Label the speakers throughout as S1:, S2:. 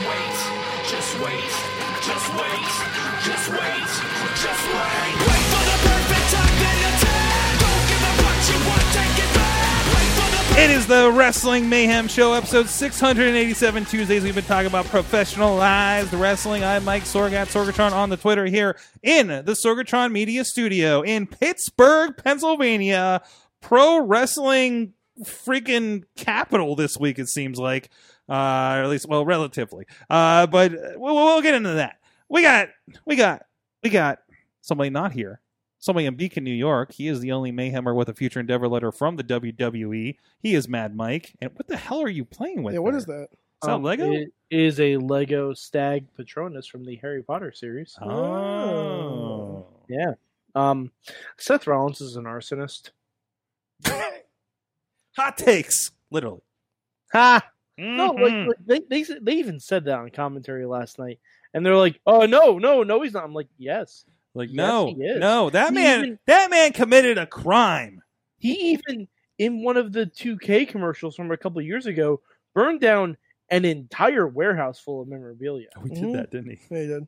S1: wait, just wait, just wait, just wait, just wait. Wait for the perfect time then attack. Don't give up what you want, take it back. Wait for the
S2: It is the Wrestling Mayhem Show, episode 687. Tuesdays, we've been talking about professionalized wrestling. I'm Mike Sorgat, Sorgatron on the Twitter here in the Sorgatron Media Studio in Pittsburgh, Pennsylvania. Pro wrestling freaking capital this week, it seems like. Uh, or at least, well, relatively. Uh, but we'll, we'll get into that. We got, we got, we got somebody not here somebody in Beacon, New York. He is the only Mayhemmer with a future endeavor letter from the WWE. He is Mad Mike. And what the hell are you playing with?
S3: Yeah, what
S2: there?
S3: is that?
S2: Is that
S4: Um,
S2: Lego?
S4: It is a Lego Stag Patronus from the Harry Potter series.
S2: Oh.
S4: Yeah. Um, Seth Rollins is an arsonist.
S2: Hot takes, literally.
S4: Ha! No,
S2: Mhm.
S4: like, like, they, they s- they even said that on commentary last night, and they're like, "Oh no, no, no, he's not." I'm like, "Yes,
S2: Like,
S4: yes,
S2: no,
S4: he is.
S2: no, that
S4: He
S2: man,
S4: even-
S2: that man committed a crime.
S4: he even in one of the 2K commercials from a couple years ago burned down an entire warehouse full of memorabilia."
S2: We
S3: did that,
S2: didn't he?
S3: Yeah, you did.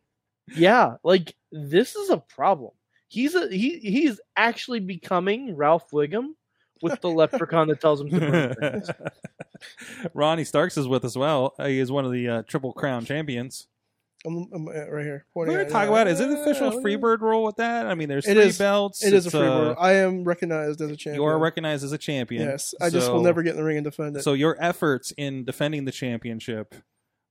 S4: Yeah, like this is a problem. He's a he he's actually becoming Ralph Wiggum with the leprechaun that tells him to burn things.
S2: Ronnie Starks is with us as well. He is one of the uh, Triple Crown champions.
S3: I'm, I'm uh, right here.
S2: We're
S3: pointing
S2: going
S3: at
S2: to talk about it. Is it the
S3: Yeah,
S2: official
S3: look at it.
S2: Freebird rule with that? I mean, there's
S3: It
S2: three
S3: is-
S2: belts.
S3: It is a
S2: It's,
S3: free word.
S2: uh,
S3: I am recognized as a champion.
S2: You are recognized as a champion.
S3: Yes, I just will
S2: So-
S3: never get in the ring and defend it.
S2: So your efforts in defending the championship,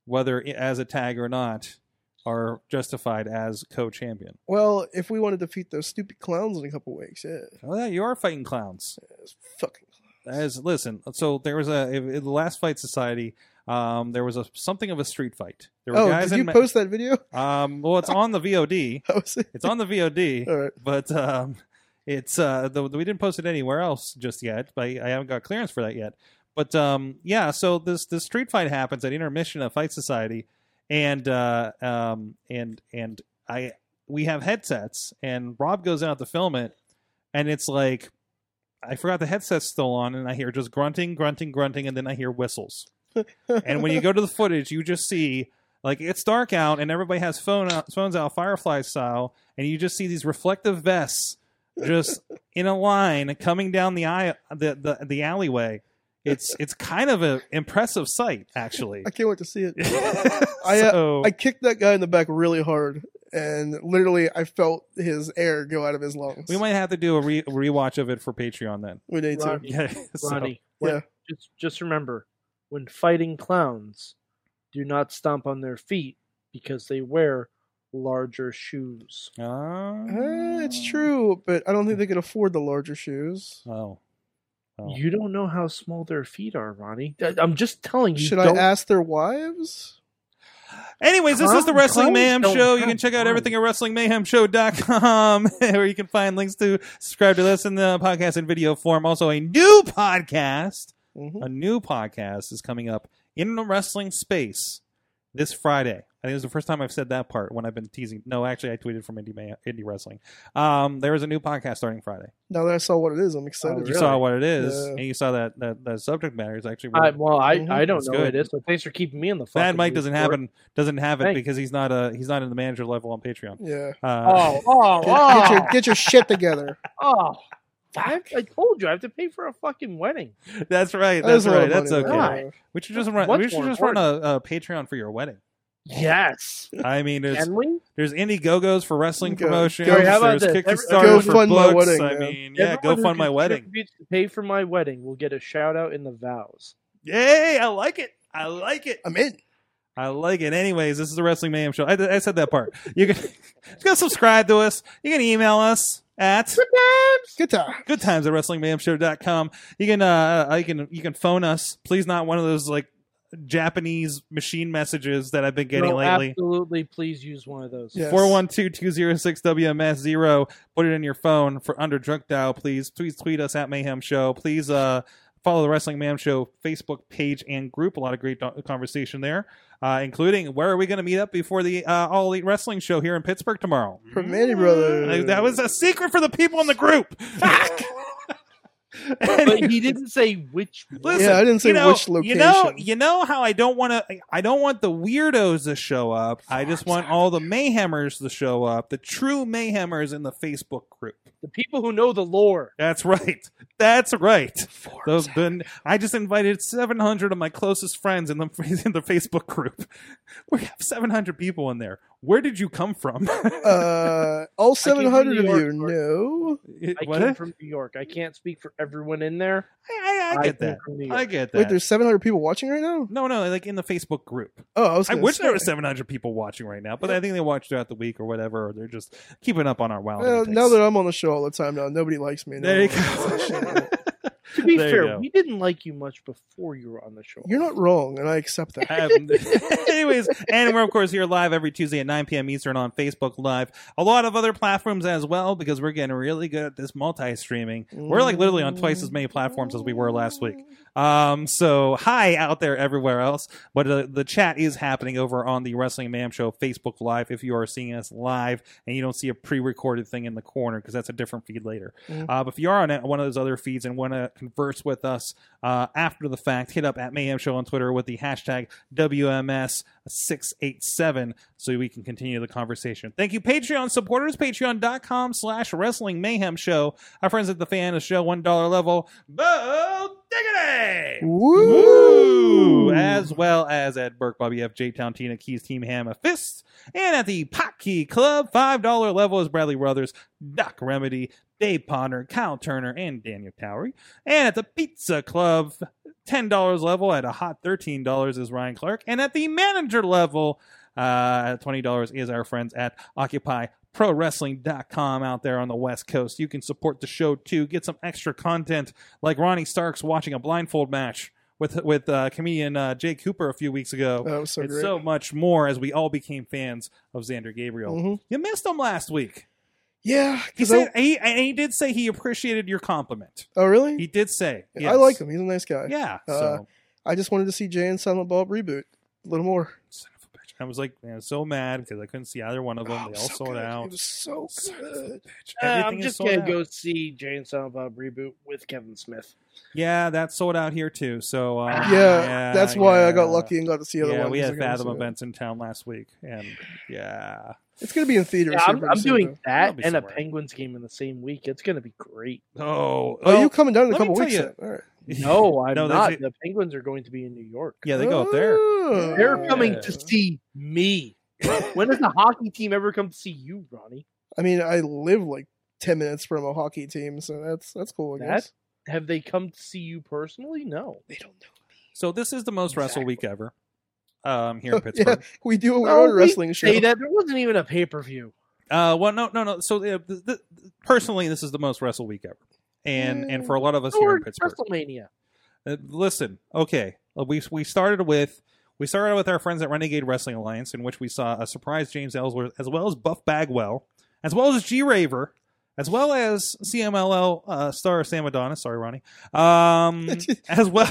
S2: whether i- as a tag or not, are justified as co-champion.
S3: well, if we want to defeat those stupid clowns in a couple weeks, yeah,
S2: Oh yeah, you are fighting clowns.
S3: it's fucking.
S2: As listen, so there was a in the last fight society. Um, there was a something of a street fight. There were
S3: Oh,
S2: guys
S3: did you
S2: in ma-
S3: post that video?
S2: um, well, it's on the VOD.
S3: That was it.
S2: It's on the VOD.
S3: All right.
S2: but um, it's uh, the, we didn't post it anywhere else just yet. But I haven't got clearance for that yet. But um, yeah, so this this street fight happens at intermission of Fight Society, and uh, um, and and I we have headsets, and Rob goes out to film it, and it's like I forgot the headset's still on, and I hear just grunting, grunting, grunting, and then I hear whistles. And when you go to the footage, you just see like it's dark out, and everybody has phone out, phones out, Firefly style, and you just see these reflective vests just in a line coming down the aisle, the, the the alleyway. It's it's kind of an impressive sight, actually.
S3: I can't wait to see it. I, uh,
S2: So-
S3: I kicked that guy in the back really hard, and literally, I felt his air go out of his lungs.
S2: we might have to do a re- rewatch of it for Patreon then.
S3: we need to.
S4: Ron-
S2: Yeah, so-
S4: Ronnie,
S3: Yeah.
S4: when- just just remember, when fighting clowns, do not stomp on their feet because they wear larger shoes.
S3: Uh, it's true, but I don't think they could afford the larger shoes.
S2: Oh, Oh.
S4: You don't know how small their feet are, Ronnie. I- I'm just telling you.
S3: Should
S4: don't-
S3: I ask their wives?
S2: Anyways, this is the
S4: Clown-
S2: Wrestling
S4: clowns
S2: Mayhem
S4: don't
S2: Show. You
S4: have
S2: can check out
S4: clowns.
S2: everything at WrestlingMayhemShow.com, where you can find links to subscribe to this in the podcast in video form. Also, a new podcast,
S3: Mhm.
S2: a new podcast is coming up in the wrestling space this Friday. I think it's the first time I've said that part when I've been teasing. No, actually, I tweeted from indie, May- indie wrestling. Um, there is a new podcast starting Friday.
S3: Now that I saw what it is, I'm excited.
S4: Oh,
S2: You
S4: Really?
S2: saw what it is,
S3: Yeah.
S2: and you saw that that, that subject matter is actually.
S4: I, well, I,
S3: Mhm.
S4: I don't
S2: That's
S4: know what
S2: good.
S4: it is. So thanks for keeping me in the.
S2: Bad
S4: fucking
S2: Mike
S4: loop
S2: doesn't
S4: for
S2: have
S4: it.
S2: it. Doesn't have it
S4: Thanks.
S2: because he's not a he's not in the manager level on Patreon.
S3: Yeah.
S2: Uh,
S4: Oh, oh,
S3: Get,
S4: oh,
S3: get your get your shit together.
S4: oh! I, have- I told you I have to pay for a fucking wedding.
S2: that's right.
S3: That is
S2: That's
S3: a lot
S2: right.
S3: of
S2: That's
S3: money,
S2: okay.
S3: though.
S4: Right.
S2: We should just run.
S4: What's
S2: we should
S4: more
S2: just run a, a Patreon for your wedding.
S4: Yes,
S2: I mean, there's
S4: can we?
S2: there's Indiegogos for wrestling
S3: Go-
S2: promotion.
S3: go- All right,
S4: how about
S2: There's
S4: this? Every-
S2: Kickstarter
S4: Go
S2: for
S3: fund my
S2: books.
S3: wedding,
S2: I
S3: man.
S2: mean, yeah,
S4: Everyone
S2: go
S4: who
S2: fund my wedding.
S4: contributes to pay for my wedding will get a shout out in the vows.
S2: Yay! I like it. I like it.
S3: I'm in.
S2: I like it. Anyways, this is the Wrestling Mayhem Show. I, I said that part. You can go subscribe to us. You can email us at
S3: Good time.
S2: good uh, times at wrestlingmayhemshow.com you can uh you can you can phone us please not one of those like Japanese machine messages that I've been getting
S4: No,
S2: lately.
S4: Absolutely, please use one of those.
S3: Yeah. Yes.
S2: Four one two two zero six WMS zero. Put it in your phone for under drunk dial, please. Please tweet us at Mayhem Show. Please uh, follow the Wrestling Mayhem Show Facebook page and group. A lot of great do- conversation there, uh, including where are we going to meet up before the uh, All Elite Wrestling Show here in Pittsburgh tomorrow?
S3: From Manny Brothers.
S2: Like, that was a secret for the people in the group. Fuck!
S4: But he didn't say which. one.
S2: Listen,
S3: yeah, I didn't say
S2: you know,
S3: which
S2: you
S3: location.
S2: know, you know how I don't want to. I don't want the weirdos to show up. I just want all the mayhemers to show up. The true mayhemers in the Facebook group.
S4: The people who know the lore.
S2: That's right. That's right. Those, the, I just invited 700 of my closest friends in the in the Facebook group. We have 700 people in there. Where did you come from?
S3: uh, all
S4: came from
S3: 700 of
S4: New
S3: you
S4: York.
S3: know.
S2: It-
S4: I
S2: what?
S4: came from New York. I can't speak for everyone in there.
S2: I, I, I get
S4: came
S2: that.
S4: from New
S2: I
S4: York.
S2: get
S3: Wait,
S2: that.
S3: there's 700 people watching right now?
S2: no, no, like in the Facebook group.
S3: Oh, I was
S2: I
S3: gonna
S2: wish
S3: say.
S2: there were 700 people watching right now, but I think they watch throughout the week or whatever, or they're just keeping up on our wild.
S3: Well,
S2: antics.
S3: now that I'm on the show all the time now, nobody likes me.
S2: there you
S3: No one likes that
S2: go.
S3: shit.
S4: To be
S2: There you
S4: fair,
S2: go.
S4: we didn't like you much before you were on the show.
S3: You're not wrong, and I accept that.
S2: Um, anyways, and we're of course here live every Tuesday at 9 p.m. Eastern on Facebook Live. A lot of other platforms as well because we're getting really good at this multi-streaming. We're like literally on twice as many platforms as we were last week. Um, so hi out there everywhere else, but uh, the chat is happening over on the Wrestling Mam Show Facebook Live. If you are seeing us live and you don't see a pre-recorded thing in the corner because that's a different feed later.
S3: Mhm.
S2: Uh, but if you are on one of those other feeds and want to converse with us uh, after the fact, hit up at Mayhem Show on Twitter with the hashtag WMS687 so we can continue the conversation. Thank you, Patreon supporters, patreon.com slash wrestling mayhem show. Our friends at the fan of show, $1 level, Bo Diggity! Woo!
S3: Woo!
S2: As well as at Burke, Bobby F, J Town, Tina Keys, Team Ham, a Fist, and at the Potkey Club, $5 level is Bradley Brothers, Doc Remedy, Dave Ponder, Kyle Turner, and Daniel Towery. And at the Pizza Club, $10 level at a hot $13 is Ryan Clark. And at the manager level, uh, at $20 is our friends at Occupy prowrestling.com out there on the west coast you can support the show too get some extra content like ronnie starks watching a blindfold match with with uh, comedian uh, jay cooper a few weeks ago
S3: That was so
S2: it's
S3: great.
S2: so much more as we all became fans of xander gabriel
S3: Mhm.
S2: you missed him last week
S3: Yeah.
S2: he
S3: 'cause I-
S2: said he, and he did say he appreciated your compliment
S3: oh, really?
S2: he did say
S3: I
S2: yes.
S3: like him. He's a nice guy.
S2: yeah
S3: Uh,
S2: so
S3: I just wanted to see Jay and Silent Bob reboot a little more.
S2: son of a bitch. I was like, man, I was so mad because I couldn't see either one of them.
S3: Oh,
S2: they all
S3: so
S2: sold
S3: good. It
S2: out.
S3: was so
S2: Son of a
S3: good.
S2: bitch.
S4: Uh, I'm
S2: Everything is
S4: just
S2: sold
S4: gonna
S2: out.
S4: go see Jay and Silent Bob reboot with Kevin Smith.
S2: Yeah, that's sold out here too. So um,
S4: Ah,
S3: Yeah, that's why I got lucky and got to see the other
S2: yeah,
S3: one.
S2: we
S3: 'cause
S2: had
S3: I got to
S2: Fathom
S3: see it.
S2: events in town last week, and yeah,
S3: It's gonna be in theaters.
S4: Yeah,
S3: so
S4: I'm,
S3: we're gonna
S4: I'm
S3: see it.
S4: doing
S2: I'll
S4: that
S2: be
S4: and a
S2: somewhere.
S4: Penguins game in the same week. It's gonna be great.
S2: oh,
S3: Oh,
S2: well,
S3: you coming down in a
S2: let me
S3: couple
S2: tell
S3: weeks?
S2: you-
S3: then. All right.
S4: No, I'm
S2: No, they
S4: not.
S2: say-
S4: The Penguins are going to be in New York.
S2: yeah, they go up there.
S3: Oh.
S4: They're
S2: Yeah.
S4: coming to see me. when does the hockey team ever come to see you, Ronnie?
S3: I mean, I live like ten minutes from a hockey team, so that's that's cool. I
S4: That-
S3: guess
S4: Have they come to see you personally? No.
S3: they don't know.
S2: So this is the most wrestle
S4: Exactly.
S2: week ever. Um, here
S3: Oh,
S2: in Pittsburgh.
S3: We do our
S4: Oh,
S3: own
S4: we
S3: wrestling show.
S4: Say that there wasn't even a pay per view.
S2: Uh, well, no, no, no. So uh, th- th- personally, this is the most wrestle week ever, and and for a lot of us here in Pittsburgh.
S4: WrestleMania.
S2: Uh, listen, okay. Uh, We we started with we started with our friends at Renegade Wrestling Alliance, in which we saw a surprise James Ellsworth, as well as Buff Bagwell, as well as G Raver, as well as CMLL uh, star Sam Adonis. Sorry, Ronnie. Um, as well,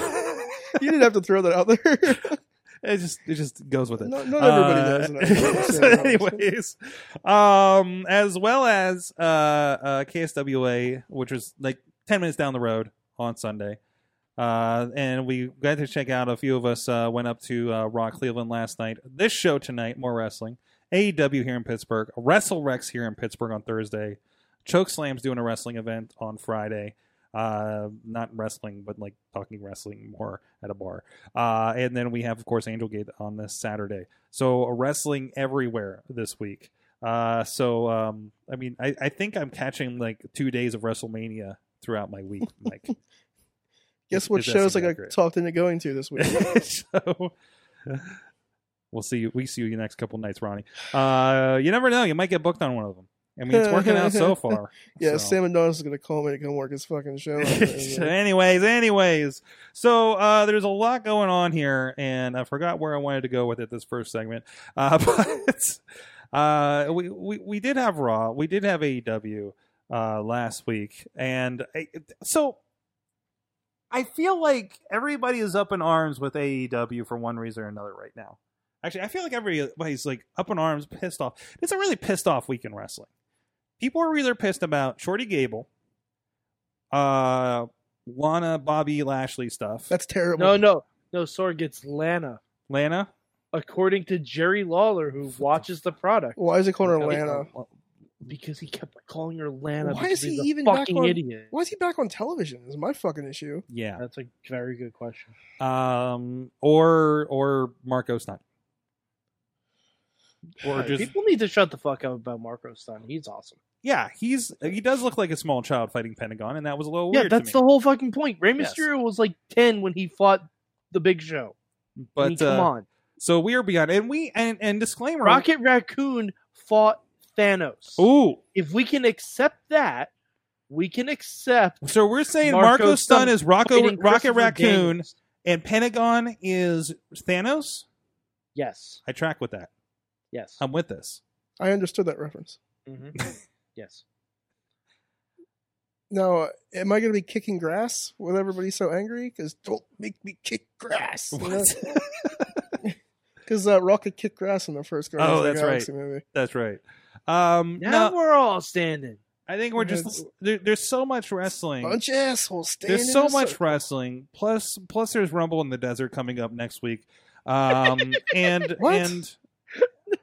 S3: you didn't have to throw that out there.
S2: it just it just goes with it.
S3: not, not everybody
S2: Uh,
S3: knows. enough
S2: so
S3: to say that.
S2: anyways, um, as well as uh, uh, KSWA, which was like ten minutes down the road on Sunday, uh, and we got to check out. A few of us uh, went up to uh, Raw Cleveland last night. This show tonight, more wrestling. AEW here in Pittsburgh, Wrestle Rex here in Pittsburgh on Thursday. Choke Slam's doing a wrestling event on Friday. Uh, not wrestling, but like talking wrestling more at a bar. Uh, and then we have, of course, Angel Gate on this Saturday. So wrestling everywhere this week. Uh, so um, I mean, I, I think I'm catching like two days of WrestleMania throughout my week, Mike.
S3: Guess what
S2: If that
S3: shows I
S2: seems
S3: got
S2: accurate.
S3: talked into going to this week?
S2: so we'll see you. We see you the next couple nights, Ronnie. Uh, you never know. You might get booked on one of them. I mean, it's working out so far.
S3: Yeah,
S2: so.
S3: Sam Adonis is gonna call me to come work his fucking show.
S2: anyways, anyways. So uh, there's a lot going on here, and I forgot where I wanted to go with it this first segment. Uh, but uh, we, we we did have Raw, we did have AEW uh, last week, and I, so I feel like everybody is up in arms with AEW for one reason or another right now. Actually, I feel like everybody's like up in arms, pissed off. It's a really pissed off week in wrestling. People are either pissed about Shorty Gable, uh, Lana, Bobby Lashley stuff.
S3: That's terrible.
S4: No, no, no. Sorg gets Lana,
S2: Lana,
S4: according to Jerry Lawler, who watches the product
S3: Why is it calling her Lana?
S4: because he kept calling her Lana.
S3: Why
S4: because
S3: is he
S4: he's a
S3: even back
S4: fucking
S3: on-
S4: idiot?
S3: Why is he back on television? Is my fucking issue.
S2: Yeah.
S4: That's a very good question.
S2: Um. Or or Marco Stunt. Or
S4: Alright,
S2: just
S4: People need to shut the fuck up about Marco Stun. He's awesome.
S2: yeah, he's he does look like a small child fighting Pentagon, and that was a little
S4: yeah,
S2: weird.
S4: that's
S2: to
S4: the
S2: me.
S4: whole fucking point. Rey
S2: Yes.
S4: Mysterio was like ten when he fought the Big Show. I mean,
S2: But
S4: come
S2: uh,
S4: on,
S2: so we are beyond, and we and and disclaimer.
S4: Rocket Raccoon fought Thanos.
S2: Ooh,
S4: If we can accept that, we can accept
S2: so we're saying
S4: Marco
S2: Marco, Stunt
S4: Stunt
S2: is Rocco,
S4: fighting
S2: Rocket
S4: Christopher
S2: Raccoon,
S4: Daniels.
S2: and Pentagon is Thanos.
S4: Yes,
S2: I track with that.
S4: yes,
S2: I'm with this.
S3: I understood that reference.
S4: Mhm. yes.
S3: Now, am I gonna be kicking grass with everybody so angry? Because don't make me kick grass. Because uh, Rocket kicked grass in the first Guardians
S2: Oh,
S3: of the
S2: that's right.
S3: Galaxy movie.
S2: That's right. Um,
S4: Now
S2: no,
S4: we're all standing.
S2: I think we're just there, there's so much wrestling.
S3: Bunch of assholes standing.
S2: There's so
S3: in a
S2: much
S3: circle.
S2: wrestling. Plus, plus there's Rumble in the Desert coming up next week. Um, and
S3: What?
S2: and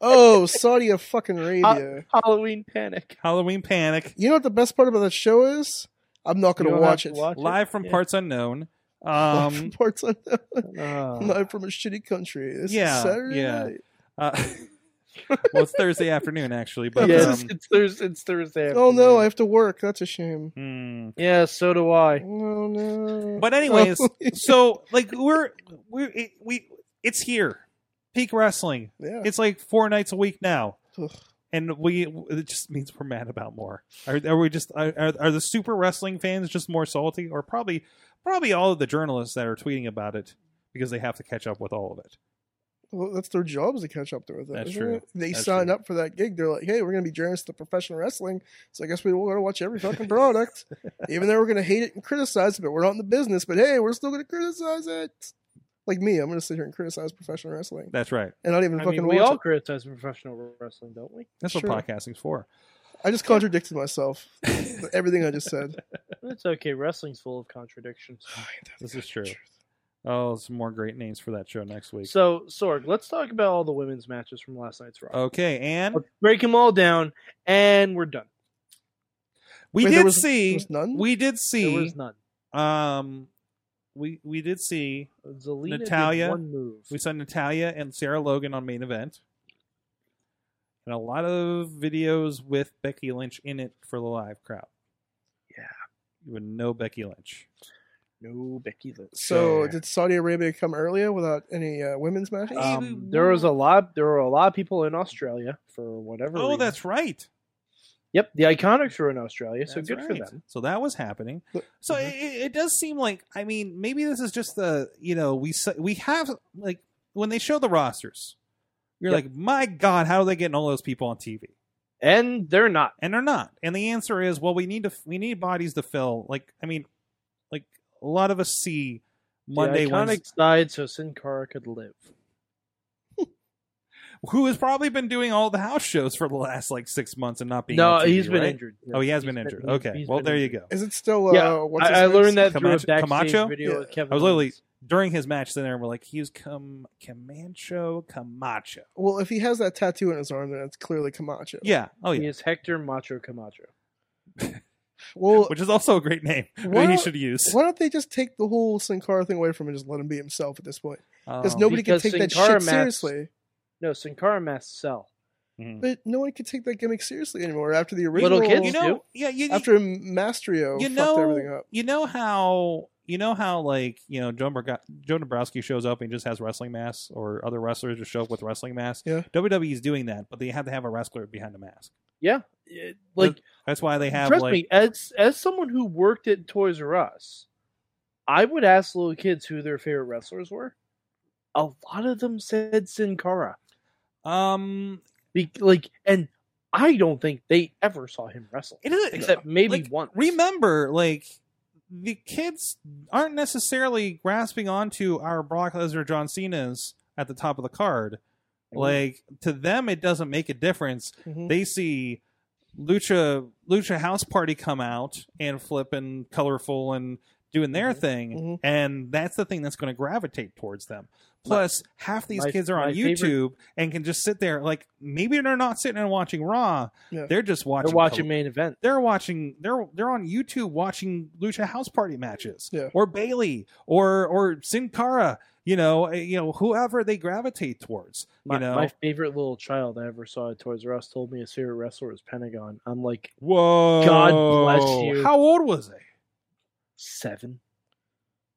S3: Oh, Saudi of fucking
S2: Uh,
S3: radio.
S4: Halloween panic.
S2: Halloween Panic
S3: you know what the best part about the show is? I'm not
S4: You
S3: gonna
S4: don't
S3: watch
S4: have
S3: it.
S4: to watch
S2: live from
S4: Yeah.
S2: parts unknown. Um,
S3: Parts I know.
S4: Uh,
S3: Live from a shitty country. It's
S2: Yeah,
S3: Saturday
S2: yeah.
S3: night.
S2: uh, well, it's Thursday afternoon actually, but
S3: Yeah,
S4: yes,
S2: um,
S4: it's, Thursday, it's Thursday.
S3: Oh no,
S4: afternoon.
S3: I have to work. That's a shame.
S2: hmm.
S4: yeah, so do I.
S3: Oh no.
S2: but anyways,
S3: Oh,
S2: so like we're we're it, we it's here, peak wrestling.
S3: yeah.
S2: It's like four nights a week now.
S3: Ugh.
S2: And we, it just means we're mad about more. Are, are we just are, are are the super wrestling fans just more salty, or probably probably all of the journalists that are tweeting about it because they have to catch up with all of it?
S3: Well, that's their job is to catch up to it. though,
S2: That's
S3: isn't
S2: true.
S3: it? They
S2: That's
S3: sign
S2: true.
S3: up for that gig. They're like, hey, we're going to be journalists to professional wrestling. So I guess we all got to watch every fucking product. Even though we're going to hate it and criticize it, but we're not in the business. But hey, we're still going to criticize it. Like me, I'm going to sit here and criticize professional wrestling
S2: That's right.
S3: and not even
S4: I
S3: fucking
S4: mean,
S3: watch
S4: we all
S3: it.
S4: criticize professional wrestling, don't we?
S2: That's
S3: Sure.
S2: what podcasting's for.
S3: I just contradicted myself. with everything I just said.
S4: It's okay. Wrestling's full of contradictions.
S2: This is true. Oh, some more great names for that show next week.
S4: So, Sorg, let's talk about all the women's matches from last night's Raw.
S2: okay, and
S4: Let's break them all down, and we're done.
S2: we
S3: Wait, there
S2: did
S3: was-
S2: see
S3: There's none?
S2: we did
S4: There
S2: see
S4: was none.
S2: um we we did see
S4: Zelina
S2: Natalya,
S4: did one move.
S2: We saw Natalia and Sarah Logan on main event. And a lot of videos with Becky Lynch in it for the live crowd.
S4: Yeah.
S2: You would know Becky Lynch.
S4: No Becky Lynch.
S3: so
S2: Yeah.
S3: did Saudi Arabia come earlier without any uh, women's matches?
S2: Uh,
S4: Um, there was a lot. There were a lot of people in Australia for whatever.
S2: Oh,
S4: reason.
S2: that's right.
S4: yep. The Iconics were in Australia, so
S2: That's
S4: good for
S2: right.
S4: them.
S2: So that was happening.
S3: But-
S2: So
S4: Mhm.
S2: it, it it does seem like I mean maybe this is just the you know we s- we have like when they show the rosters, you're
S4: Yep.
S2: like my god, how are they getting all those people on TV?
S4: And they're not.
S2: and they're not. And the answer is, well, we need to we need bodies to fill. Like I mean, like a lot of us see Monday,
S4: the Iconics
S2: Wednesday,
S4: died so Sin Cara could live.
S2: who has probably been doing all the house shows for the last like six months and not being.
S4: no,
S2: on TV,
S4: he's been
S2: right?
S4: injured.
S2: Oh, he has
S4: He's
S2: been injured.
S4: he's-
S2: okay,
S4: he's
S2: well
S4: been
S2: there you
S4: injured.
S2: go.
S3: Is it still? Uh,
S4: Yeah,
S3: what's his
S4: I, I
S3: name?
S4: learned that
S2: Camacho-
S4: through a backstage
S2: Camacho?
S4: video
S3: Yeah.
S4: with Kevin.
S2: I was literally-
S4: Owens.
S2: During his match, then there we're like, he's Com- Camacho Camacho.
S3: Well, if he has that tattoo in his arm, then it's clearly Camacho.
S2: Yeah. Oh
S4: He
S2: yeah.
S4: is Hector Macho Camacho.
S3: Well,
S2: Which is also a great name that he
S3: Well,
S2: should use.
S3: Why don't they just take the whole Sin Cara thing away from him and just let him be himself at this point? Because
S2: Um,
S3: nobody
S4: Because
S3: can take
S4: Sin
S3: that
S4: Cara
S3: shit
S4: masks-
S3: seriously.
S4: No, Sin Cara masks sell.
S2: mhm.
S3: But no one can take that gimmick seriously anymore after the original.
S4: Little kids
S2: You
S4: do.
S2: know, yeah, you, you-
S3: after Mastrio
S2: you
S3: fucked
S2: know,
S3: everything up.
S2: you know how you know how like you know Joe, Berg- Joe Dombrowski shows up and just has wrestling masks, or other wrestlers just show up with wrestling masks. E
S3: Yeah.
S2: WWE is doing that, but they have to have a wrestler behind a mask.
S4: Yeah, It- like
S2: That's why they have
S4: trust
S2: like
S4: me, as as someone who worked at Toys R Us, I would ask little kids who their favorite wrestlers were. A lot of them said Sin Cara,
S2: um.
S4: Be- like, and I don't think they ever saw him wrestle,
S2: It is
S4: except maybe
S2: like,
S4: once.
S2: remember like the kids aren't necessarily grasping onto our Brock Lesnar John Cena's at the top of the card. Like to them it doesn't make a difference.
S3: Mhm.
S2: They see Lucha Lucha House Party come out and flipping colorful and doing their
S4: Mm-hmm.
S3: Mhm.
S2: thing
S3: Mhm.
S2: and that's the thing that's going to gravitate towards them. Plus half these
S4: my-
S2: kids are on
S4: my favorite-
S2: YouTube and can just sit there like maybe they're not sitting and watching Raw.
S3: Yeah.
S2: They're just watching
S4: They're watching main event.
S2: they're watching they're they're on YouTube watching Lucha House Party matches
S3: Yeah.
S2: or Bailey or or Sin Cara, you know, eh, you know whoever they gravitate towards,
S4: My,
S2: you know.
S4: my favorite little child I ever saw at Toys R Us told me his favorite wrestler was Pentagon. I'm like
S2: Whoa.
S4: God bless you.
S2: How old was they?
S4: seven.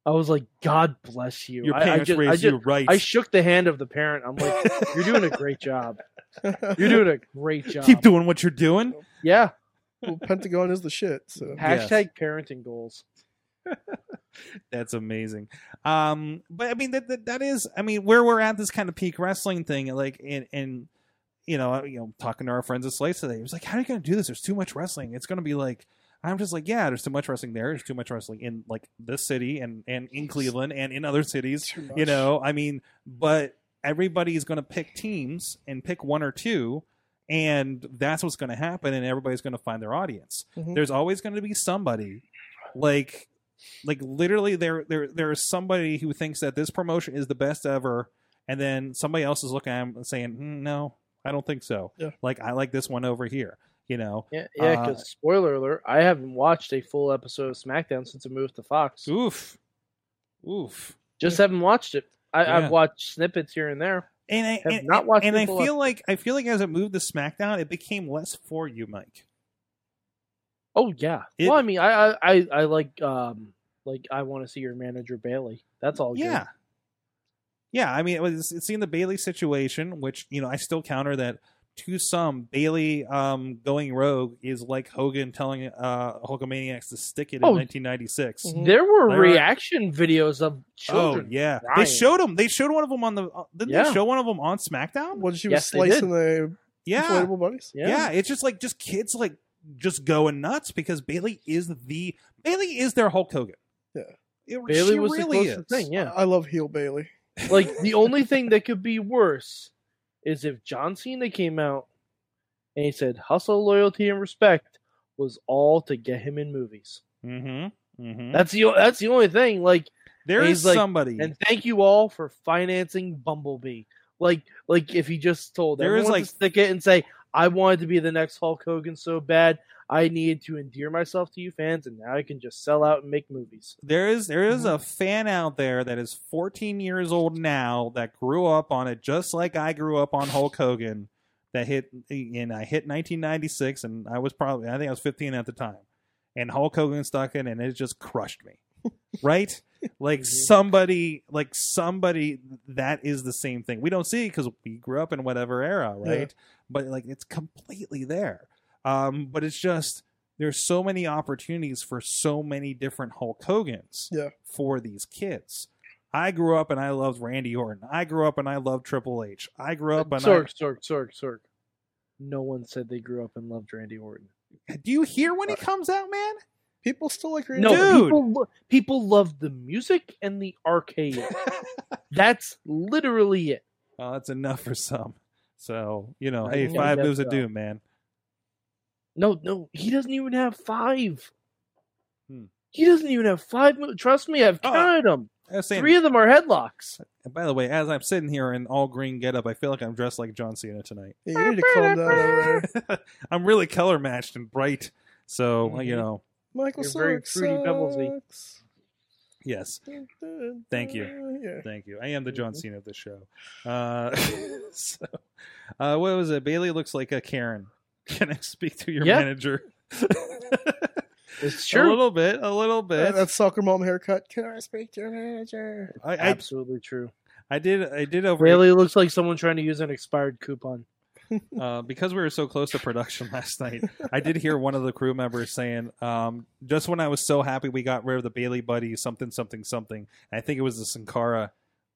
S4: I was like, God bless you.
S2: Your
S4: I, I
S2: parents
S4: just,
S2: raised
S4: I just-
S2: you right.
S4: I shook the hand of the parent. I'm like, you're doing a great job.
S3: Mm-hmm.
S4: You're doing a great job.
S2: Keep doing what you're doing.
S4: Yeah.
S3: Well, Pentagon is the shit. So
S4: Hashtag parenting goals.
S2: That's amazing. Um, but I mean that, that that is I mean where we're at this kind of peak wrestling thing, like and and you know you know talking to our friends at Slice today, it was like, how are you going to do this? There's too much wrestling. It's going to be like I'm just like, yeah, there's too much wrestling there. There's too much wrestling in like this city and and in Cleveland and in other cities.
S3: Too
S2: You
S3: much.
S2: know, I mean, but everybody's going to pick teams and pick one or two. And that's what's going to happen, and everybody's going to find their audience.
S4: Mm-hmm.
S3: Mhm.
S2: There's always going to be somebody, like like literally there there there is somebody who thinks that this promotion is the best ever and then somebody else is looking at him and saying "Mm, no i don't think so
S3: Yeah.
S2: like i like this one over here you know
S4: Yeah. Yeah. Because Uh, spoiler alert, I haven't watched a full episode of SmackDown since it moved to Fox.
S2: oof oof
S4: Just haven't watched it. I,
S2: Yeah.
S4: I've watched snippets here and there.
S2: and i
S4: Have
S2: and,
S4: not watched
S2: and i
S4: people-
S2: feel like i feel like as it moved to smackdown it became less for you mike
S4: Oh yeah.
S2: It-
S4: well, I mean, I I I, I like um like I want to see your manager Bailey. That's all.
S2: yeah
S4: Good.
S2: yeah i mean it was it's in the bailey situation which you know i still counter that to some bailey um going rogue is like hogan telling uh hulkamaniacs to stick it in
S4: Oh.
S2: 1996
S3: Mhm.
S4: There were
S2: There are-
S4: reaction videos of children.
S2: Oh yeah,
S4: crying.
S2: they showed him. They showed one of them on the. uh, Didn't they
S4: Yeah.
S2: show one of them on SmackDown?
S3: What she
S4: Yes, they
S3: was
S4: did.
S3: slicing the
S2: Yeah,
S3: inflatable buddies?
S2: yeah, It's just like just kids like just going nuts because Bailey is the Bailey is their Hulk Hogan.
S3: Yeah.
S2: It-
S4: Bailey
S2: she
S4: was
S2: really
S4: the closest
S2: is.
S4: thing. Yeah.
S3: I love heel Bailey.
S4: like the only thing that could be worse is if John Cena came out and he said hustle, loyalty, and respect was all to get him in movies.
S2: Mm-hmm. Mm-hmm.
S4: That's the o- that's the only thing. Like,
S2: There
S4: he's
S2: is
S4: like-
S2: somebody.
S4: and thank you all for financing Bumblebee. Like, like if he just told
S2: There is,
S4: everyone
S2: like-
S4: to stick it and say, "I wanted to be the next Hulk Hogan so bad, I needed to endear myself to you fans, and now I can just sell out and make movies."
S2: there is there is a fan out there that is 14 years old now that grew up on it just like I grew up on Hulk Hogan. That hit and I hit 1996, and I was probably I think I was 15 at the time, and Hulk Hogan stuck in, and it just crushed me. right? Like
S4: Mhm.
S2: somebody, like somebody that is the same thing. We don't see because we grew up in whatever era,
S3: Yeah.
S2: right? But like it's completely there. Um, but it's just there's so many opportunities for so many different Hulk Hogans
S3: Yeah.
S2: for these kids. I grew up and I loved Randy Orton. I grew up and I loved Triple H. I grew up and
S4: Um, Sorg, sorg, sorg, sorg. No one said they grew up and loved Randy Orton.
S2: I. Do you hear when he comes out, man?
S3: People still like Randy.
S4: No,
S2: Dude.
S3: Orton.
S4: people lo- people love the music and the arcade. That's literally it.
S2: Oh, that's enough for some. So you know,
S4: I
S2: hey,
S4: guess
S2: five moves a
S4: so.
S2: doom, man.
S4: No, no, he doesn't even have five.
S2: Hmm.
S4: He doesn't even have five. mo- Trust me, I've
S2: Oh,
S4: counted them.
S2: I was saying,
S4: Three of them are headlocks.
S2: And by the way, as I'm sitting here in all green getup, I feel like I'm dressed like John Cena tonight.
S3: Yeah, you need to calm down over there.
S2: I'm really color matched and bright. So,
S4: Mhm.
S2: you know,
S3: Michael
S4: You're very
S3: sucks.
S4: fruity pebblesy.
S3: sucks.
S2: yes.
S3: Dun, dun,
S2: Thank you.
S3: dun. Yeah.
S2: Thank you. I am the John
S3: Mhm.
S2: Cena of this show. Uh, so, uh, what was it? Bailey looks like a Karen. Can I speak to your
S4: Yeah.
S2: manager?
S4: It's
S2: A
S4: true.
S2: little bit. A little
S3: That,
S2: bit.
S3: that soccer mom haircut. Can I speak to your manager?
S2: I, I,
S4: Absolutely true.
S2: I did. I did over.
S4: Really looks like someone trying to use an expired coupon.
S2: uh, because we were so close to production last night, I did hear one of the crew members saying, um, "Just when I was so happy we got rid of the Bailey buddy, something, something, something." I think it was the Sankara.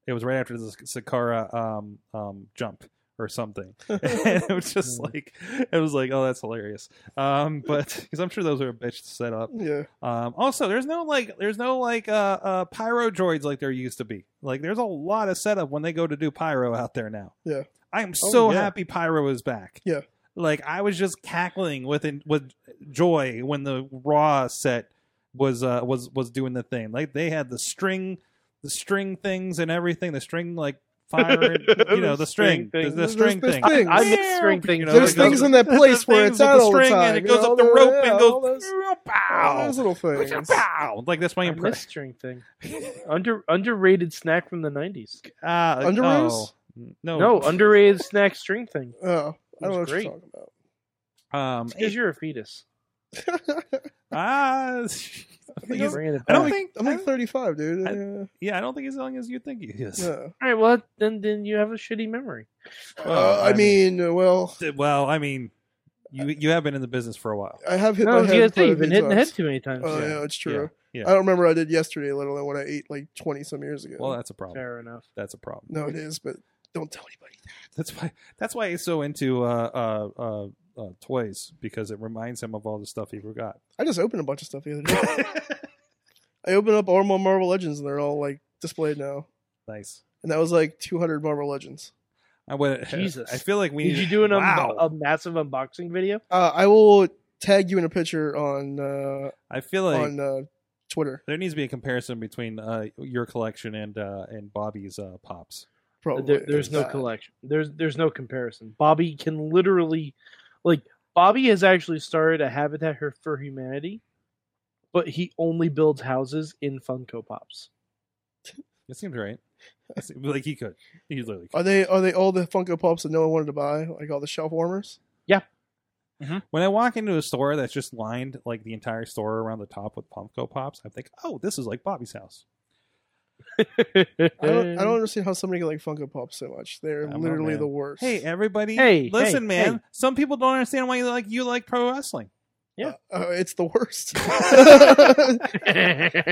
S2: It was right after the Sankara um, um, jump or something. and it was just like it was like, oh, that's hilarious. Um, but because I'm sure those are a bitch to set up.
S3: Yeah.
S2: Um, also, there's no like, there's no like uh, uh, pyro droids like there used to be. Like, there's a lot of setup when they go to do pyro out there now.
S3: Yeah.
S2: I am
S4: Oh,
S2: so
S4: yeah.
S2: happy pyro is back.
S3: Yeah.
S2: like I was just cackling with with joy when the raw set was uh was was doing the thing. Like they had the string, the string things and everything. The string like fire, you know, the
S4: The
S2: string,
S4: string
S2: the,
S4: thing.
S2: the string
S3: There's
S2: thing.
S3: things.
S4: I miss string things.
S2: You know,
S3: There's
S2: like
S3: things
S2: those-
S3: in that
S2: the
S3: place where
S2: things
S3: it's
S2: with
S3: out
S2: the
S3: all the
S2: string
S3: time.
S2: and it
S3: you
S2: goes
S3: know,
S2: up the
S3: all
S2: rope
S3: yeah,
S2: and
S3: all
S2: goes
S3: those- all
S2: pow,
S3: those little things.
S2: pow. Like that's my
S4: I
S2: impression.
S4: miss string thing. Under underrated snack from the nineties.
S2: Uh,
S3: Underoos?
S2: oh, no,
S4: No, underrated snack string thing.
S3: Oh, I don't
S4: It
S3: know
S4: was
S3: what you're
S4: great.
S3: talking about.
S2: Um,
S4: Because you're a fetus.
S2: ah,
S3: You
S4: You're
S3: know,
S4: bringing it
S2: I don't
S4: back.
S2: think-
S3: I'm
S2: I
S3: like
S2: don't-
S3: 35, dude. Yeah.
S2: yeah, I don't think he's as young as you think he is.
S3: Yeah.
S4: All right, well then then you have a shitty memory.
S2: Well,
S3: Uh, I mean, uh, well,
S2: mean, well, I mean, you you have been in the business for a while.
S3: I have hit
S4: No,
S3: my
S4: you gotta
S3: head.
S4: say
S3: quite a
S4: you've been
S3: few
S4: hitting the head
S3: times.
S4: too many times.
S3: Oh
S2: Yeah.
S3: yeah, it's true.
S2: Yeah.
S3: I don't remember what I did yesterday, let alone what I ate like 20 some years ago.
S2: Well, that's a problem.
S4: Fair enough.
S2: That's a problem.
S3: no, it is, but don't tell anybody.
S2: That's why that's why he's so into uh, uh, uh, uh, toys because it reminds him of all the stuff he forgot.
S3: I just opened a bunch of stuff the other day. I opened up all my Marvel Legends, and they're all like displayed now.
S2: Nice.
S3: And that was like 200 Marvel Legends.
S2: I would.
S4: Jesus.
S2: I feel like we
S4: Did you do an um, uh, un-
S2: wow.
S4: a massive unboxing video?
S3: Uh, I will tag you in a picture on uh,
S2: I feel like
S3: on uh, Twitter.
S2: there needs to be a comparison between uh, your collection and uh, and Bobby's uh, pops.
S3: Probably
S4: There, there's no
S3: Uh,
S4: collection. There's there's no comparison. Bobby can literally, like, Bobby has actually started a Habitat for- for Humanity, but he only builds houses in Funko Pops.
S2: It seems right. It seemed like he could. He literally could.
S3: Are they are they all the Funko Pops that no one wanted to buy, like all the shelf warmers?
S2: When I walk into a store that's just lined like the entire store around the top with Funko Pops, I think, oh, this is like Bobby's house.
S4: I
S3: I don't, I don't understand how somebody can like Funko Pops so much. They're
S2: I don't know,
S3: literally
S2: man.
S3: the worst.
S2: Hey, everybody!
S4: Hey,
S2: listen,
S4: hey,
S2: man.
S4: hey.
S2: Some people don't understand why you like you like pro wrestling,
S4: yeah.
S3: Uh, it's the worst.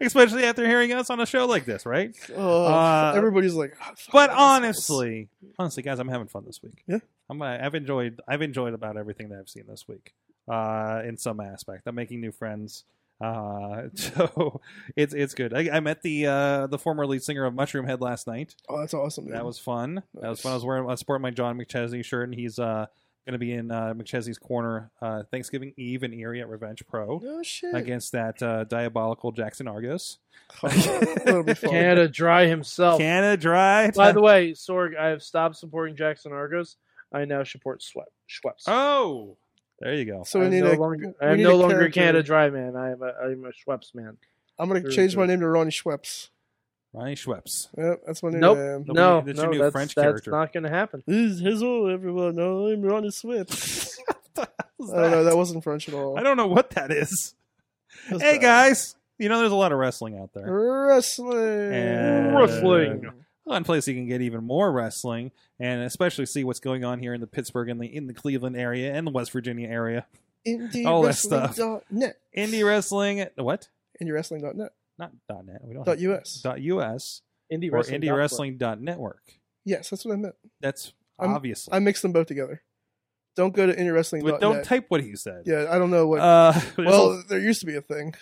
S2: especially after hearing us on a show like this, right?
S3: Oh,
S2: Uh,
S3: everybody's like, "Ah, fucking
S2: But
S3: assholes."
S2: honestly, honestly, guys, I'm having fun this week.
S3: Yeah.
S2: I'm. uh, I've enjoyed. I've enjoyed about everything that I've seen this week. Uh, in some aspect, I'm making new friends. Uh, so it's it's good. I, I met the uh the former lead singer of Mushroom Head last night.
S3: oh, that's awesome. dude.
S2: That was fun. That was fun. I
S3: Nice.
S2: was wearing. I was sporting my John McChesney shirt, and he's uh going to be in uh, McChesney's corner uh, Thanksgiving Eve in Erie at Revenge Pro
S3: no Oh, shit.
S2: against that uh, diabolical Jackson Argos.
S3: That'll be fun.
S4: Canada Dry himself.
S2: Canada Dry.
S4: Oh. By the way, Sorg, I have stopped supporting Jackson Argos. I now support Schweppes. Schweppes.
S2: oh, there you go.
S3: So we
S4: I'm
S3: need
S4: no
S3: a.
S4: longer,
S3: we
S4: I'm
S3: need
S4: no
S3: a
S4: longer
S3: character.
S4: Canada Dry man. I am a, I'm a Schweppes man.
S3: I'm gonna
S4: Sure,
S3: change my
S4: sure.
S3: name to Ronnie Schweppes.
S2: Ronnie Schweppes.
S3: Yep, that's my name.
S4: Nope.
S3: man.
S2: Nope.
S4: No,
S2: that's
S4: no,
S2: your new
S4: that's,
S2: French
S4: that's
S2: character.
S4: not going to happen.
S3: This is his all, everyone. No, I'm Ronnie Schweppes.
S2: What
S3: I don't know.
S2: was
S3: Uh, That wasn't French at all.
S2: I don't know what that is.
S3: That was
S2: Hey
S3: bad.
S2: guys, you know there's a lot of wrestling out there.
S3: Wrestling.
S2: And-
S4: Wrestling.
S2: One place you can get even more wrestling, and especially see what's going on here in the Pittsburgh and the in the Cleveland area and the West Virginia area.
S3: Indie
S2: All that
S3: wrestling
S2: stuff.
S3: dot net.
S2: Indie wrestling. What?
S3: Indie wrestling dot net.
S2: Not dot .net. We don't.
S3: Dot
S2: have-
S3: US.
S2: Dot .us
S4: Indie
S2: or
S4: wrestling.
S2: indie wrestling dot network.
S3: Yes, that's what I meant.
S2: That's
S3: I'm-
S2: obviously.
S3: I mixed them both together. Don't go to indie wrestling.
S2: but
S3: dot
S2: don't
S3: net.
S2: type what he said.
S3: Yeah, I don't know what.
S2: Uh,
S3: well, there used to be a thing.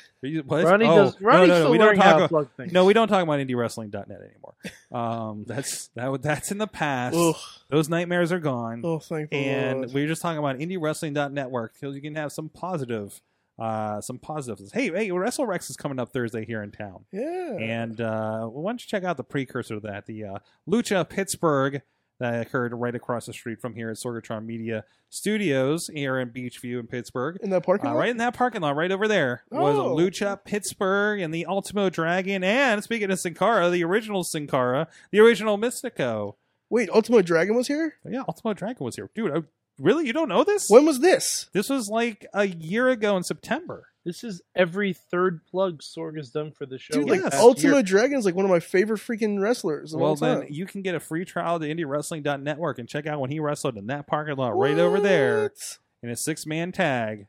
S2: what?
S4: Ronnie
S2: Oh,
S4: does. Ronnie's
S2: no, no, no,
S4: still
S2: we don't
S4: learning how
S2: talk.
S4: to plug things.
S2: No, we don't talk about IndieWrestling.net anymore. Um, that's that. would- That's in the past.
S3: Ugh.
S2: Those nightmares are gone,
S3: Oh, thank the
S2: and
S3: Lord.
S2: we are just talking about IndieWrestling.network because you can have some positive, uh, some positives. Hey, hey, WrestleRex is coming up Thursday here in town,
S3: yeah.
S2: and uh, why don't you check out the precursor to that, the uh, Lucha Pittsburgh. That occurred right across the street from here at Sorgatron Media Studios here in Beachview in Pittsburgh.
S3: in that parking
S2: Uh,
S3: lot.
S2: right in that parking lot, right over there, was
S3: Oh.
S2: Lucha Pittsburgh and the Ultimo Dragon. And speaking of Sin Cara, the original Sin Cara, the original Mystico.
S3: Wait, Ultimo Dragon was here.
S2: Oh, Yeah, Ultimo Dragon oh, was here. Dude, I, really? You don't know this?
S3: When was this?
S2: This was like a year ago in September.
S4: This is every third plug Sorg has done for the show.
S3: Dude,
S4: in the
S3: like
S2: yes.
S4: past
S3: Ultimo
S4: year.
S3: Dragon's like one of my favorite freaking wrestlers of
S2: well,
S3: all time.
S2: then you can get a free trial to IndieWrestling.network and check out when he wrestled in that parking lot right over there
S3: What?
S2: in a six man tag,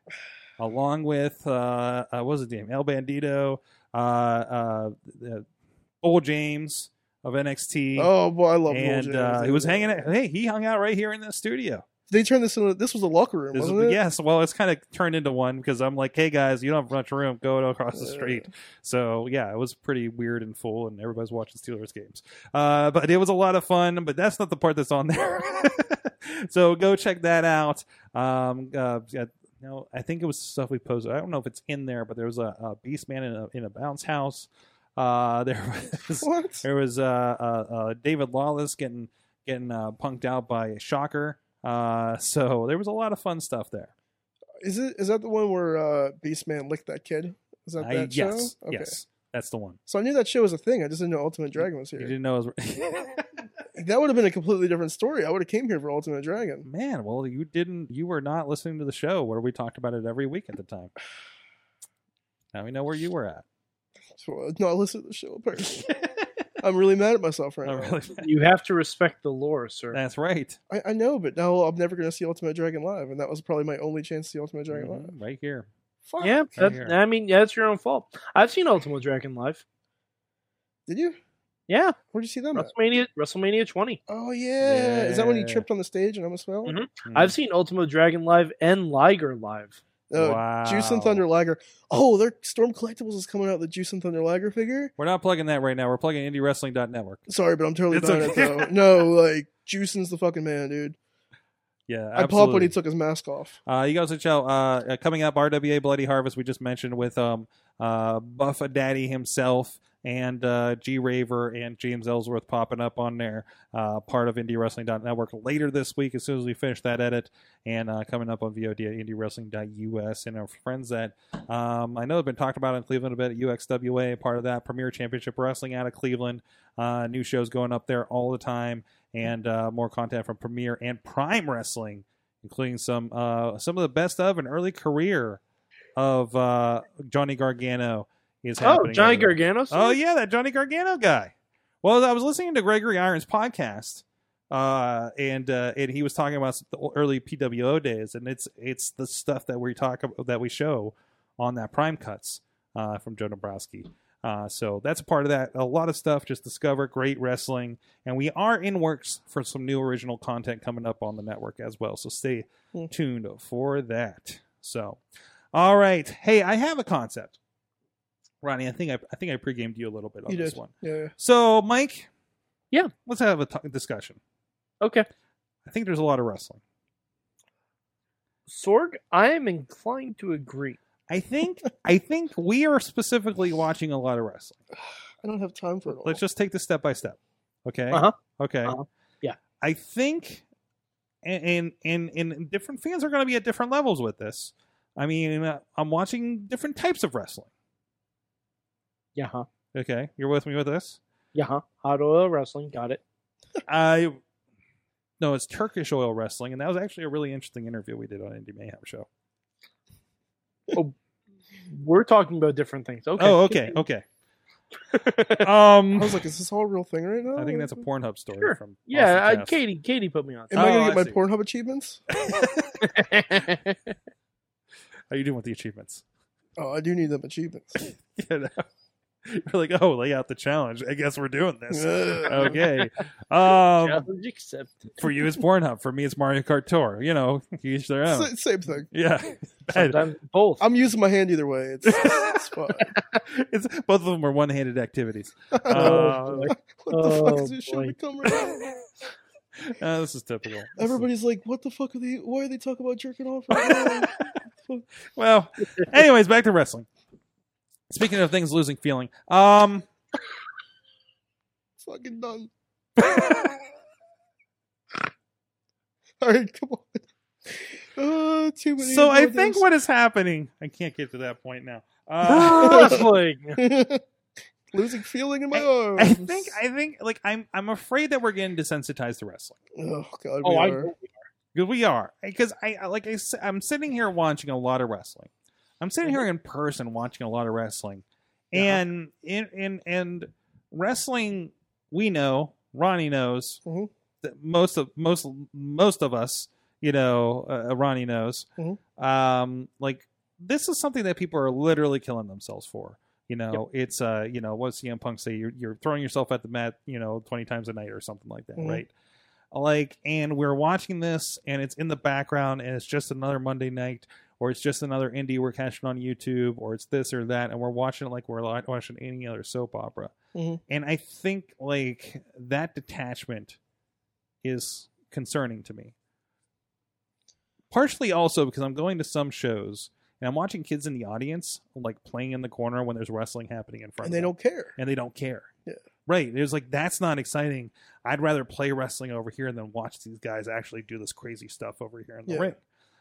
S2: along with, uh, uh, what was his name? El Bandito, uh, uh, uh, Bull James of NXT.
S3: Oh boy, I love Lil
S2: and
S3: James.
S2: uh, he was hanging out. Hey, he hung out right here in the studio.
S3: They turned this into this was the locker room,
S2: This is,
S3: wasn't it?
S2: yes, well, it's kind of turned into one because I'm like, hey guys, you don't have much room. Go across the
S3: Uh.
S2: street. So yeah, it was pretty weird and full, and everybody's watching Steelers games. Uh, but it was a lot of fun. But that's not the part that's on there. so go check that out. Um, uh, yeah, no, I think it was stuff we posted. I don't know if it's in there, but there was a, a beast man in a, in a bounce house. Uh, there was
S3: What?
S2: there was uh, uh, uh, David Lawless getting getting uh, punked out by Shocker. Uh, so there was a lot of fun stuff there.
S3: Is it is that the one where uh Beastman licked that kid? Is that
S2: I-
S3: that show?
S2: yes, yes, that's the one.
S3: So I knew that show was a thing. I just didn't know Ultimate Dragon was
S2: You
S3: here.
S2: didn't know, it was...
S3: That would have been a completely different story. I would have came here for Ultimate Dragon.
S2: man. Well, you didn't. You were not listening to the show where we talked about it every week at the time. Now we know where you were at.
S3: So, uh, no, I listened to the show. Apparently. I'm really mad at myself right
S2: Not
S3: now.
S2: Oh, really.
S4: You have to respect the lore, sir.
S2: That's right.
S3: I, I know, but now I'm never going to see Ultimate Dragon live, and that was probably my only chance to see Ultimate Dragon live.
S2: Mhm, Right here.
S3: Fuck.
S4: yeah, that's,
S2: here.
S4: I mean, yeah, that's your own fault. I've seen Ultimo Dragon live.
S3: Did you?
S4: Yeah,
S3: Where'd you see
S2: Oh,
S3: them? At?
S4: WrestleMania, WrestleMania 20.
S3: Oh yeah. Is that when he
S2: Yeah. Mm-hmm.
S3: tripped on the stage and almost fell?
S4: Mhm.
S2: Hmm.
S4: I've seen Ultimo Dragon live and Liger live.
S3: Oh,
S2: wow.
S3: Juice and Thunder Lager. Oh, their Storm Collectibles is coming out the Juice and Thunder Lager figure.
S2: We're not plugging that right now. We're plugging IndieWrestling.network.
S3: Sorry, but I'm totally
S2: It's
S3: buying
S2: okay.
S3: it though. No, like Juicin's the fucking man, dude.
S2: Yeah, absolutely.
S3: I pop when he took his mask off.
S2: Uh, you guys can show uh, uh, coming up RWA Bloody Harvest. We just mentioned with um, uh, Buff Daddy himself and uh, G Raver and James Ellsworth popping up on there, uh, part of IndieWrestling.network later this week as soon as we finish that edit and uh, coming up on VOD at IndieWrestling.us and our friends that um, I know have been talked about in Cleveland a bit at UXWA, part of that Premier Championship Wrestling out of Cleveland. Uh, new shows going up there all the time and uh, more content from Premier and Prime Wrestling including some uh, some of the best of an early career of uh, Johnny Gargano is
S4: Oh,
S2: happening.
S4: Johnny
S2: over there.
S4: Gargano. sir?
S2: Oh yeah, that Johnny Gargano guy. Well, I was listening to Gregory Irons podcast, uh, and uh, and he was talking about the early PWO days, and it's it's the stuff that we talk about, that we show on that Prime Cuts uh, from Joe Dombrowski. Uh, so that's a part of that. A lot of stuff. Just discover great wrestling, and we are in works for some new original content coming up on the network as well. So stay
S3: Hmm.
S2: tuned for that. So, all right. Hey, I have a concept, Ronnie. I think I, I think I pregamed you a little bit on
S3: You
S2: this
S3: did.
S2: one.
S3: Yeah.
S2: So, Mike.
S4: Yeah.
S2: Let's have a t- discussion.
S4: Okay.
S2: I think there's a lot of wrestling.
S4: Sorg, I am inclined to agree.
S2: I think I think we are specifically watching a lot of wrestling.
S3: I don't have time for it all.
S2: Let's just take this step by step. Okay.
S4: Uh-huh.
S2: Okay.
S4: Uh-huh. Yeah.
S2: I think, and and and, and different fans are going to be at different levels with this. I mean, uh, I'm watching different types of wrestling.
S4: Yeah, huh?
S2: Okay, you're with me with this.
S4: Yeah, huh? Hot oil wrestling. Got it.
S2: I no, it's Turkish oil wrestling, and that was actually a really interesting interview we did on Indie Mayhem show.
S4: We're talking about different things. Okay.
S2: Oh, okay, okay. um,
S3: I was like, is this all a real thing right now?
S2: I think that's a Pornhub story
S4: Sure.
S2: from
S4: yeah,
S2: Austin,
S4: I,
S2: Texas.
S4: Katie. Katie put me on.
S3: Am I
S2: Oh,
S3: gonna
S2: I
S3: get my
S2: see.
S3: Pornhub achievements?
S2: How you doing with the achievements?
S3: Oh, I do need them achievements.
S2: You know? You're like, oh, lay out the challenge. I guess we're doing this.
S3: Ugh.
S2: okay. Um,
S4: Challenge accepted.
S2: for you, it's Pornhub. For me, it's Mario Kart Tour. You know, each their own.
S3: Sa- Same thing.
S2: Yeah,
S4: Sometimes both.
S3: I'm using my hand either way. It's, it's fine.
S2: it's, both of them are one-handed activities.
S4: Oh,
S2: Uh,
S3: What the fuck is
S4: Oh,
S3: this show
S4: boy.
S3: become right now?
S2: uh, this is typical. This is-
S3: Everybody's like, what the fuck are they? Why are they talking about jerking off? Right now?
S2: well, anyways, back to wrestling. Speaking of things losing feeling, um,
S3: fucking done. All right, come on. Uh, too many.
S2: so I
S3: more
S2: think
S3: games.
S2: what is happening, I can't get to that point now. Uh,
S4: wrestling.
S3: losing feeling in my arms.
S2: I think, I think, like I'm, I'm afraid that we're getting desensitized to wrestling.
S3: oh god.
S4: Oh,
S3: we
S4: I
S3: are.
S2: Because we are. Because I I- like I, am sitting here watching a lot of wrestling. I'm sitting here in person watching a lot of wrestling, and and and, and wrestling we know, Ronnie knows,
S3: Mhm.
S2: that most of most most of us, you know, uh, Ronnie knows.
S3: Mhm.
S2: Um, like this is something that people are literally killing themselves for. You know, it's uh, you know, what does CM Punk say? You're you're throwing yourself at the mat, you know, twenty times a night or something like that,
S3: Mhm.
S2: right? Like, and we're watching this, and it's in the background, and it's just another Monday night, or it's just another indie we're catching on YouTube, or it's this or that, and we're watching it like we're li- watching any other soap opera.
S3: Mhm.
S2: And I think like that detachment is concerning to me. Partially also because I'm going to some shows and I'm watching kids in the audience like playing in the corner when there's wrestling happening in front
S3: and
S2: of
S3: they
S2: them
S3: don't care.
S2: and they don't care.
S3: Yeah.
S2: Right. It was like that's not exciting. I'd rather play wrestling over here than watch these guys actually do this crazy stuff over here in the
S3: Yeah.
S2: ring.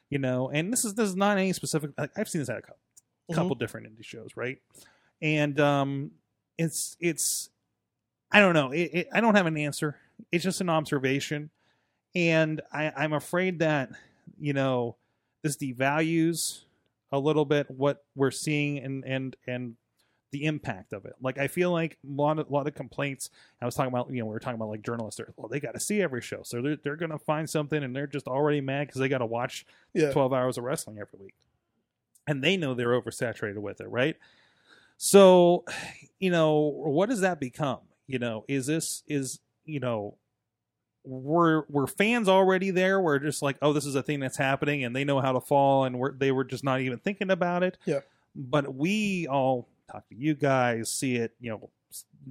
S2: You know, and this is this is not any specific like I've seen this at a couple,
S3: Mhm.
S2: couple different indie shows, right? And um it's it's I don't know. It, it, I don't have an answer. It's just an observation. And I, I'm afraid that, you know, this devalues a little bit what we're seeing and and and the impact of it. Like I feel like a lot of, lot of complaints. I was talking about you know we were talking about like journalists. Are, well, they got to see every show, so they're they're gonna find something, and they're just already mad because they got to watch
S3: Yeah.
S2: 12 hours of wrestling every week. And they know they're oversaturated with it, right? So, you know, what does that become? You know, is this is, you know, were were fans already there? We're just like, oh, this is a thing that's happening and they know how to fall and we're, they were just not even thinking about it.
S3: Yeah.
S2: But we all talk to you guys, see it, you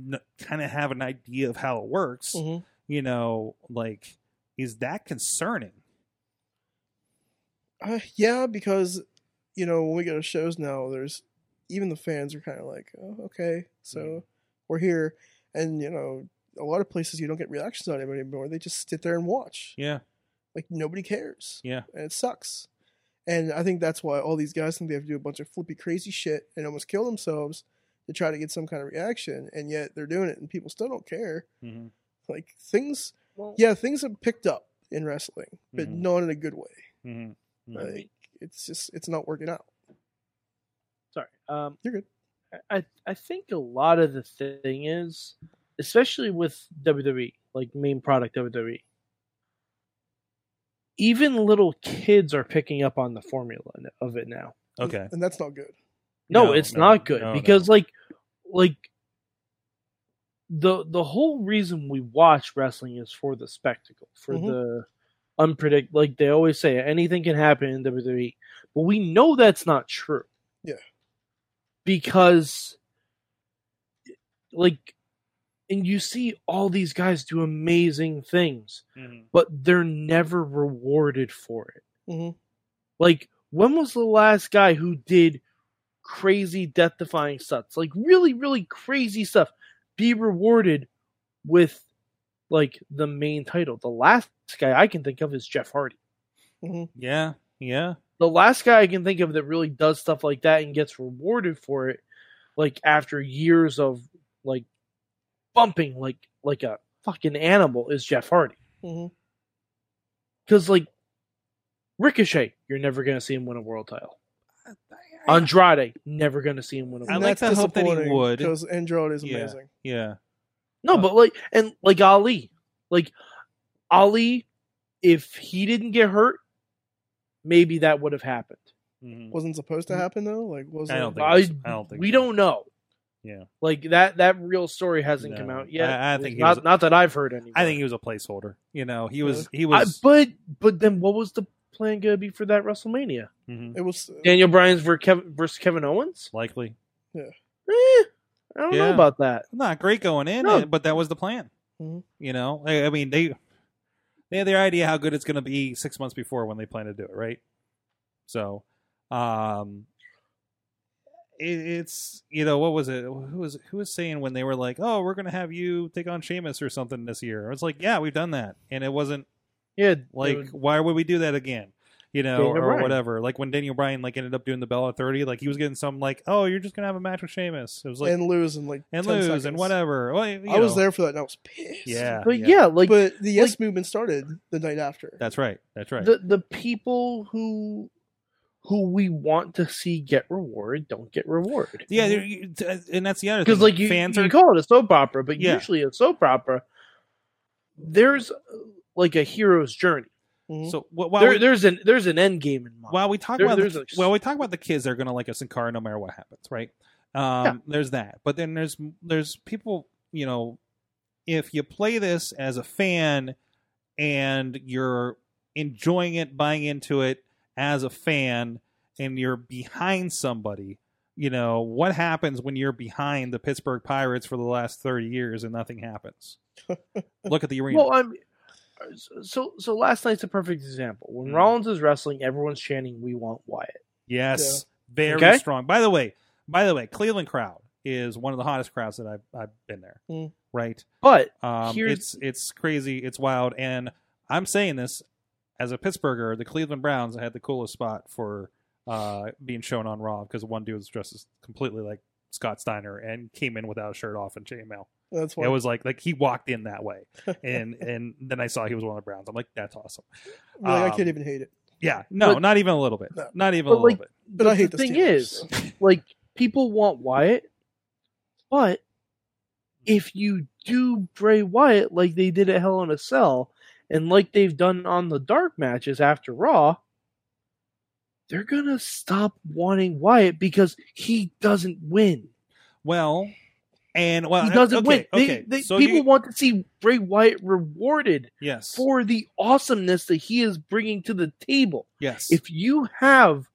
S2: know, kind of have an idea of how it works
S3: Mhm.
S2: you know, like, is that concerning?
S3: Uh, yeah, because you know when we go to shows now, there's even the fans are kind of like, oh, okay, so
S2: Mhm.
S3: we're here, and you know a lot of places you don't get reactions on anybody anymore. They just sit there and watch.
S2: Yeah,
S3: Like nobody cares.
S2: yeah,
S3: and it sucks. And I think that's why all these guys think they have to do a bunch of flippy crazy shit and almost kill themselves to try to get some kind of reaction, and yet they're doing it, and people still don't care.
S2: mm-hmm.
S3: Like things,
S4: Well,
S3: yeah, things have picked up in wrestling, but
S2: Mhm.
S3: not in a good way.
S2: Mm-hmm.
S3: Like it's just it's not working out.
S4: sorry. Um,
S3: You're good.
S4: I I- I think a lot of the thing is, especially with WWE, like main product WWE, even little kids are picking up on the formula n- of it now.
S2: Okay,
S3: and that's not good.
S4: No,
S2: No,
S4: it's
S2: no,
S4: not good
S2: no,
S4: because like, like the the whole reason we watch wrestling is for the spectacle, for
S2: Mm-hmm.
S3: Mhm.
S4: the unpredict. Like they always say, anything can happen in WWE, but we know that's not true.
S3: Yeah.
S4: because like, and you see all these guys do amazing things, but they're never rewarded for it.
S3: Mm-hmm.
S4: Like, when was the last guy who did crazy death defying stunts? Like, really, really crazy stuff be rewarded with, like, the main title? The last guy I can think of is Jeff Hardy.
S2: yeah, yeah,
S4: The last guy I can think of that really does stuff like that and gets rewarded for it, like, after years of, like, bumping like like a fucking animal is Jeff Hardy.
S3: Mm-hmm.
S4: Because, like, Ricochet, you're never going to see him win a world title. Andrade, never going to see him win a
S2: I
S4: world.
S2: like to hope that he would.
S3: because Andrade is
S2: Yeah.
S3: amazing.
S2: yeah.
S4: No, but like, and like Ali, like Ali, if he didn't get hurt, maybe that would have happened.
S2: Mm-hmm.
S3: Wasn't supposed to happen though. Like wasn't.
S2: I don't think.
S4: I-
S2: it's- I don't think
S4: we
S2: so.
S4: don't know.
S2: Yeah.
S4: like that that real story hasn't
S2: No.
S4: come out yet.
S2: I- I think he
S4: not
S2: was-
S4: not that I've heard any.
S2: I think he was a placeholder. You know, he was. He
S4: I,
S2: was.
S4: but but then what was the plan going to be for that WrestleMania?
S2: mhm,
S3: It was.
S4: Daniel Bryan's versus Kevin, versus Kevin Owens?
S2: Likely
S4: Eh, I don't
S2: Yeah.
S4: know about that.
S2: not great going in, eh,
S4: No. Mm-hmm.
S2: but that was the plan.
S3: Mhm.
S2: You know, I, I mean they they had their idea how good it's going to be six months before when they plan to do it, right? So, um, it, it's you know what was it? Who was who was saying when they were like, "Oh, we're going to have you take on Sheamus or something this year"? I was like, "Yeah, we've done that," and it wasn't
S4: Yeah,
S2: like,
S4: dude.
S2: why would we do that again? You know,
S4: Daniel
S2: or
S4: Bryan.
S2: whatever. Like when Daniel Bryan like ended up doing the bell at thirty, like he was getting some like, "Oh, you're just going to have a match with Sheamus." It was like
S3: and lose in like
S2: and
S3: 10
S2: lose and
S3: seconds.
S2: whatever. Well, you
S3: I was
S2: know.
S3: there for that and I was pissed.
S2: Yeah,
S4: but yeah, like
S3: but the yes
S4: Like-
S3: movement started the night after.
S2: that's right. That's right.
S4: the the people who who we want to see get reward don't get reward.
S2: Yeah, there- you- t- and that's the other thing.
S4: because like you,
S2: fans
S4: you
S2: are
S4: call it a soap opera, but
S2: Yeah.
S4: usually a soap opera, there's uh, like a hero's journey.
S2: so wh- while
S4: There,
S2: we,
S4: there's an there's an end game in mind.
S2: while we talk
S4: there-
S2: about
S4: there's
S2: the,
S4: a-
S2: while we talk about the kids, they're gonna like us in car no matter what happens, right? Um,
S4: Yeah.
S2: There's that, but then there's there's people you know, if you play this as a fan and you're enjoying it, buying into it as a fan, and you're behind somebody, you know what happens when you're behind the Pittsburgh Pirates for the last thirty years and nothing happens? Look at the arena.
S4: Well, I'm so so. Last night's a perfect example. When
S2: Mhm.
S4: Rollins is wrestling, everyone's chanting, "We want Wyatt."
S2: Yes, very
S4: Okay.
S2: strong. By the way, by the way, Cleveland crowd is one of the hottest crowds that I've I've been there.
S3: Mm.
S2: Right?
S4: But
S2: Um,
S4: Here's-
S2: it's it's crazy. It's wild. And I'm saying this as a Pittsburgher. The Cleveland Browns had the coolest spot for uh, being shown on Raw because one dude was dressed as completely like Scott Steiner and came in without a shirt off and chainmail.
S3: That's
S2: It
S3: why.
S2: was like like he walked in that way, and and then I saw he was one of the Browns. I'm like, that's awesome.
S3: Like, I
S2: um,
S3: can't even hate it.
S2: Yeah, no,
S4: But-
S2: not even a little bit.
S3: No.
S2: Not even
S4: But,
S2: a little
S4: like,
S2: bit.
S3: But I hate
S4: the
S3: the
S4: thing
S3: Steelers,
S4: is,
S3: so.
S4: like people want Wyatt, but if you do Bray Wyatt like they did at Hell in a Cell, and like they've done on the dark matches after Raw, they're gonna stop wanting Wyatt because he doesn't win.
S2: Well, and well,
S4: he doesn't
S2: Uh, okay,
S4: win. They,
S2: okay.
S4: they-
S2: so
S4: people
S2: you,
S4: want to see Bray Wyatt rewarded
S2: yes,
S4: for the awesomeness that he is bringing to the table.
S2: yes,
S4: if you have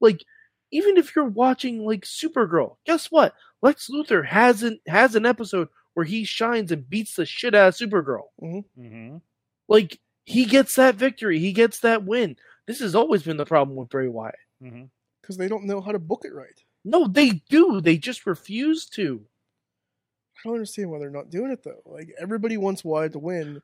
S4: like even if you're watching like supergirl guess what lex luthor has an has an episode where he shines and beats the shit out of supergirl
S2: hmm
S4: like he gets that victory he gets that win this has always been the problem with bray wyatt
S2: hmm
S3: because they don't know how to book it right.
S4: no they do they just refuse to
S3: I don't understand why they're not doing it though. Like everybody wants Wyatt to win.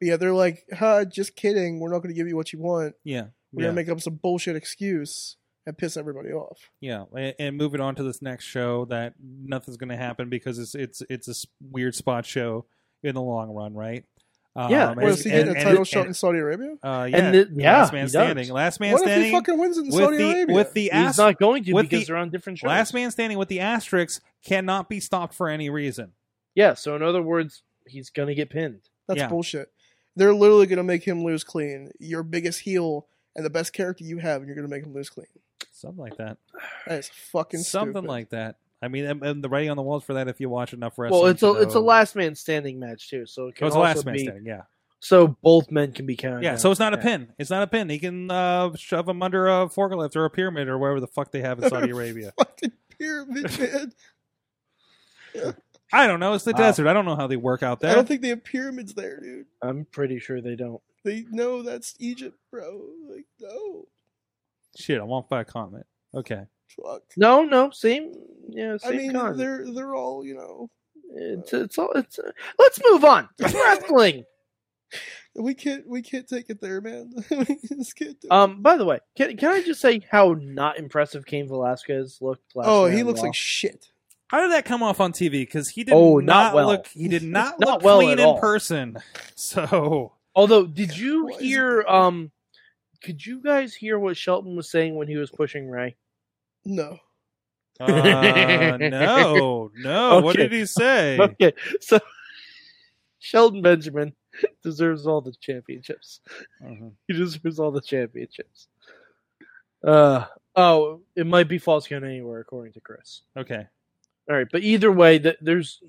S3: But yeah, they're like, huh, just kidding. We're not going to give you what you want.
S2: yeah, yeah,
S3: We're going to make up some bullshit excuse and piss everybody off.
S2: yeah. And, and moving on to this next show, that nothing's going to happen because it's it's it's a s- weird spot show in the long run, right? Um,
S4: Yeah.
S2: and-
S3: What is he
S2: and-
S3: getting a
S2: and-
S3: title
S2: and-
S3: shot in Saudi Arabia?
S2: uh, yeah,
S4: and the, yeah
S2: last man
S4: he does.
S2: standing, last man
S3: What if he
S2: standing
S3: fucking wins it in
S2: with
S3: Saudi
S2: the
S3: Arabia?
S2: with the
S4: he's
S2: ast-
S4: not going to
S2: with the-
S4: because they're on different shows
S2: last man standing with the asterisk cannot be stopped for any reason.
S4: yeah so in other words he's gonna get pinned
S3: That's
S2: yeah.
S3: bullshit. They're literally going to make him lose clean. Your biggest heel and the best character you have, and you're going to make him lose clean.
S2: Something like that.
S3: That is fucking
S2: Something
S3: stupid.
S2: like that. I mean, and, and the writing on the walls for that. If you watch enough wrestling,
S4: well it's
S2: to
S4: a it's a
S2: know-
S4: last man standing match too so it
S2: It
S4: can
S2: was the
S4: also
S2: Oh, last man
S4: be
S2: standing. Yeah.
S4: So both men can be counted.
S2: Yeah,
S4: out.
S2: so it's not a pin. It's not a pin. He can uh, shove him under a forklift or a pyramid or wherever the fuck they have in Saudi Arabia.
S3: Fucking pyramid man.
S2: I don't know. It's the
S4: Wow.
S2: desert. I don't know how they work out
S3: I
S2: there.
S3: don't think they have pyramids there, dude.
S4: I'm pretty sure they don't.
S3: They know that's Egypt, bro. Like, no.
S2: Shit, I'm off by a continent. Okay.
S3: Fuck.
S4: No, no, same. Yeah,
S3: I
S4: same
S3: mean,
S4: con.
S3: they're they're all you know.
S4: It's, it's all. It's. Uh, let's move on. It's wrestling.
S3: We can't we can't take it there, man. we just can't do it.
S4: Um. By the way, can can I just say how not impressive Cain Velasquez looked last?
S3: oh,
S4: night
S3: he
S4: on
S3: looks
S4: Raw?
S3: like shit.
S2: How did that come off on TV? Because he did
S4: Oh,
S2: not,
S4: not well.
S2: look. He did not,
S4: Not
S2: look
S4: well
S2: clean
S4: at
S2: in
S4: all.
S2: person. So
S4: Although, did you
S3: Why is he
S4: hear?
S3: doing
S4: Um. Could you guys hear what Shelton was saying when he was pushing Ray?
S3: No,
S2: uh, no, no. What
S4: Okay.
S2: did he say?
S4: Okay, so Sheldon Benjamin deserves all the championships.
S2: Mhm.
S4: He deserves all the championships. Uh oh, it might be false count anywhere according to Chris.
S2: Okay.
S4: All right, but either way, th- there's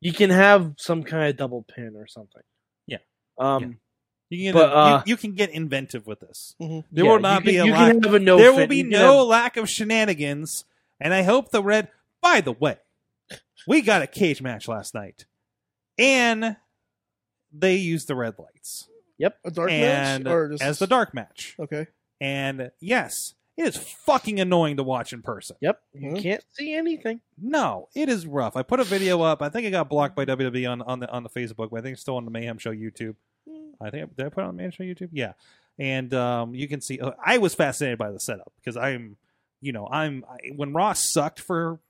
S4: you can have some kind of double pin or something.
S2: Yeah.
S4: Um.
S2: You can get
S4: But,
S2: in- you-
S4: uh, Mm-hmm.
S2: you, can get inventive with this.
S4: Yeah.
S2: There will not
S4: you
S2: be
S4: can,
S2: a
S4: you
S2: lot.
S4: can have a no.
S2: there will
S4: fin-
S2: be
S4: you can
S2: no
S4: have-
S2: lack of shenanigans, and I hope the red. By the way, we got a cage match last night, and they used the red lights
S3: a dark
S2: and
S3: match or just
S2: as the dark match.
S3: Okay,
S2: And yes, it is fucking annoying to watch in person.
S4: yep.
S2: Hmm?
S4: You
S3: Mhm.
S4: can't see anything.
S2: No, it is rough. I put a video up. I think it got blocked by WWE on, on the on the Facebook, but I think it's still on the Mayhem Show YouTube. I think did I put it on the Mayhem Show YouTube? Yeah, and um, you can see. Uh, I was fascinated by the setup because I'm, you know, I'm I, when Raw sucked for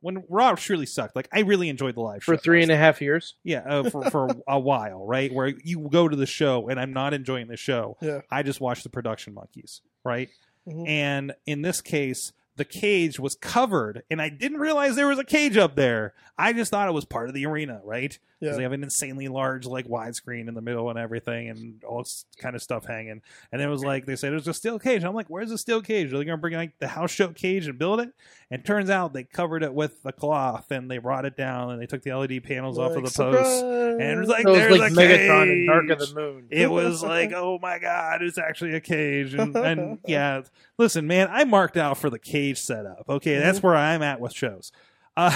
S2: when Raw truly sucked. Like I really enjoyed the live
S4: For
S2: show
S4: three and a half years,
S2: yeah uh, for for a while, right? Where you go to the show and I'm not enjoying the show.
S3: Yeah.
S2: I just watch the production monkeys, right?
S3: Mhm.
S2: and in this case the cage was covered and i didn't realize there was a cage up there i just thought it was part of the arena right because
S3: Yeah.
S2: they have an insanely large like widescreen in the middle and everything and all s- kind of stuff hanging and it was like they said there's a steel cage i'm like where's the steel cage are they gonna bring like the house show cage and build it and turns out they covered it with a cloth and they brought it down and they took the led panels off of the posts and it was like
S4: So it
S2: there's
S4: was like
S2: a
S4: Megatron
S2: cage
S4: and Dark of the Moon.
S2: it was like, oh my god, it's actually a cage, and, and yeah, listen, man, I marked out for the cage setup.
S4: Mm-hmm.
S2: Okay, that's where I'm at with shows. Uh,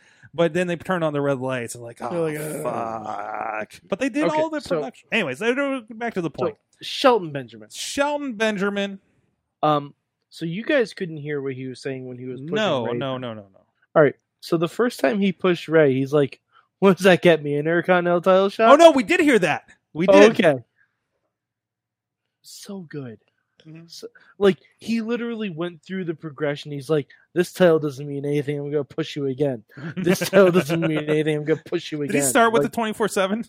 S2: but then they turned on the red lights and like, oh
S3: You're like, "Ugh."
S2: fuck. But they did
S4: Okay,
S2: all the
S4: so-
S2: production. Anyways, I don't- back to the point.
S4: Shelton Benjamin.
S2: Shelton Benjamin.
S4: Um, so you guys couldn't hear what he was saying when he was pushing
S2: No,
S4: Ray.
S2: no, no, no, no.
S4: So the first time he pushed Ray, he's like, "What does that get me? An Intercontinental title shot?"
S2: Oh no, we did hear that. We did.
S4: Uh, Okay. So good.
S2: Mhm.
S4: So, like he literally went through the progression. He's like, "This title doesn't mean anything. I'm gonna push you again. This title doesn't mean anything. I'm gonna push you
S2: Did
S4: again."
S2: he start with
S4: Like,
S2: the twenty four seven?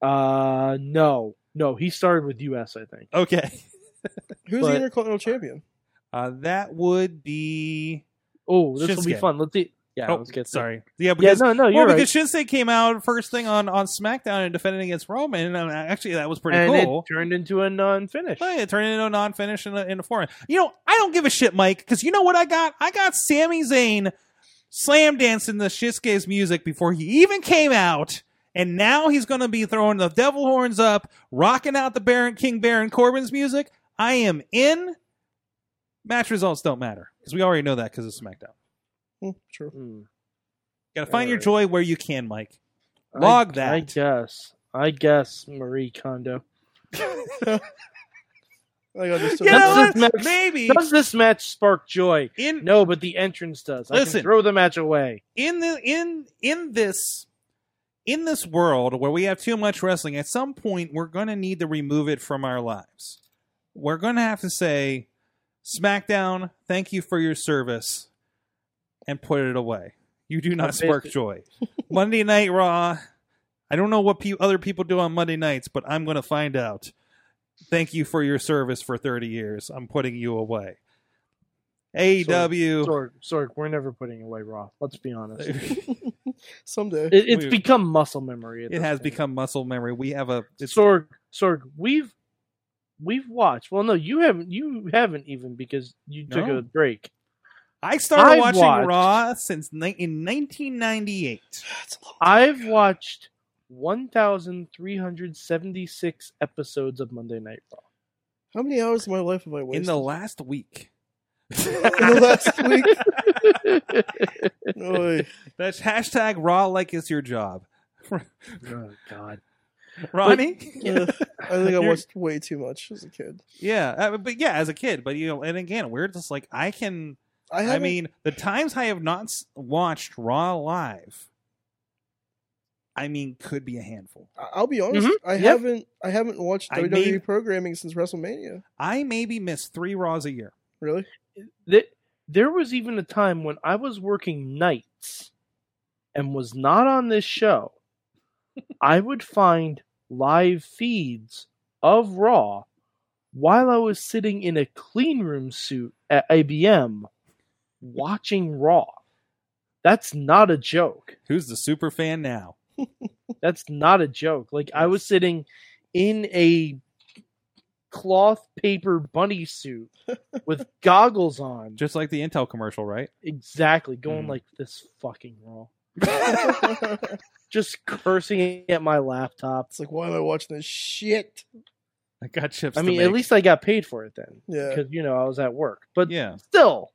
S4: Uh, no, no. He started with U.S. I think.
S2: Okay,
S3: Who's
S4: But-
S3: the Intercontinental Champion?
S2: uh, that would be.
S4: Oh, this will be
S2: Shinsuke.
S4: fun. Let's see. Yeah,
S2: oh,
S4: let's get to-
S2: sorry. Yeah,
S4: Yeah,
S2: because
S4: no, no,
S2: Well,
S4: you're right.
S2: because Shinsuke came out first thing on, on SmackDown and defended against Roman, and uh, actually that was pretty
S4: and
S2: cool. Oh,
S4: it turned into a non-finish.
S2: But it turned into a non-finish in a, in a foreign. You know, I don't give a shit, Mike, because you know what I got? I got Sami Zayn slam dancing the Shinsuke's music before he even came out, and now he's going to be throwing the devil horns up, rocking out the Baron King Baron Corbin's music. I am in. Match results don't matter because we already know that because of SmackDown.
S3: Hmm, true.
S4: Hmm.
S2: Got to find your joy
S4: Alright.
S2: where you can, Mike.
S4: I-
S2: Log
S4: I
S2: that.
S4: guess. I guess Marie Kondo.
S3: I got this.
S2: You know
S4: Does
S2: what?
S4: this match-
S2: Maybe
S4: Does this match spark joy?
S2: in
S4: No, but the entrance does. I
S2: Listen.
S4: can throw the match away.
S2: in the in in this in this world where we have too much wrestling, at some point we're going to need to remove it from our lives. We're going to have to say, SmackDown, thank you for your service, and put it away. You do not
S4: That's
S2: spark
S4: basic.
S2: joy. Monday Night Raw. I don't know what pe- other people do on Monday nights, but I'm going to find out. Thank you for your service for 30 years. I'm putting you away. E AEW.
S4: Sorg, Sorg, we're never putting away Raw. Let's be honest. It,
S3: Someday.
S4: it's
S2: We-
S4: become muscle memory. at
S2: it
S4: this
S2: has
S4: point.
S2: become muscle memory. We have a it's
S4: Sorg, Sorg, we've we've watched. Well, no, you haven't. You haven't even because you took
S2: No.
S4: a break.
S2: I started
S4: I've
S2: watching
S4: watched-
S2: Raw since ni- in 1998.
S4: I've watched 1,376 episodes of Monday Night Raw.
S3: How many hours of my life have I wasted?
S2: In the last week.
S3: In the last week. Oy.
S2: That's hashtag Raw like it's your job.
S4: Oh God!
S2: Ronnie?
S3: Ugh, I think I
S4: You're-
S3: watched way too much as a kid.
S2: yeah, uh, but yeah, as a kid, but you know, and again, we're just like I can.
S3: I,
S2: I
S3: haven't-
S2: mean, the times I have not s- watched Raw live, I mean, could be a handful.
S3: I- I'll be honest.
S4: Mhm,
S3: I
S4: yeah.
S3: haven't. I haven't watched
S2: Mm-hmm. I
S3: WWE
S2: mean-
S3: programming since WrestleMania.
S2: I maybe miss three Raws a year.
S3: Really?
S4: That there was even a time when I was working nights and was not on this show. I would find live feeds of Raw while I was sitting in a clean room suit at IBM watching Raw. That's not a joke.
S2: Who's the super fan now?
S4: That's not a joke. Like I was sitting in a cloth paper bunny suit with goggles on.
S2: Just like the Intel commercial, right?
S4: Exactly. Going
S2: Mhm.
S4: like this fucking raw. Just cursing at my laptop.
S3: It's like, why am I watching this shit?
S2: I got chips.
S4: I
S2: to
S4: mean, at
S2: make.
S4: least I got paid for it then.
S3: Yeah.
S4: Because, you know, I was at work. But
S2: yeah.
S4: still,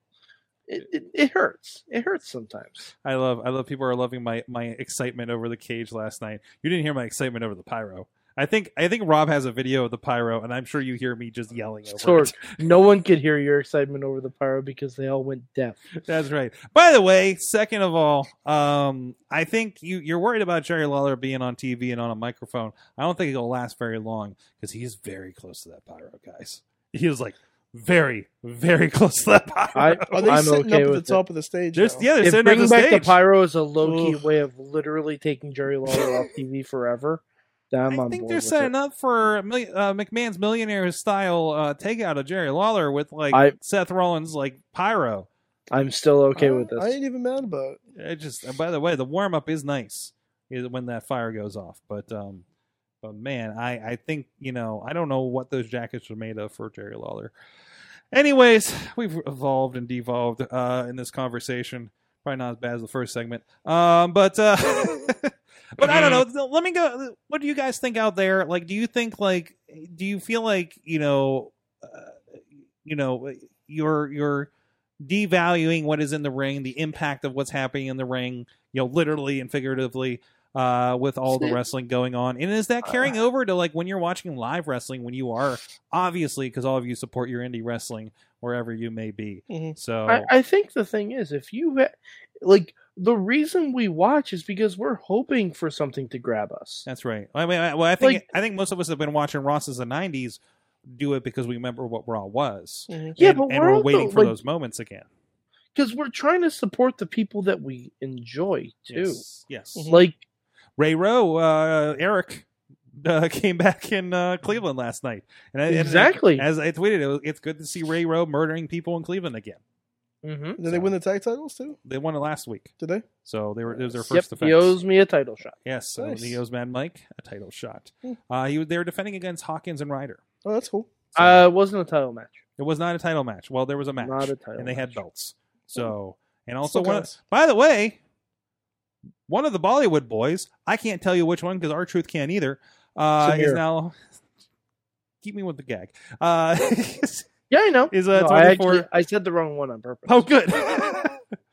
S4: it, it, it hurts. It hurts sometimes.
S2: I love I love people are loving my my excitement over the cage last night. You didn't hear my excitement over the pyro. I think I think Rob has a video of the pyro, and I'm sure you hear me just yelling over
S4: Sorg,
S2: it.
S4: no one could hear your excitement over the pyro because they all went deaf.
S2: That's right. By the way, second of all, um, I think you you're worried about Jerry Lawler being on TV and on a microphone. I don't think it'll last very long because he's very close to that pyro, guys. He is like very very close to that pyro.
S4: I,
S3: Are they
S4: I'm
S3: sitting
S4: okay
S3: up at
S4: with
S3: the
S4: it.
S3: top of the stage?
S2: There's,
S3: now?
S2: yeah, they're
S4: if
S2: sitting at the
S4: bringing back
S2: stage.
S4: the pyro is a low key
S3: Ugh.
S4: way of literally taking Jerry Lawler off TV forever, Then I'm
S2: I
S4: on
S2: think
S4: board
S2: they're
S4: with
S2: setting
S4: it.
S2: up for a mil- uh, McMahon's millionaire style uh, takeout of Jerry Lawler with like
S4: I-
S2: Seth Rollins like pyro.
S4: I'm still okay with
S3: I
S4: this.
S3: ain't even mad about it.
S2: It just and by the way, the warm up is nice is when that fire goes off. But um, but man, I I think you know I don't know what those jackets are made of for Jerry Lawler. Anyways, we've evolved and devolved uh, in this conversation. Probably not as bad as the first segment. Um, but uh, but I don't know. Let me go. What do you guys think out there? Like, do you think like do you feel like you know uh, you know you're you're devaluing what is in the ring, the impact of what's happening in the ring, you know, literally and figuratively, uh, with all the wrestling going on. And is
S4: Uh.
S2: that carrying over to like when you're watching live wrestling when you are obviously because all of you support your indie wrestling wherever you may be.
S3: Mhm.
S2: So
S4: Mm-hmm. I, I think the thing is, if you ha- like, the reason we watch is because we're hoping for something to grab us.
S2: that's right. I mean, I, well, I think
S4: Like-
S2: I think most of us have been watching Raw since the '90s. Do it because we remember what Raw was.
S4: Yeah,
S2: and, and
S4: but we're,
S2: we're
S4: also,
S2: waiting for
S4: like,
S2: those moments again.
S4: because we're trying to support the people that we enjoy too.
S2: Yes. Mm-hmm. yes.
S3: Mhm.
S4: Like,
S2: Ray Rowe, uh, Eric, uh, came back in uh, Cleveland last night, and I, and-
S4: exactly.
S2: as I tweeted, it was, it's good to see Ray Rowe murdering people in Cleveland again.
S4: hmm
S3: Did they win the tag titles too?
S2: They won it last week,
S3: Did they?
S2: so they were it was their
S4: Yep,
S2: first
S4: he
S2: defense.
S4: owes me a title shot.
S2: Yes, so
S3: Nice.
S2: he owes Mad Mike a title shot.
S3: Hmm.
S2: Uh, he, they were defending against Hawkins and Ryder.
S3: Oh, that's cool.
S2: So
S4: Uh, it wasn't a title match.
S2: it was not a title match. Well, there was a match,
S4: Not a title
S2: and they had
S4: match.
S2: belts. So and also
S3: Still
S2: one.
S3: counts.
S2: By the way, one of the Bollywood boys, I can't tell you which one because our truth can't either. Uh, is
S4: Samir.
S2: now keep me with the gag. Uh, is,
S4: Yeah, I know.
S2: is, uh,
S4: No, I,
S2: 24
S4: actually- I said the wrong one on purpose.
S2: Oh, good.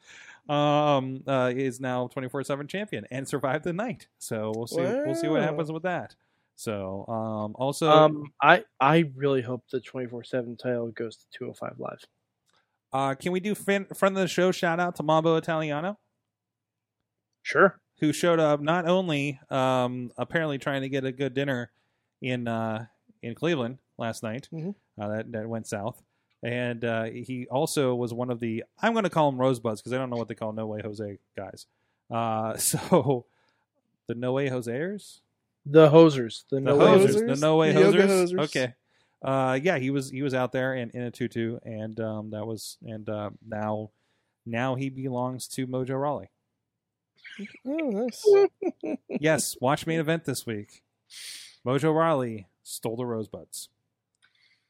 S2: um, uh, is now twenty four seven champion and survived the night. So we'll see. We'll see what
S3: Wow.
S2: happens with that. So um, also
S4: Um, I I really hope the twenty four seven title goes to two hundred five live.
S2: uh, can we do fin- friend of the show shout out to Mambo Italiano
S4: Sure.
S2: who showed up not only um, apparently trying to get a good dinner in uh, in Cleveland last night
S3: Mhm.
S2: uh, that that went south. And uh, he also was one of the I'm going to call him Rosebuds because I don't know what they call No Way Jose guys. Uh, so the No Way Joseers,
S4: The hosers. The,
S2: the
S4: no
S2: hosers,
S4: hosers.
S2: the
S3: hosers,
S2: no way
S3: the yoga
S2: hosers.
S3: hosers.
S2: Okay, uh, yeah, he was he was out there and in a tutu, and um, that was and uh, now now he belongs to Mojo Raleigh.
S3: Oh, nice.
S2: yes, watch main event this week. Mojo Raleigh stole the rosebuds,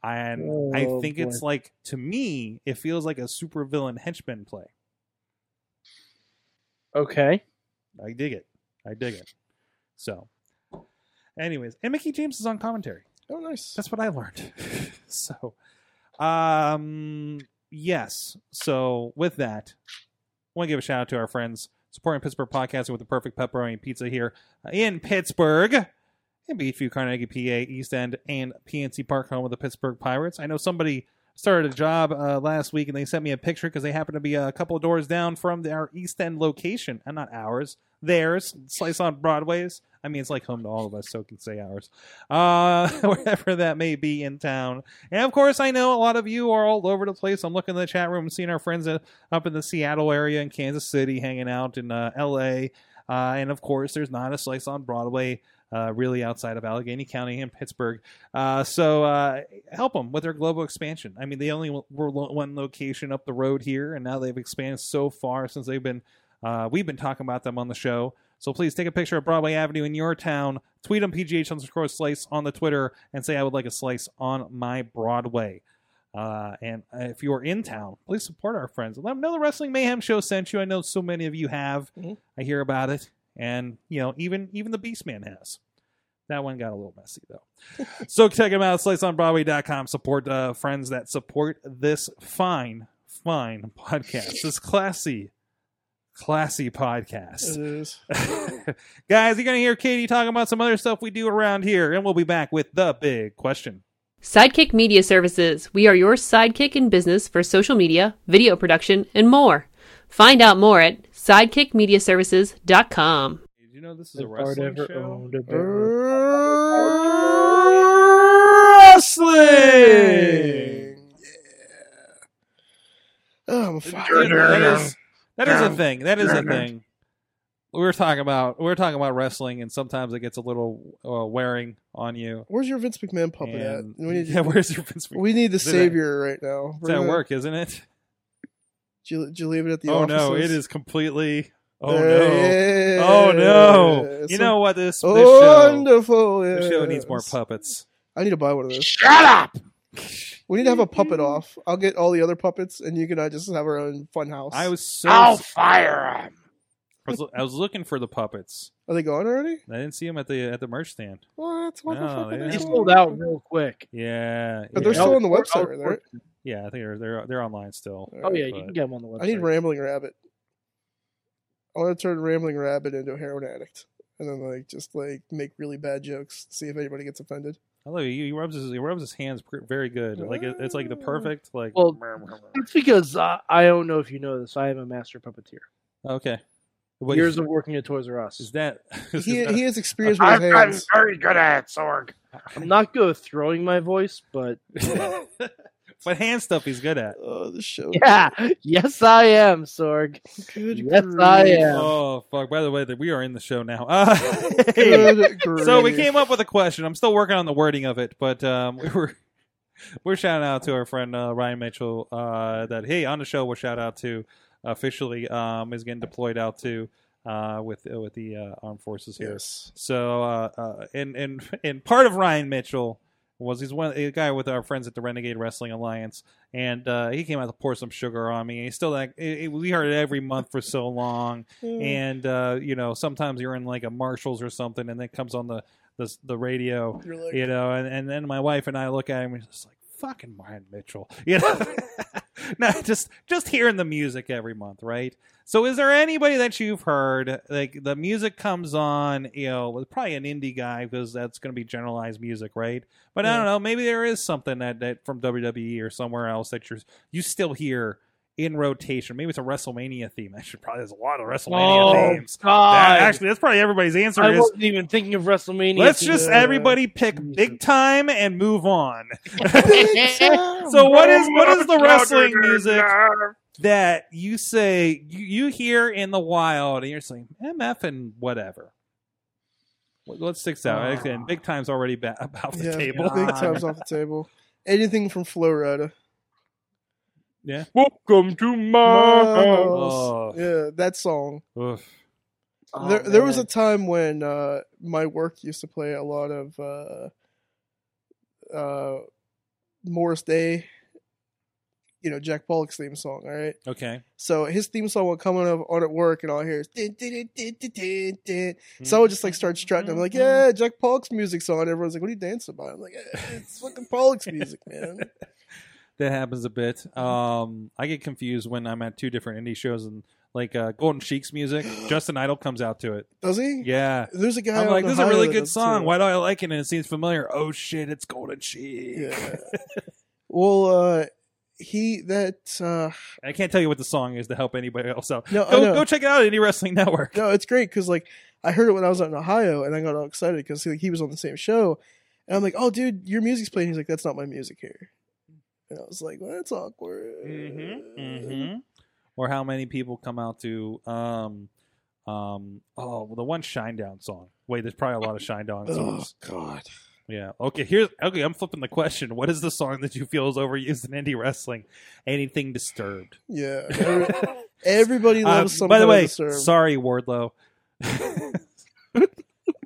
S2: and I
S4: Oh,
S2: think it's
S4: boy.
S2: like to me, it feels like a supervillain henchman play.
S4: Okay.
S2: I dig it. I dig it. So, anyways, and Mickey James is on commentary.
S3: Oh, nice.
S2: That's what I learned. so, um, yes. So with that, want to give a shout out to our friends supporting Pittsburgh podcasting with the perfect pepperoni pizza here in Pittsburgh. In Beachview, Carnegie, PA, East End, and PNC Park, home of the Pittsburgh Pirates. I know somebody started a job uh, last week and they sent me a picture because they happen to be a couple of doors down from our East End location. And not ours, theirs. Slice on Broadway's. I mean, it's like home to all of us, so it can say ours uh, wherever that may be in town. And of course, I know a lot of you are all over the place. I'm looking in the chat room, seeing our friends uh, up in the Seattle area and Kansas City, hanging out in uh, L.A. Uh, and of course, there's not a slice on Broadway. Uh, really outside of Allegheny County and Pittsburgh, uh, so uh, help them with their global expansion. I mean, they only were lo- one location up the road here, and now they've expanded so far since they've been uh, we've been talking about them on the show. So please take a picture of Broadway Avenue in your town, tweet them PGH underscore slice on the Twitter, and say I would like a slice on my Broadway. Uh, and uh, if you are in town, please support our friends. Let them know the Wrestling Mayhem show sent you. I know so many of you have.
S3: Mhm.
S2: I hear about it, and you know even even the Beastman has. That one got a little messy though. so check them out, sliceonbroadway.com. Support uh, friends that support this fine, fine podcast. This classy, classy podcast.
S3: It is.
S2: Guys, you're going to hear Katie talking about some other stuff we do around here, and we'll be back with the big question.
S5: Sidekick Media Services. We are your sidekick in business for social media, video production, and more. Find out more at sidekickmediaservices.com.
S2: Did you know this is
S4: The
S2: a wrestling
S4: ever
S2: show?
S4: owned a bird.
S3: Wrestling. Yeah. Oh, I'm
S2: Dude,
S3: fired.
S2: that, is, that is a thing. That is a thing. we were talking about we were talking about wrestling, and sometimes it gets a little uh, wearing on you.
S3: Where's your Vince McMahon puppet at?
S2: And-
S3: We need,
S2: yeah, where's your Vince?
S3: we need the
S2: Is it at-
S3: savior right now.
S2: It's at
S3: We're-
S2: work, isn't it?
S3: Did you, did you leave it at the
S2: oh no,
S3: offices?
S2: it is completely. Oh no!
S3: There-
S2: Oh no!
S3: yeah,
S2: You
S3: so
S2: know what? This, this show,
S3: wonderful.
S2: this show needs more
S3: yes.
S2: puppets.
S3: I need to buy one of those.
S4: Shut up!
S3: We need to have a puppet off. I'll get all the other puppets, and you can I just have our own fun house.
S2: I was so
S4: I'll fire him.
S2: I was, I was looking for the puppets.
S3: Are they gone already?
S2: I didn't see them at the at the merch stand.
S3: What? What the
S2: No,
S3: fuck? are
S2: they Yeah.
S4: He
S3: they
S2: haven't.
S3: doing?
S4: sold out real quick.
S2: Yeah,
S3: But
S2: yeah.
S3: they're still on the
S4: Outdoor-
S3: website, right?
S4: outdoor-
S2: yeah. I think they're they're they're online still.
S4: Oh yeah, you
S2: But-
S4: can get them on the website.
S3: I need Rambling Rabbit. I want to turn Rambling Rabbit into a heroin addict, and then like just like make really bad jokes, see if anybody gets offended.
S2: I love you. He rubs his he rubs his hands pr- very good. Like it, it's like the perfect like.
S4: Well, that's because uh, I don't know if you know this. I am a master puppeteer.
S2: okay. But
S4: Years of working at Toys R Us.
S2: is that is
S3: He,
S2: that-
S3: he has experience with his hands.
S4: very good at Sorg. I'm not good at throwing my voice, but
S2: but hand stuff he's good at.
S3: Oh, the show.
S4: yeah, yes I am Sorg.
S3: Good
S4: Yes,
S3: grief.
S4: I am.
S2: Oh fuck! By the way, that we are in the show now. Uh, hey.
S3: Good grief.
S2: so we came up with a question. I'm still working on the wording of it, but um, we were we're shouting out to our friend uh, Ryan Mitchell. Uh, that hey, on the show we'll shout out to officially um, is getting deployed out to uh, with uh, with the uh, armed forces here.
S3: Yes.
S2: So uh, uh, and and and part of Ryan Mitchell was he's one a guy with our friends at the Renegade Wrestling Alliance, and uh, he came out to pour some sugar on me. He's still like it, it- we heard it every month for so long, and uh, you know sometimes you're in like a Marshalls or something, and it comes on the the, the radio,
S3: You're like,
S2: you know, and, and then my wife and I look at him and just like fucking Ryan Mitchell, you know. no, just just hearing the music every month, right? So, is there anybody that you've heard like the music comes on? You know, with probably an indie guy because that's going to be generalized music, right? But I
S3: Yeah.
S2: don't know. Maybe there is something that that from WWE or somewhere else that you're you still hear in rotation. Maybe it's a WrestleMania theme. Actually, probably there's a lot of WrestleMania
S4: Oh
S2: themes.
S4: God!
S2: That- actually, that's probably everybody's answer.
S4: I
S2: is
S4: wasn't even thinking of WrestleMania.
S2: Let's just
S3: Yeah.
S2: everybody pick
S4: Jesus.
S2: big time and move on.
S4: so
S2: So what is what is the wrestling music that you say you, you hear in the wild and you're saying MF and whatever? What, what sticks out?
S4: Ah.
S2: Again, big time's already ba- about the
S3: yeah,
S2: table.
S3: Big times off the table. Anything from Florida.
S4: Welcome to my house.
S2: Oh.
S3: Miles. Yeah, that song.
S2: Oof.
S3: there, there was a time when uh, my work used to play a lot of uh, uh, Morris Day, you know, Jack Pollock's theme song. All right,
S2: Okay.
S3: so his theme song would come on on at work, and all I hear is din, din, din, din, din, din, din. so I would just like start strutting. I'm like, yeah, Jack Pollock's music's on. Everyone's like, what are you dancing about? I'm like, "Eh, it's fucking Pollock's music, man.
S2: That happens a bit. Um, I get confused when I'm at two different indie shows and like uh, Golden Sheik's music. Justin Idol comes out to it.
S3: Does he?
S2: Yeah.
S3: There's a guy.
S2: I'm
S3: out
S2: like,
S3: in
S2: this is a really
S3: Ohio that
S2: good
S3: does it
S2: song.
S3: too."
S2: Why do I like it? And it seems familiar. Oh shit, it's Golden Sheik.
S3: Yeah. well, uh, he that uh,
S2: I can't tell you what the song is to help anybody else out.
S3: no, I
S2: Go,
S3: know.
S2: go check it out at Indie Wrestling Network.
S3: No, it's great because like I heard it when I was out in Ohio, and I got all excited because like, he was on the same show, and I'm like, "Oh, dude, your music's playing." He's like, "That's not my music here," and I was like, well, "That's awkward."
S2: Mm-hmm,
S4: Mm-hmm.
S2: Or how many people come out to um um oh well, the one Shinedown song. Wait, there's probably a lot of Shinedown
S3: Oh
S2: songs.
S3: God!
S2: Yeah. Okay, here's okay, I'm flipping the question. What is the song that you feel is overused in indie wrestling? Anything disturbed.
S3: Yeah, every- everybody loves
S2: Um,
S3: some.
S2: by the
S3: kind
S2: way,
S3: of serve.
S2: sorry Wardlow.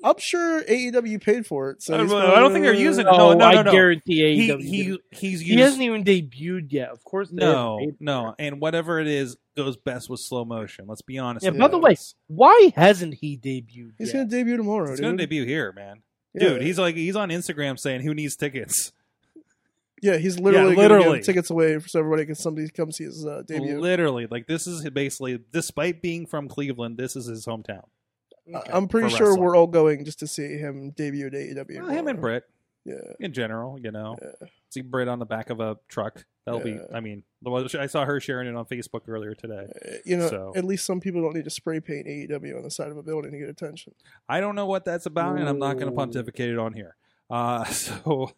S3: I'm sure AEW paid for it. So
S2: I
S3: he's
S2: don't,
S3: probably-
S2: I don't think they're using it. No, no, no,
S4: Oh, I
S2: no.
S4: guarantee
S2: He,
S4: AEW.
S2: he, he's
S4: he
S2: used
S4: hasn't even debuted yet. Of course, they
S2: No,
S4: haven't.
S2: no, and whatever it is goes best with slow motion. Let's be honest.
S4: Yeah,
S2: with
S4: by the
S2: you.
S4: way, Why hasn't he debuted?
S3: He's
S4: yet?
S3: gonna debut tomorrow,
S2: it's
S3: dude.
S2: going to debut here, man.
S3: yeah.
S2: Dude, he's like he's on Instagram saying who needs tickets.
S3: yeah, he's literally gonna
S2: literally.
S3: give tickets away for so everybody can somebody come see his uh, debut.
S2: Literally, like this is basically despite being from Cleveland, this is his hometown.
S3: I- I'm pretty
S2: for
S3: sure
S2: wrestling.
S3: we're all going just to see him debut at AEW.
S2: Well, him and
S3: tomorrow.
S2: Britt
S3: Yeah.
S2: in general, you know, see Britt on the back of a truck. That'll
S3: Yeah.
S2: be. I mean, the one- I saw her sharing it on Facebook earlier today.
S3: you know,
S2: So-
S3: at least some people don't need to spray paint AEW on the side of a building to get attention.
S2: I don't know what that's about, and I'm not going
S4: Ooh.
S2: to pontificate it on here. Uh, so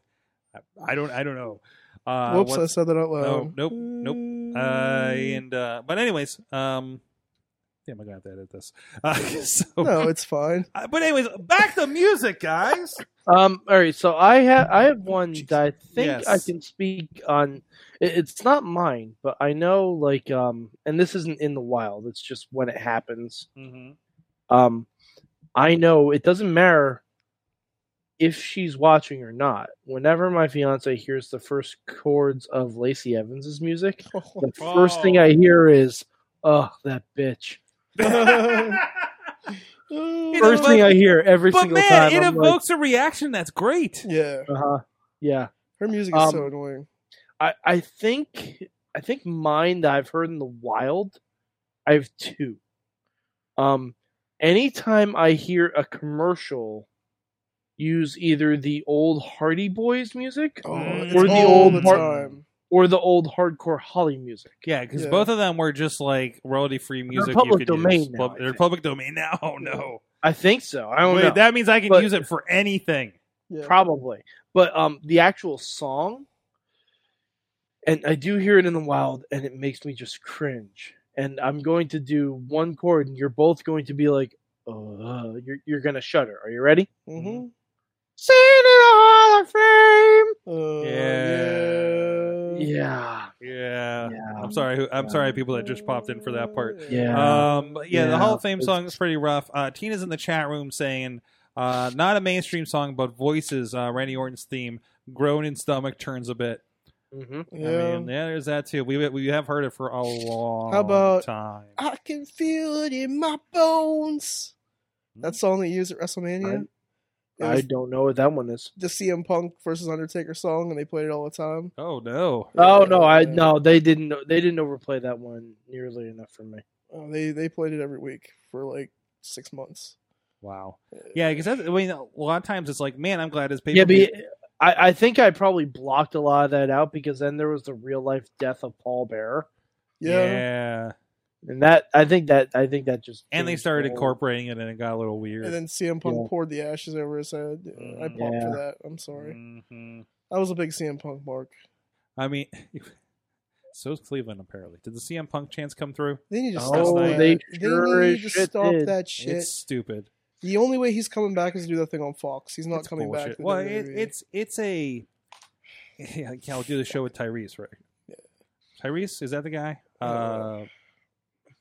S2: I- I don't. I don't know. Uh,
S3: Whoops,
S2: what's-
S3: I said that out
S2: Mm.
S3: loud. Mm,
S2: nope, nope. Uh, and uh, but anyways, um, Damn, I'm gonna have to edit this. Uh, so,
S3: No, it's fine.
S2: Uh, but anyways, back to music, guys.
S4: Um. All right. So I have I have one
S2: Jesus.
S4: that I think I
S2: Yes.
S4: can speak on. it- It's not mine, but I know like um, and this isn't in the wild. It's just when it happens.
S2: mm-hmm.
S4: Um, I know it doesn't matter if she's watching or not. Whenever my fiance hears the first chords of Lacey Evans's music, the first thing
S2: Oh.
S4: I hear is, "Oh, that bitch." First thing I hear every
S2: but
S4: single
S2: man,
S4: time.
S2: it
S4: I'm like,
S2: evokes a reaction that's great.
S3: yeah,
S4: uh-huh, yeah.
S3: her music is
S4: Um,
S3: so annoying.
S4: I I think I think mine that I've heard in the wild, I have two. Um, anytime I hear a commercial use either the old Hardy Boys music
S3: Oh,
S2: Mm.
S3: it's
S2: Or
S4: the
S3: all
S4: old
S3: the
S4: Mar-
S3: time.
S4: or the old hardcore Holly music.
S2: Yeah, because
S3: Yeah.
S2: both of them were just like royalty free music.
S4: public
S2: you could
S4: domain
S2: use.
S4: now,
S2: Pub-
S4: I
S2: they're
S4: think.
S2: public domain now. Oh no!
S4: I think so. I don't
S2: Wait,
S4: know.
S2: that means I can
S4: But-
S2: use it for anything.
S3: Yeah.
S4: probably. But um, the actual song, and I do hear it in the wild, and it makes me just cringe. And I'm going to do one chord, and you're both going to be like, "Uh," you're you're gonna shudder. Are you ready?
S3: Mhm.
S4: Seen in the Hall of Fame.
S3: Uh,
S2: Yeah.
S3: yeah.
S4: Mm-hmm. Yeah,
S2: Yeah,
S4: yeah.
S2: I'm sorry. who- I'm sorry, people that just popped in for that part.
S4: Yeah.
S2: Um, but yeah, the
S4: Yeah,
S2: Hall of Fame
S4: it's-
S2: song is pretty rough. Uh, Tina's in the chat room saying, uh, not a mainstream song, but voices. Uh, Randy Orton's theme, groan in stomach turns a bit.
S4: hmm
S3: yeah.
S2: I mean, yeah, there's that too. We we have heard it for a long
S3: How about-
S2: time.
S3: I can feel it in my bones.
S2: Hmm.
S3: That song they used at WrestleMania. It
S4: I
S3: was
S4: don't know what that one is.
S3: the CM Punk versus Undertaker song, and they played it all the time.
S2: Oh no!
S4: Oh no, I
S3: Yeah.
S4: no, they didn't. They didn't overplay that one nearly enough for me.
S3: Oh, they they played it every week for like six months.
S2: Wow. Yeah, because I mean, a lot of times it's like, man, I'm glad his paper.
S4: Yeah, but I, I think I probably blocked a lot of that out because then there was the real life death of Paul Bearer,
S3: Yeah,
S2: Yeah.
S4: and that I think that I think that just
S2: And they
S4: changed
S2: started
S4: the whole-
S2: incorporating it, and it got a little weird.
S3: and then CM Punk
S4: Yeah.
S3: poured the ashes over his head.
S2: Mhm.
S3: I popped for that. I'm sorry.
S2: Mhm.
S3: I was a big CM Punk mark.
S2: I mean, so's Cleveland apparently. Did the CM Punk chance come through?
S3: They need to stop
S4: Oh,
S3: that.
S4: they sure
S3: need
S4: as
S3: to
S4: shit
S3: stop
S4: did.
S3: that shit.
S2: It's stupid.
S3: The only way he's coming back is to do that thing on Fox. He's not
S2: It's
S3: coming
S2: bullshit.
S3: back. to E. the
S2: Well, it,
S3: WWE.
S2: it's it's a. Yeah, I'll do the show with Tyrese, right? Tyrese is that the guy? Uh,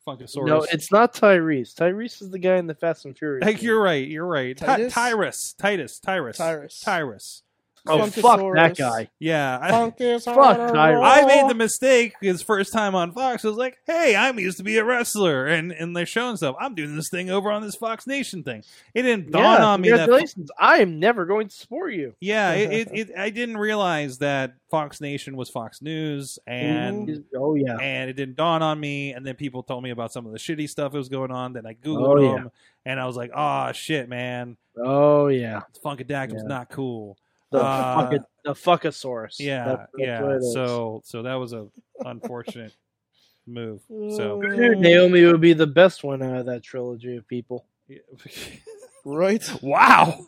S2: Funkasaurus.
S4: No, it's not Tyrese. Tyrese is the guy in the Fast and Furious.
S2: Like, you're right. You're right. Ti-
S3: Titus?
S2: Tyrus. Titus. Tyrus.
S3: Tyrus.
S2: Tyrus.
S4: oh fuck that
S3: Funkasaurus.
S4: guy.
S2: Yeah. I-
S3: Punk is
S4: Fuck
S3: on a
S4: Tyrus.
S3: roll.
S2: I made the mistake his first time on Fox. I was like, "Hey, I'm used to be a wrestler," and and they're showing stuff. I'm doing this thing over on this Fox Nation thing. It didn't dawn
S4: yeah,
S2: on me that
S4: congratulations. I am never going to support you.
S2: yeah, it, it, it I didn't realize that Fox Nation was Fox News, and
S4: Oh yeah.
S2: and it didn't dawn on me. And then people told me about some of the shitty stuff that was going on. Then I googled
S4: Oh, yeah.
S2: them, and I was like, "Oh shit, man,
S4: Oh yeah.
S2: Funkadactyl's
S4: Yeah.
S2: not cool."
S4: The
S2: Uh,
S4: fucking the fuckasaurus.
S2: Yeah,
S4: That- that's what
S2: yeah.
S4: it is.
S2: So so that was a unfortunate move. So.
S4: Dude, Naomi would be the best one out of that trilogy of people.
S3: right.
S2: wow.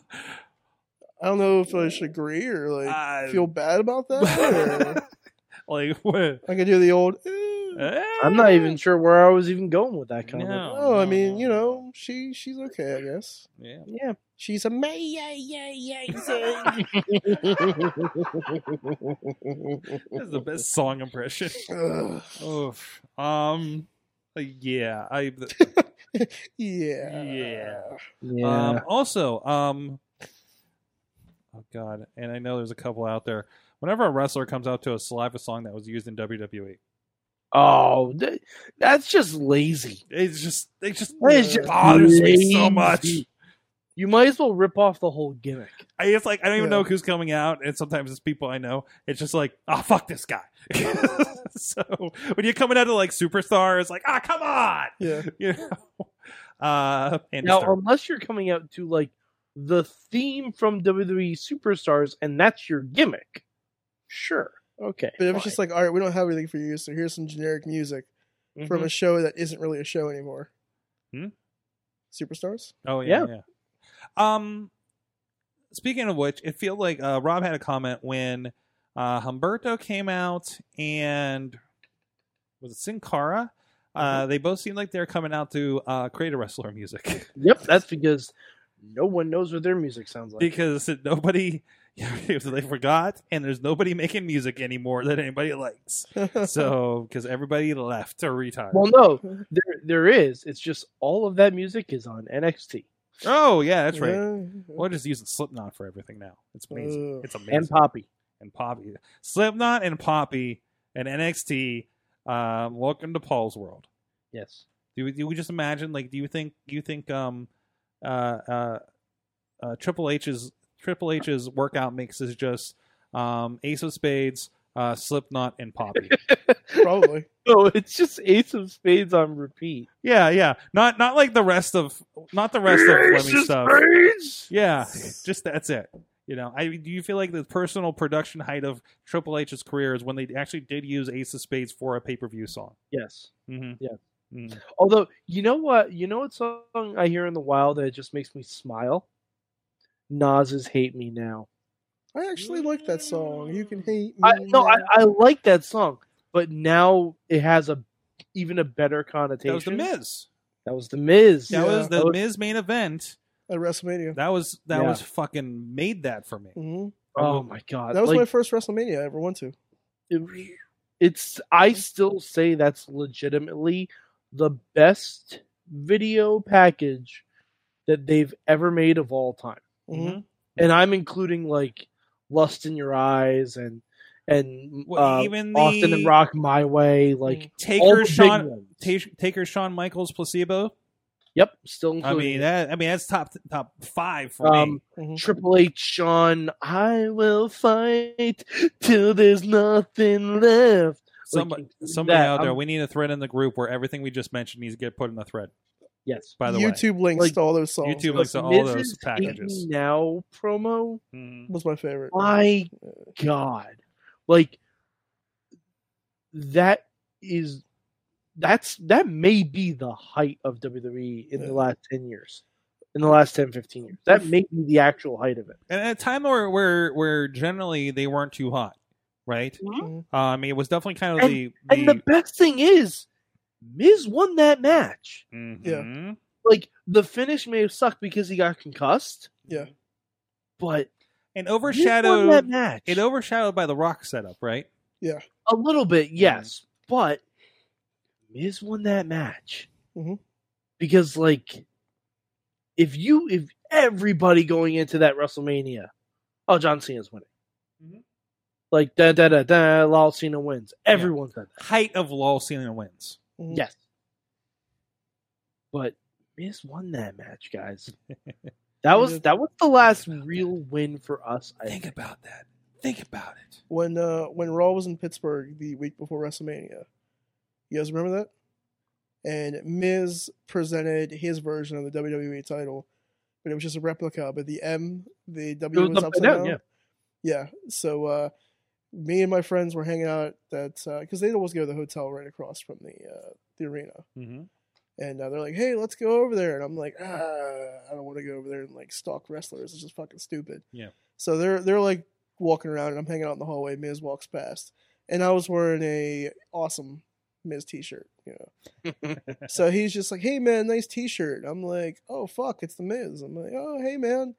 S3: I don't know if I should agree or like
S2: I-
S3: feel bad about that.
S2: like what?
S3: or I could do the old. "Eh."
S4: I'm not even sure where I was even going with that
S2: No,
S4: comment.
S3: Oh, I mean, you know, she she's okay, I guess.
S2: Yeah.
S4: Yeah.
S3: She's a may yeah yeah yeah.
S2: That's the best song impression.
S3: Ugh.
S2: Oof. Um. Yeah. I.
S3: yeah.
S2: Yeah.
S4: Yeah.
S2: Um. Also. Um. Oh God. And I know there's a couple out there. Whenever a wrestler comes out to a saliva song that was used in E, WWE,
S4: oh, th- that's just lazy.
S2: it's just it just,
S4: That is just
S2: bothers me so
S4: lazy.
S2: much.
S4: You might as well rip off the whole gimmick.
S2: I, it's like I don't even
S3: Yeah.
S2: know who's coming out, and sometimes it's people I know. It's just like, oh fuck this guy. so when you're coming out to like superstar, it's like, ah, come on,
S3: Yeah.
S2: you know. Uh, and
S4: now,
S2: start-
S4: unless you're coming out to like the theme from WWE Superstars and that's your gimmick, sure. Okay.
S3: But if
S4: fine.
S3: it's just like, all right, we don't have anything for you, so here's some generic music from a
S4: Mhm.
S3: show that isn't really a show anymore.
S2: Mm-hmm. Hmm?
S3: Superstars.
S2: oh yeah, yeah, Um, speaking of which, it feel like uh, Rob had a comment when uh, Humberto came out, and was it Sin Cara? Uh, they both seem like they're coming out to uh, create a wrestler music
S4: Yep, that's because no one knows what their music sounds like.
S2: because nobody they forgot, and there's nobody making music anymore that anybody likes. So because everybody left or retired.
S4: Well, no, there there is. It's just all of that music is on NXT
S2: oh yeah, that's right.
S3: Yeah.
S2: We're just using Slipknot for everything now. It's amazing.
S3: Ugh.
S2: It's amazing.
S4: and Poppy.
S2: and Poppy. Slipknot and Poppy and NXT. Um, welcome to Paul's world.
S4: Yes,
S2: Do we, do we just imagine? Like, do you think do you think um, uh, uh, uh, Triple H's Triple H's workout mix is just um, Ace of Spades, uh, Slipknot, and Poppy?
S3: Probably.
S4: no, it's just Ace of Spades on repeat.
S2: yeah, yeah. Not not like the rest of not the rest of Fleming stuff.
S4: Spades.
S2: Yeah, just that's it. You know, I do you feel like the personal production height of Triple H's career is when they actually did use Ace of Spades for a pay per view song?
S4: Yes.
S2: Mm-hmm.
S4: Yeah. Although you know what, you know what song I hear in the wild that just makes me smile. Nas's "Hate Me Now."
S3: I actually like that song. You can hate me.
S4: I, no, I,
S3: now.
S4: I like that song, but now it has a even a better connotation.
S2: That was the Miz.
S4: That was the Miz.
S2: That
S3: Yeah.
S2: was the Miz main event.
S3: at WrestleMania.
S2: That was that
S4: Yeah.
S2: was fucking made that for me.
S3: Mhm.
S4: Oh my god!
S3: That was
S4: like,
S3: my first WrestleMania I ever went to.
S4: it- it's I still say that's legitimately the best video package that they've ever made of all time.
S3: Mhm.
S4: Mm-hmm.
S2: Mm-hmm.
S4: And I'm including like Lust in Your Eyes and and
S2: Well,
S4: uh,
S2: even
S4: Austin and
S2: the-
S4: Rock My Way like all the
S2: Taker
S4: big
S2: Sean
S4: ones.
S2: Ta- Taker Shawn Michaels placebo.
S4: Yep, still
S2: I
S4: including.
S2: mean
S4: it.
S2: that. I mean that's top top five for me.
S4: Um,
S3: Mhm.
S4: Triple H, Sean, I will fight till there's nothing left.
S2: Somebody,
S4: like,
S2: somebody
S4: that, um,
S2: out there,
S4: I'm-
S2: we need a thread in the group where everything we just mentioned needs to get put in the thread.
S4: Yes.
S2: By the
S3: YouTube links
S4: Like,
S3: to all those songs.
S2: YouTube links to all
S4: Mrs.
S2: those
S4: Hate
S2: packages.
S4: Me Now promo.
S2: way, Mhm.
S3: was my favorite.
S4: My God, like that is that's that may be the height of WWE in
S3: Yeah.
S4: the last ten years, in the last 10, 15 years. That may be the actual height of it.
S2: and at a time where where where generally they weren't too hot, right?
S3: Mhm.
S2: Uh, I mean, it was definitely kind of the,
S4: Mm-hmm. And the best thing is, Miz won that match.
S2: Mhm.
S4: Like the finish may have sucked because he got concussed.
S3: Yeah.
S4: but
S2: and
S4: Miz won that
S2: overshadowed
S4: match
S2: it overshadowed by the Rock setup, right?
S4: a little bit, yes, but Miz won that match
S3: Mhm.
S4: because, like, if you if everybody going into that WrestleMania, oh, John Cena's winning,
S2: Mhm.
S4: like da da da da, Lal Cena wins. Everyone's done
S2: Height of Lol Cena wins.
S4: that,
S3: Mhm.
S4: yes, but Miz won that match, guys. That was that was the last real win for us. I
S2: Think
S4: think.
S2: about that. Think about it.
S3: When uh, when Raw was in Pittsburgh the week before WrestleMania, you guys remember that? And Miz presented his version of the WWE title, but it was just a replica. But the M, the W was,
S4: was
S3: upside down. Yeah. So uh, me and my friends were hanging out at because they'd always go to the hotel right across from the uh, the arena.
S2: Mm-hmm.
S3: And uh, they're like, "Hey, let's go over there." And I'm like, ah, "I don't want to go over there and like stalk wrestlers. It's just fucking stupid."
S2: Yeah.
S3: So they're they're like walking around, and I'm hanging out in the hallway. Miz walks past, and I was wearing a awesome Miz T-shirt, you know. so he's just like, "Hey man, nice T-shirt." I'm like, "Oh fuck, it's the Miz." I'm like, "Oh hey man,"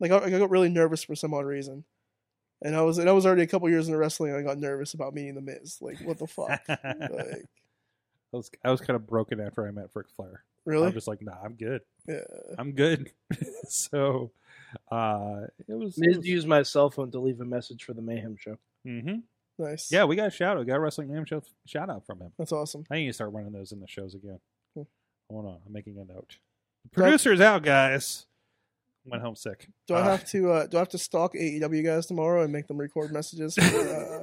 S3: like I, I got really nervous for some odd reason. And I was and I was already a couple years into wrestling. And I got nervous about meeting the Miz. Like, what the fuck?
S2: I
S3: like,
S2: was I was kind of broken after I met Ric Flair.
S3: really?
S2: I'm just like, nah, I'm good.
S3: yeah.
S2: I'm good. so, uh, it was.
S4: Miz used my cell phone to leave a message for the Mayhem Show.
S2: hmm
S3: Nice.
S2: Yeah, we got a shout out. We got a wrestling name show, shout out from him.
S3: That's awesome.
S2: I need to start running those in the shows again.
S3: Hmm.
S2: Hold on, I'm making a note.
S3: Do I-
S2: Producer's out, guys. Went home sick.
S3: Do I
S2: Uh,
S3: have to uh, do I have to stalk AEW guys tomorrow and make them record messages for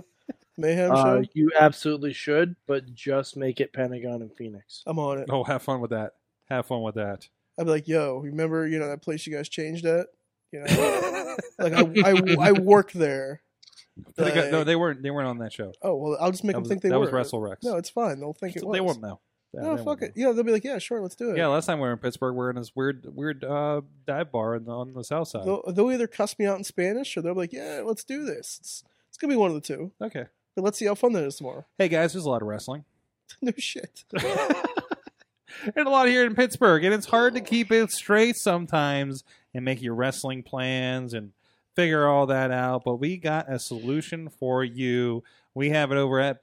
S3: uh, Mayhem
S4: Uh,
S3: show?
S4: you absolutely should, but just make it Pentagon and Phoenix.
S3: I'm on it.
S2: Oh, have fun with that. Have fun with that.
S3: I'd be like, yo, remember you know that place you guys changed at? You know, like I, I, I work there.
S2: They got- no,
S3: Like,
S2: they weren't. They weren't on that show.
S3: oh well, I'll just
S2: that
S3: make them
S2: was,
S3: think they
S2: that
S3: were.
S2: was Wrestle Rex.
S3: No, it's fine. They'll think it was.
S2: they won't know. Yeah,
S3: No,
S2: they
S3: fuck
S2: won't
S3: it.
S2: know.
S3: Yeah, they'll be like, yeah, sure, let's do it.
S2: Yeah, last time we were in Pittsburgh, we were in this weird, weird uh, dive bar in the, on the south side.
S3: They'll, they'll either cuss me out in Spanish or they'll be like, yeah, let's do this. It's, it's gonna be one of the two.
S2: Okay.
S3: But let's see how fun that is tomorrow.
S2: Hey guys, there's a lot of wrestling.
S3: no shit.
S2: and a lot here in Pittsburgh, and it's hard to keep it straight sometimes and make your wrestling plans and figure all that out. But we got a solution for you. We have it over at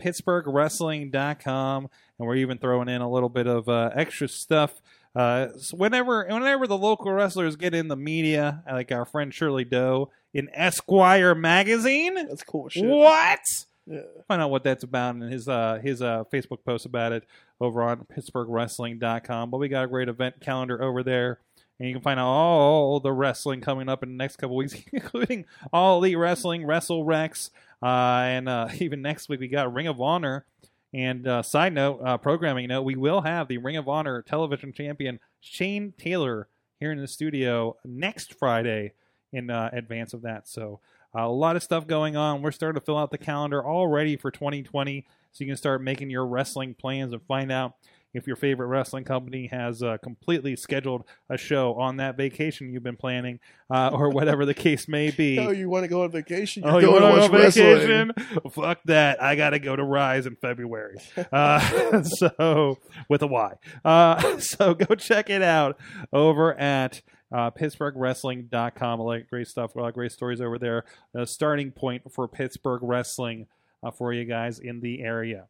S2: PittsburghWrestling.com, and we're even throwing in a little bit of uh, extra stuff. Uh, so whenever, whenever the local wrestlers get in the media, like our friend Shirley Doe in Esquire magazine,
S3: That's cool shit.
S2: what?
S3: Yeah.
S2: find out what that's about in his uh his uh Facebook post about it over on pittsburghwrestling.com. But we got a great event calendar over there. And you can find out all the wrestling coming up in the next couple weeks, including all the wrestling, Wrestle Rex, uh, and uh, even next week we got Ring of Honor. And uh, side note, uh, programming note, we will have the Ring of Honor television champion Shane Taylor here in the studio next Friday in uh, advance of that. So uh, a lot of stuff going on. We're starting to fill out the calendar already for 2020, so you can start making your wrestling plans and find out if your favorite wrestling company has uh, completely scheduled a show on that vacation you've been planning, uh, or whatever the case may be.
S3: Oh, you want to go on vacation?
S2: Oh,
S3: You're
S2: you
S3: going
S2: want
S3: to
S2: to
S3: watch
S2: go
S3: wrestling.
S2: vacation? Fuck that! I gotta go to Rise in February. Uh, so with a Y. Uh, so go check it out over at uh, PittsburghWrestling.com. A lot of great stuff. A lot of great stories over there. A starting point for Pittsburgh wrestling uh, for you guys in the area.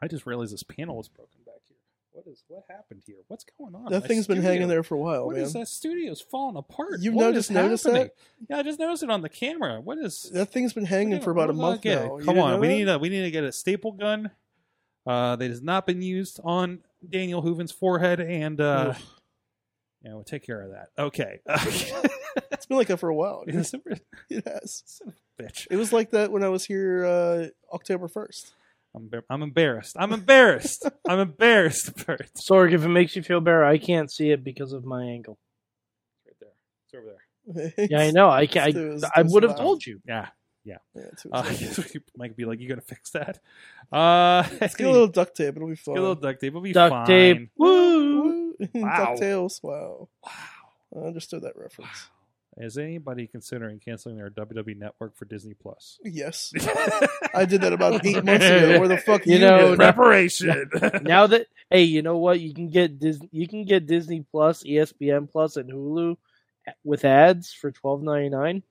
S2: I just realized this panel was broken back here. What is what happened here? What's going on?
S3: That
S2: My
S3: thing's been hanging
S2: studio-
S3: there for a while,
S2: what
S3: man.
S2: is that studio's falling apart?
S3: You've
S2: What
S3: noticed-
S2: is
S3: noticed that?
S2: happening? Yeah, I just noticed it on the camera. What is?
S3: That thing's been hanging
S2: Yeah,
S3: for about a
S2: where's that
S3: month
S2: get?
S3: now. You
S2: Come
S3: didn't
S2: on,
S3: know
S2: we
S3: that?
S2: need a we need to get a staple gun. Uh, that has not been used on Daniel Hooven's forehead, and uh, yeah, we'll take care of that. Okay,
S3: It's been like that for a while. dude.
S2: It's a
S3: It has.
S2: bitch.
S3: It was like that when I was here uh, October first.
S2: I'm, embar- I'm embarrassed. I'm embarrassed. I'm embarrassed. Bert. It's
S4: Sorg, if it makes you feel better, I can't see it because of my angle.
S2: right there. It's over there.
S4: Yeah, I know. I can't.
S3: It was-
S4: I,
S3: it
S4: I
S3: was
S4: would have
S3: loud.
S4: told you.
S2: Yeah.
S3: Yeah, it's-
S2: Uh, I guess we might be like, you gotta fix that. Uh,
S3: Let's get a little duct tape. It'll be fun.
S2: get a little duct tape. We'll be
S4: Duct
S2: fine.
S4: tape. Woo!
S3: Woo.
S2: Wow.
S3: Ducktales. Wow.
S2: Wow.
S3: I understood that reference.
S2: Is anybody considering canceling their WWE network for Disney Plus?
S3: Yes, I did that about eight months ago. Where the fuck
S4: You
S3: you,
S4: know,
S3: been?
S2: Reparation.
S4: Now that hey, you know what? You can get Disney. You can get Disney Plus, E ESPN Plus, and Hulu eh, with ads for twelve ninety nine.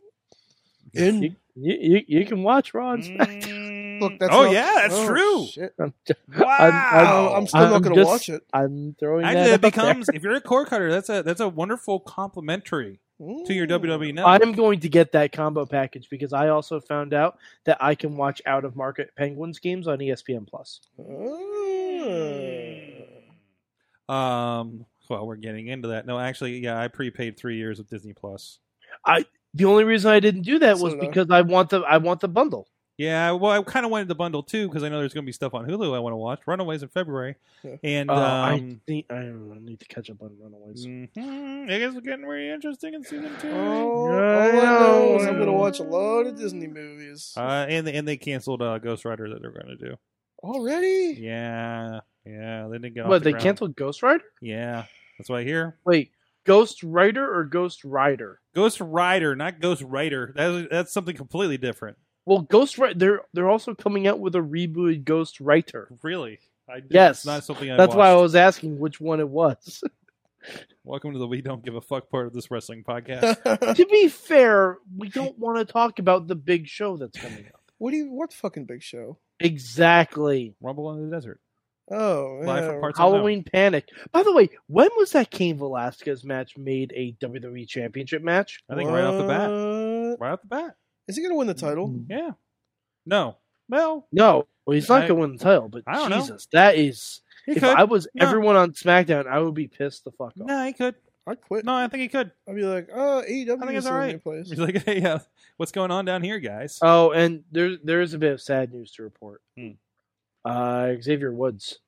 S4: You,
S3: in?
S4: you you you can watch Raw. and SmackDown.
S2: Mm.
S3: Look, that's
S2: oh
S3: not-
S2: yeah, that's
S3: oh,
S2: true.
S3: shit.
S4: I'm ju-
S2: Wow.
S3: Oh, I'm still not
S4: I'm
S3: going to
S4: just-
S3: watch it.
S4: I'm throwing
S2: Actually,
S4: that,
S2: that
S4: out there.
S2: becomes if you're a cord cutter, that's a that's a wonderful complimentary to your E WWE network.
S4: I'm going to get that combo package because I also found out that I can watch out of market Penguins games on E ESPN Plus.
S2: Oh. Um, well, we're getting into that. No, actually, yeah, I prepaid three years of Disney Plus.
S4: The only reason I didn't do that
S3: So
S4: was
S3: did I.
S4: because I want the I want the bundle.
S2: Yeah, well, I kind of wanted the bundle too because I know there's going to be stuff on Hulu I want to watch. Runaways in February,
S3: Yeah.
S2: and
S4: Uh, I
S2: um,
S4: need I don't know, I need to catch up on Runaways.
S3: Mm.
S2: mhm, I guess we're getting really interesting in season two.
S3: Oh,
S4: Yeah,
S3: all I know is Oh, I'm
S4: yeah.
S3: going to watch a lot of Disney movies
S2: Uh, and and they canceled uh, Ghost Rider that they're going to do.
S3: already.
S2: Yeah, yeah, they didn't get. off
S4: What
S2: the
S4: they
S2: ground.
S4: canceled Ghost Rider?
S2: Yeah, that's what I hear.
S4: Wait, Ghost Rider or Ghost Rider?
S2: Ghost Rider, not Ghost Rider. That's that's something completely different.
S4: Well, Ghost Rider they're they're also coming out with a rebooted Ghost Rider.
S2: Really, I,
S4: Yes.
S2: it's not something. I
S4: That's why I
S2: watched.
S4: was asking which one it was.
S2: Welcome to the We Don't Give a Fuck part of this wrestling podcast.
S3: what
S4: to be fair, we don't want to talk about the big show that's coming up.
S3: do you? What fucking big show?
S4: Exactly.
S2: Rumble in the desert.
S3: Oh,
S2: Live
S3: yeah.
S2: from parts unknown.
S4: Halloween Panic. By the way, when was that Cain Velasquez match made a WWE Championship match?
S2: I think right off the bat.
S3: What?
S2: Right off the bat.
S3: Is he going to win the title?
S2: Yeah. No. Well,
S4: No, well, he's not
S2: I-
S4: going to win the title, but
S2: I don't know.
S4: Jesus, that is.
S2: he
S4: if
S2: could.
S4: I was
S2: No.
S4: everyone on SmackDown, I would be pissed the fuck off.
S2: no, he could.
S4: Mm-hmm.
S3: I'd quit.
S2: No, I think he could.
S3: I'd be like, oh,
S2: I
S3: AEW
S2: think
S3: is
S2: it's
S3: the
S2: all
S3: right.
S2: right.
S3: place.
S2: He's like, hey, uh, what's going on down here, guys?
S4: Oh, and there there is a bit of sad news to report.
S2: Hmm.
S4: Uh, Xavier Woods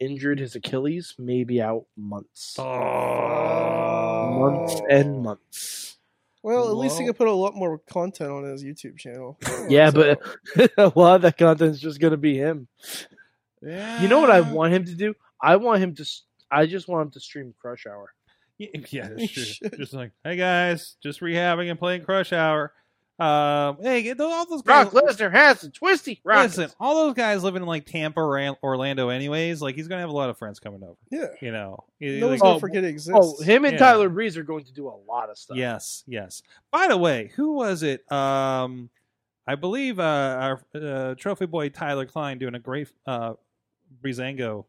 S4: injured his Achilles, maybe out months, Oh.
S2: Oh.
S4: months and months.
S3: Well, at least he
S2: Well-
S3: could put a lot more content on his YouTube channel. Oh,
S4: Yeah,
S3: So-
S4: but a lot of that content's just gonna be him.
S2: Yeah.
S4: You know what I want him to do? I want him to. s- I just want him to stream Crush Hour.
S2: Yeah, that's true.
S3: Shit.
S2: Just like, hey guys, just rehabbing and playing Crush Hour. Uh, hey, get those- all those guys.
S4: Brock Lesnar has a twisty. Rockets.
S2: Listen, all those guys living in like Tampa or An- Orlando, anyways. Like he's gonna have a lot of friends coming over.
S3: Yeah.
S2: You know. He-
S3: No one's
S2: like-
S3: gonna
S4: Oh,
S3: forget it exists.
S4: oh, him and
S2: Yeah.
S4: Tyler Breeze are going to do a lot of stuff.
S2: Yes, yes. By the way, who was it? Um, I believe uh, our uh, trophy boy Tyler Klein doing a great uh, Brizango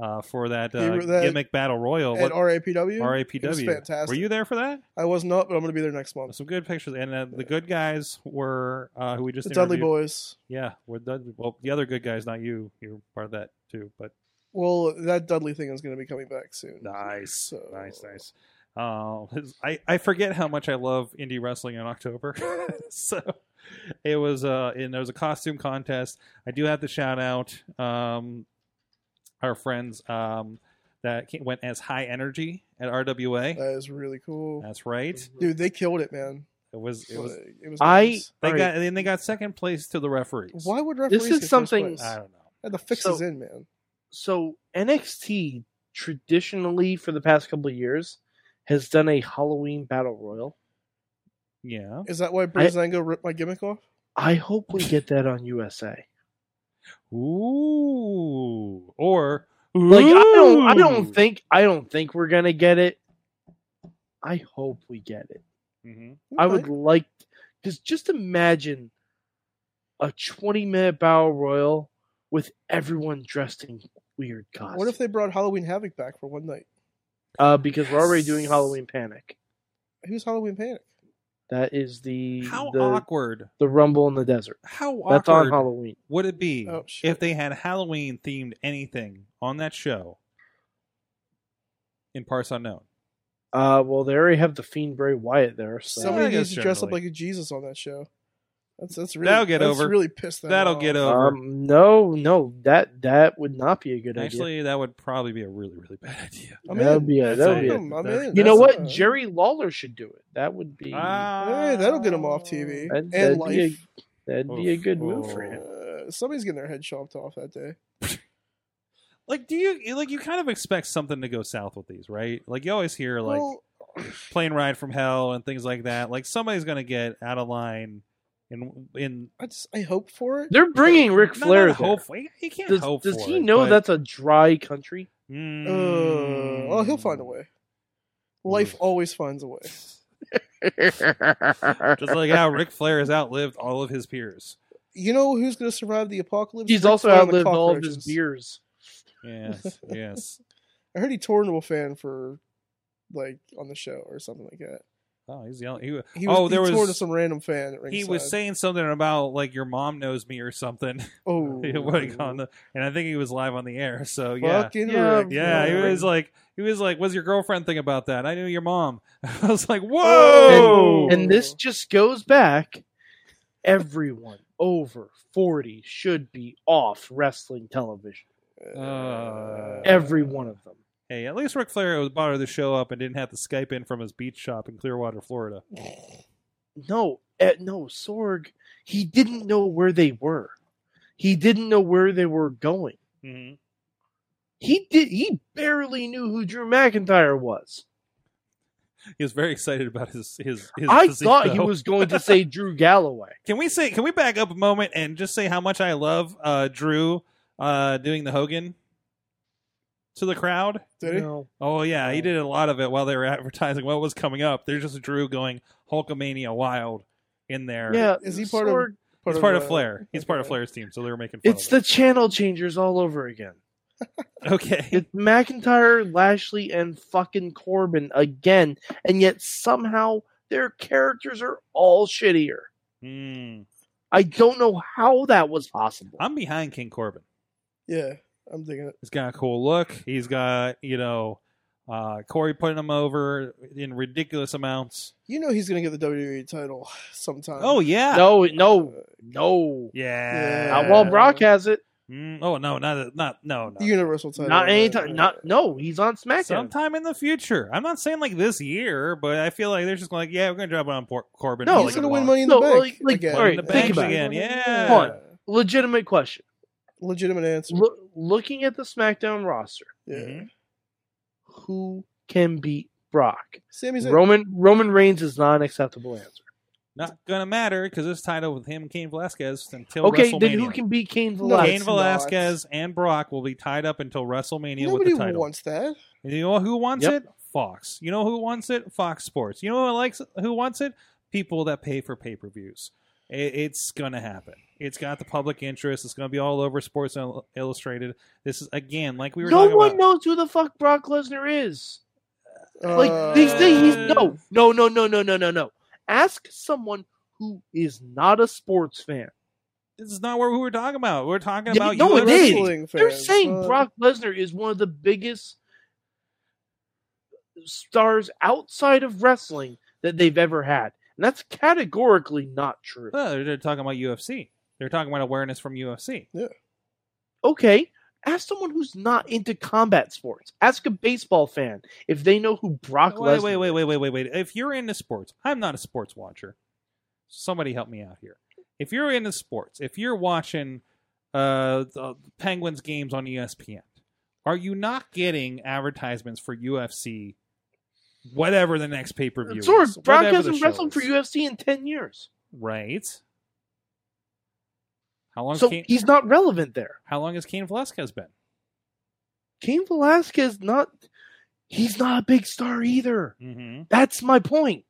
S2: uh, for that,
S3: He
S2: uh,
S3: wrote that
S2: gimmick battle royal.
S3: at
S2: Oh, What,
S3: RAPW.
S2: RAPW.
S3: It was fantastic.
S2: Were you there for that?
S3: I was not, but I'm gonna be there next month.
S2: Some good pictures. And uh, the good guys were uh, who we just
S3: The Dudley
S2: interviewed.
S3: Boys.
S2: Yeah, we're Dudley. Well, the other good guys, not you. You're part of that too. But
S3: Well, that Dudley thing is gonna be coming back soon.
S2: Nice,
S3: So-
S2: nice, nice. Um, I I forget how much I love indie wrestling in October. so it was uh, and there was a costume contest. I do have to shout out um, our friends um that ca- went as high energy at RWA.
S4: Oh.
S3: That is really cool,
S2: That's right.
S3: dude. They killed it, man.
S2: It was it was.
S3: Like, it was
S4: I
S3: nice.
S2: They
S4: all right,
S2: got and they got second place to the referees.
S3: Why would referees?
S4: is
S3: get first
S4: something-
S3: place?
S2: I don't know.
S3: And the fix
S4: So-
S3: is in, man.
S4: so NXT traditionally for the past couple of years has done a Halloween battle royal.
S2: Yeah.
S3: Is that why Breezango ripped my gimmick off?
S4: I hope we get that on USA.
S2: Ooh. Or
S4: Like I don't I
S2: Ooh.
S4: don't think I don't think we're gonna get it. I hope we get it.
S2: Mhm.
S4: I
S3: Okay.
S4: would like because just imagine a twenty minute battle royal with everyone dressed in weird costumes.
S3: What if they brought Halloween Havoc back for one night?
S4: uh, because we're already doing
S2: Yes.
S4: Halloween Panic.
S3: Who's Halloween Panic?
S4: That is the
S2: How
S4: the,
S2: awkward.
S4: the Rumble in the Desert.
S2: How
S4: That's on
S2: awkward
S4: Halloween.
S2: would it be
S3: Oh, shit.
S2: if they had Halloween themed anything on that show in Parts Unknown?
S4: Uh, well, they already have the Fiend Bray Wyatt there. So
S2: Some- I
S3: Somebody
S2: guess
S3: needs to dress up
S2: generally.
S3: like a Jesus on that show. That's that's really
S2: That'll get
S3: that's
S2: over.
S3: Really pissed. Them
S2: That'll
S3: off.
S2: get over.
S4: um, no, no, that that would not be a good idea.
S2: Actually, that would probably be a really, really bad idea.
S3: I'm
S4: that
S3: in.
S4: would be a that would be. A,
S2: That's
S3: I'm, I'm
S2: That's-
S3: in.
S4: you know
S3: That's,
S4: what?
S3: uh,
S4: Jerry Lawler should do it. That would be
S2: Ah,
S3: hey, that'll get him off
S2: Uh,
S3: TV
S4: That-
S3: and
S4: that'd be a-
S3: life.
S4: that'd be a good move for him.
S3: Uh, somebody's getting their head chopped off that day.
S2: Like, do you like you kind of expect something to go south with these, right? Like you always hear like
S3: well,
S2: plane ride from hell and things like that. Like somebody's gonna get out of line. In in
S3: I just I hope for it.
S4: They're bringing Ric
S2: not-
S4: Flair
S2: not
S4: there.
S2: hope. You you can't
S4: Does,
S2: hope.
S4: does
S2: for
S4: he
S2: it,
S4: know
S2: but-
S4: that's a dry country?
S2: Mm.
S3: Uh, well, he'll
S2: Hmm.
S3: find a way. Life always finds a way.
S2: Just like how Ric Flair has outlived all of his peers.
S3: You know who's going to survive the apocalypse?
S4: He's
S3: Ric
S4: also
S3: Flair and the
S4: outlived all of his
S3: cockroaches.
S4: beers.
S2: Yes, yes.
S3: I heard he tore into a fan for like on the show or something like that.
S2: Oh, he's yelling. He,
S3: He was,
S2: oh, there
S3: he tore to
S2: was.
S3: some random fan. At
S2: He
S3: ringside.
S2: was saying something about like your mom knows me or something.
S3: "Oh,
S2: like on the, and I think he was live on the air. So yeah,
S3: fucking
S4: Yeah,
S3: Ric
S2: yeah. He
S3: Flair.
S2: was like, he was like, "What's your girlfriend think about that?" I knew your mom. I was like, "Whoa!"
S4: And this just goes back. Everyone over 40 should be off wrestling television.
S2: Uh,
S4: Every one of them.
S2: hey, at least Ric Flair was bothered to show up and didn't have to Skype in from his beach shop in Clearwater, Florida.
S4: No, eh, no, Sorg, he didn't know where they were. He didn't know where they were going.
S2: Mm-hmm.
S4: He did he barely knew who Drew McIntyre was.
S2: He was very excited about his his. his
S4: I
S2: physique,
S4: thought he
S2: though.
S4: was going to say Drew Galloway.
S2: Can we say? Can we back up a moment and just say how much I love uh, Drew uh, doing the Hogan to the crowd?
S3: Did he?
S4: No.
S2: Oh yeah, he
S4: Right.
S2: did a lot of it while they were advertising what was coming up. There's just Drew going Hulkamania wild in there.
S4: Yeah,
S3: Is he part of-
S4: Sorg,
S2: he's part of
S3: uh,
S2: Flair. He's part of
S3: okay.
S2: Flair's team, so they were making fun
S4: It's
S2: of
S4: the channel changers all over again.
S2: him. okay.
S4: It's McIntyre, Lashley, and fucking Corbin again, and yet somehow their characters are all shittier.
S2: Hmm.
S4: I don't know how that was possible.
S2: I'm behind King Corbin.
S3: Yeah, I'm digging it.
S2: He's got a cool look. He's got you know uh, Corey putting him over in ridiculous amounts.
S3: You know he's going to get the WWE title sometime.
S2: Oh yeah.
S4: no, no, no.
S2: Yeah.
S4: Not while
S3: Yeah.
S4: Brock has it.
S2: Mm, oh no, not not no no.
S3: the Universal title. Uh,
S4: Not
S3: yeah.
S4: anytime. Not no. He's on SmackDown.
S2: Sometime in the future. I'm not saying like this year, but I feel like they're just going like, yeah, we're going to drop it on Por- Corbin.
S4: No, like-
S3: He's going
S2: gonna
S3: to win Money in the
S4: No,
S3: Bank
S4: like- like,
S3: again.
S4: all right,
S2: In the
S4: think
S2: bank
S4: about it.
S2: again. Yeah.
S4: Come on. Legitimate question.
S3: Legitimate answer.
S4: Loo- looking at the SmackDown roster,
S3: Yeah.
S2: Mhm.
S4: who can beat Brock?
S3: Sami Zayn.
S4: Roman Roman Reigns is not an acceptable answer.
S2: Not gonna matter because this title with him, and Kane Velasquez, until
S4: Okay,
S2: WrestleMania.
S4: then who can beat Kane
S3: No,
S4: Velasquez?
S2: Kane
S3: It's not.
S2: Velasquez and Brock will be tied up until WrestleMania
S3: Nobody
S2: with the title.
S3: wants that.
S2: And you know who wants
S4: Yep.
S2: it? Fox. You know who wants it? Fox Sports. You know who likes who wants it? People that pay for pay per views. It's gonna happen. It's got the public interest. It's gonna be all over Sports Ill- Illustrated. This is again like we were
S4: no
S2: talking
S4: one
S2: about.
S4: knows who the fuck Brock Lesnar is. Like
S3: Uh,
S4: they say he's no, no, no, no, no, no, no, no. Ask someone who is not a sports fan.
S2: This is not what we were talking about. We We're talking
S4: Yeah,
S2: about you
S4: no, it is.
S3: wrestling
S4: They're
S3: fans,
S4: saying
S3: uh,
S4: Brock Lesnar is one of the biggest stars outside of wrestling that they've ever had. And that's categorically not true.
S2: No, they're, they're talking about UFC. They're talking about awareness from UFC.
S4: Okay, ask someone who's not into combat sports. Ask a baseball fan if they know who Brock
S2: wait,
S4: Lesnar
S2: wait, wait, wait, wait, wait, wait. If you're into sports, I'm not a sports watcher. Somebody help me out here. If you're into sports, if you're watching uh, the Penguins games on E ESPN, are you not getting advertisements for UFC? Whatever the next pay per view
S4: is. Sorry,
S2: is,
S4: Brock
S2: whatever the
S4: hasn't
S2: show
S4: wrestled for
S2: is.
S4: UFC in 10 years.
S2: right? How long?
S4: So
S2: Kane,
S4: he's not relevant there.
S2: how long has Kane Velasquez been?
S4: Cain Velasquez not he's not a big star either.
S2: Mm-hmm.
S4: That's my point.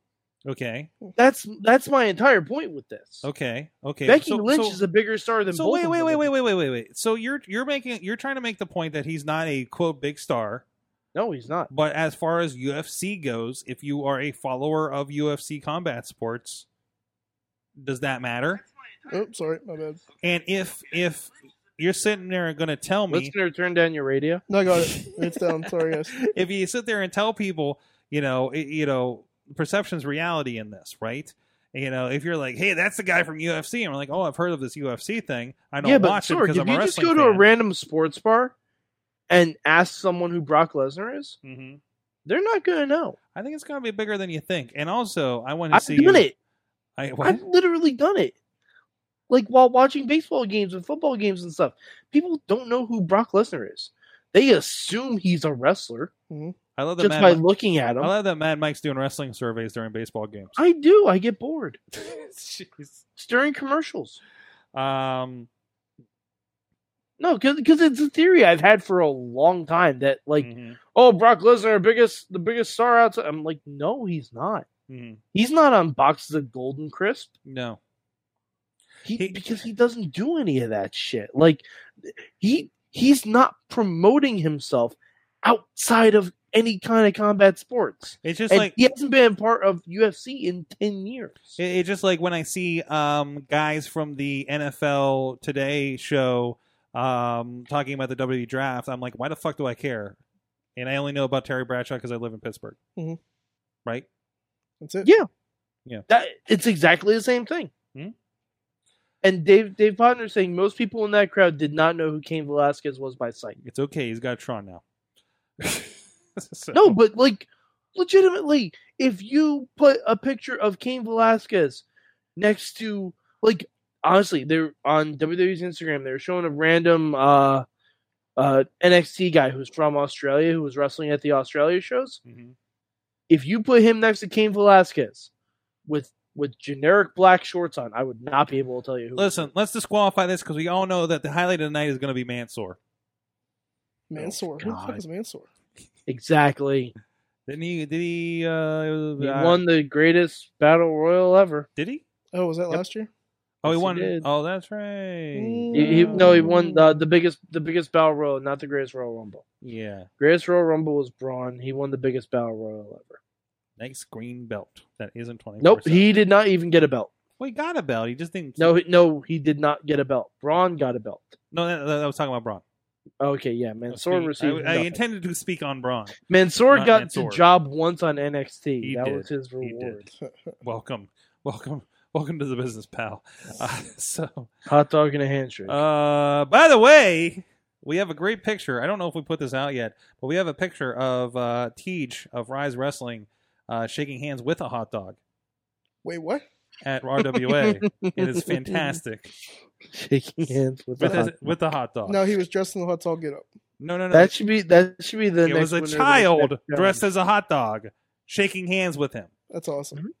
S2: Okay,
S4: That's that's my entire point with this.
S2: okay, okay.
S4: Becky
S2: So-
S4: Lynch
S2: so-
S4: is a bigger star than
S2: so
S4: both
S2: wait,
S4: of
S2: wait,
S4: them.
S2: wait, wait, wait, wait, wait, wait. So you're you're making you're trying to make the point that he's not a quote big star,
S4: No, he's not.
S2: but as far as UFC goes, if you are a follower of UFC combat sports, does that matter?
S3: Oh, sorry, my bad.
S2: And if if you're sitting there and going to tell me,
S4: Listener, turn down your radio.
S3: No, I got it. It's down. Sorry, guys.
S2: if you sit there and tell people, you know, i- you know, perception's reality in this, right? You know, if you're like, hey, that's the guy from UFC, and we're like, oh, I've heard of this UFC thing. I don't
S4: yeah, but
S2: watch it
S4: sorry,
S2: because
S4: if
S2: I'm
S4: you
S2: a
S4: just
S2: wrestling
S4: go to a
S2: fan.
S4: random sports bar and ask someone who Brock Lesnar is,
S2: Mhm.
S4: they're not gonna know.
S2: I think it's going to be bigger than you think. And also, I want to
S4: I've
S2: see
S4: done
S2: you-
S4: it.
S2: I, what?
S4: I've literally done it. Like while watching baseball games and football games and stuff, people don't know who Brock Lesnar is. They assume he's a wrestler
S2: I love that.
S4: just
S2: Mad
S4: by
S2: Mi-
S4: looking at him.
S2: I love that Mad Mike's doing wrestling surveys during baseball games.
S4: I do. I get bored. It's during commercials.
S2: Um,
S4: No, because it's a theory I've had for a long time that like,
S2: mhm,
S4: oh, Brock Lesnar, biggest the biggest star outside. I'm like, no, he's not.
S2: mhm.
S4: He's not on boxes of Golden Crisp.
S2: no,
S4: He,
S2: He-
S4: because he doesn't do any of that shit. Like he he's not promoting himself outside of any kind of combat sports.
S2: it's just
S4: and
S2: like
S4: he hasn't been part of UFC in ten years.
S2: it- it's just like when I see um guys from the NFL Today show um talking about the WWE draft. I'm like, why the fuck do I care? And I only know about Terry Bradshaw because I live in Pittsburgh,
S4: Mm-hmm.
S3: Mhm.
S2: right?
S3: That's it.
S4: Yeah.
S2: Yeah.
S4: That it's exactly the same thing.
S2: Hmm?
S4: And Dave Dave Potter saying most people in that crowd did not know who Cain Velasquez was by sight.
S2: It's okay. He's got Tron now. So-
S4: No, but like legitimately, if you put a picture of Cain Velasquez next to like honestly, they're on WWE's Instagram, they're showing a random uh uh NXT guy who's from Australia who was wrestling at the Australia shows.
S2: Mhm.
S4: If you put him next to Cain Velasquez with with generic black shorts on, I would not be able to tell you who
S2: Listen, let's disqualify this because we all know that the highlight of the night is going to be Mansoor.
S3: Mansoor. Who the fuck
S4: God.
S3: is Mansoor?
S4: exactly.
S2: Didn't he? Did he? Uh,
S4: He
S2: uh,
S4: won the greatest battle royal ever.
S2: Did he?
S3: Oh, was that
S4: Yep.
S3: last year?
S2: Oh, he
S4: Yes, he
S2: won.
S4: did.
S2: oh, that's right.
S4: He, he- no, he won
S2: Mm.
S4: the, the biggest the biggest battle royal, not the greatest royal rumble.
S2: Yeah,
S4: Greatest Royal Rumble was Braun. He won the biggest battle royal ever.
S2: nice green belt. That isn't twenty.
S4: Nope, he did not even get a belt.
S2: Well, he got a belt. He just didn't.
S4: No, he- no, he did not get a belt. Braun got a belt.
S2: no, that, that, I was talking about Braun.
S4: Okay, yeah, Mansoor
S2: Speak-
S4: received.
S2: I, I
S4: nothing.
S2: intended to speak on Braun.
S4: Mansoor
S2: not
S4: got
S2: Mansoor.
S4: the job once on NXT.
S2: He
S4: that
S2: did.
S4: was his
S2: He
S4: reward.
S2: did. Welcome, welcome, welcome to the business, pal. Uh, so,
S4: Hot dog and a handshake.
S2: uh, by the way, we have a great picture. I don't know if we put this out yet, but we have a picture of uh, Teej of Rise Wrestling uh, shaking hands with a hot dog
S3: Wait, what?
S2: at RWA. it is fantastic
S4: Shaking hands with
S2: with,
S4: a hot
S2: the, with the hot dog.
S3: No, he was dressed in the hot dog get up.
S2: no, no, no.
S4: That should be that should be the.
S2: it
S4: next
S2: was a
S4: winner of the
S2: child
S4: next
S2: dressed
S4: challenge.
S2: as a hot dog shaking hands with him
S3: That's awesome.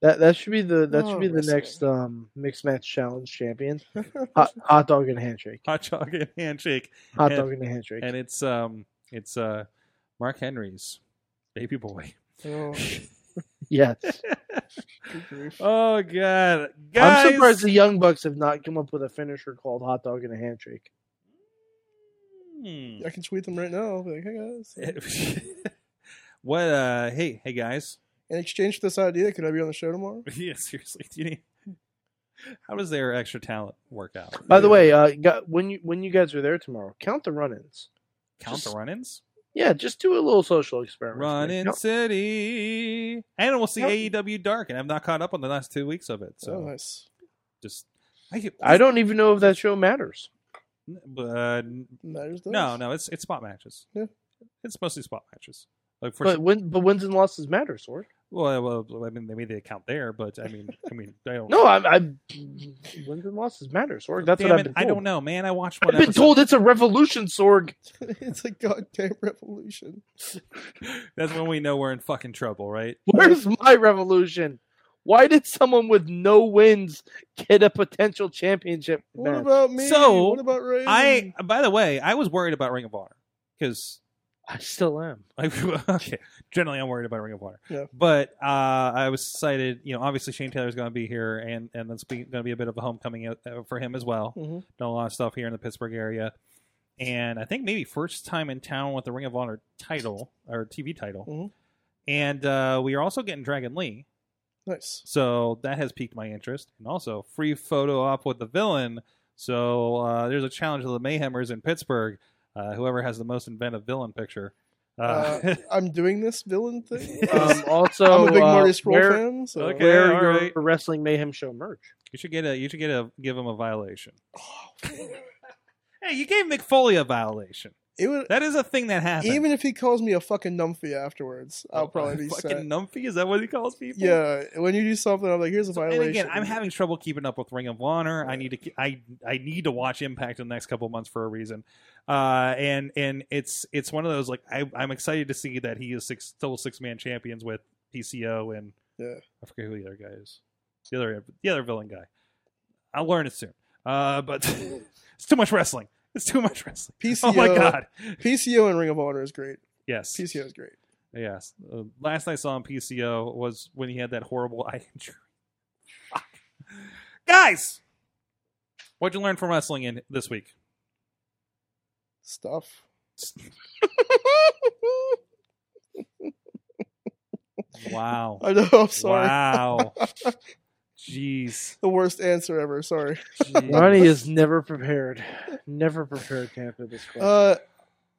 S4: That that should be the that
S3: Oh,
S4: should be the
S3: wrestling.
S4: next um mixed match challenge champion.
S2: Uh,
S4: Hot, hot dog and a handshake.
S2: Hot dog and handshake,
S4: Hot
S2: And-
S4: dog and a handshake.
S2: and it's um, it's uh, Mark Henry's baby boy.
S3: Oh,
S4: yes.
S3: good grief.
S2: Oh God, guys!
S4: I'm surprised the Young Bucks have not come up with a finisher called hot dog and a handshake.
S2: Hmm.
S3: I can tweet them right now. I'll be like, hey guys.
S2: what? Uh, hey, hey, guys!
S3: In exchange for this idea, could I be on the show tomorrow?
S2: yeah, seriously, do you need? How does their extra talent work out?
S4: By the way, uh, got, when you when you guys are there tomorrow, count the run-ins.
S2: Count
S4: just-
S2: the run-ins.
S4: Yeah, just do a little social experiment.
S2: Run-in
S4: Count-
S2: City, and we'll see
S4: Nope.
S2: AEW Dark, and I've not caught up on the last two weeks of it. So
S3: oh, nice.
S2: just, I,
S4: I don't even know if that show matters.
S2: Uh,
S3: Matters does.
S2: no, no, it's it's spot matches.
S3: Yeah.
S2: it's mostly spot matches. Like for
S4: But when but wins and losses matter, Sword.
S2: well, well, I mean, they made the account there, but I mean, I mean, I don't.
S4: No, I'm, I'm wins and losses matter, Sorg. That's
S2: Damn
S4: what I've
S2: it,
S4: been
S2: I
S4: told.
S2: don't know, man. I watched one.
S4: I've been
S2: episode.
S4: told it's a revolution, Sorg.
S3: it's a goddamn revolution.
S2: That's when we know we're in fucking trouble, right?
S4: Where's my revolution? Why did someone with no wins get a potential championship
S3: What
S4: match?
S3: about me?
S2: So,
S3: what about Ray?
S2: I, by the way, I was worried about Ring of Honor because
S4: I still am.
S2: I okay. Generally, I'm worried about Ring of Honor,
S3: Yeah.
S2: but uh, I was excited. You know, obviously Shane Taylor's going to be here, and and that's going to be a bit of a homecoming uh, for him as well.
S3: Mhm.
S2: Done a lot of stuff here in the Pittsburgh area, and I think maybe first time in town with the Ring of Honor title or TV title,
S3: Mhm.
S2: and uh, we are also getting Dragon Lee.
S3: Nice.
S2: So that has piqued my interest. And also, free photo op with the villain. So uh, there's a challenge to the Mayhemers in Pittsburgh. Uh, whoever has the most inventive villain picture. Uh,
S3: Uh, I'm doing this villain thing.
S4: Um, also,
S3: I'm a big
S4: uh,
S3: Marty Scroll
S4: where,
S3: fan, so
S2: Okay.
S4: Where
S2: all
S4: your
S2: right.
S4: Wrestling Mayhem show merch?
S2: you should get a. You should get a. Give him a violation.
S3: oh,
S2: hey, you gave McFoley a violation.
S3: it would
S2: That is a thing that happened. Oh,
S3: even if he calls me a fucking numphy afterwards, I'll probably be
S2: fucking
S3: set.
S2: numpy. Is that what he calls people?
S3: Yeah, when you do something, I'm like, here's a violation.
S2: And again, I'm having trouble keeping up with Ring of Honor. I need to ke- I I need to watch Impact in the next couple of months for a reason. Uh, and and it's it's one of those like I, I'm excited to see that he is six, still six man champions with PCO and
S3: Yeah.
S2: I forget who the other guy is. The other the other villain guy. I'll learn it soon. Uh, but it's too much wrestling. It's too much wrestling.
S3: PCO.
S2: Oh my god.
S3: PCO and Ring of Honor is great.
S2: Yes.
S3: PCO is great.
S2: Yes. Uh, last I saw him PCO was when he had that horrible eye injury. Fuck. Guys, what'd you learn from wrestling in this week?
S3: Stuff.
S2: Wow.
S3: I know. I'm sorry.
S2: Wow. Jeez.
S3: The worst answer ever. Sorry.
S4: Ronnie is never prepared. Never prepared to answer this question.
S3: Uh,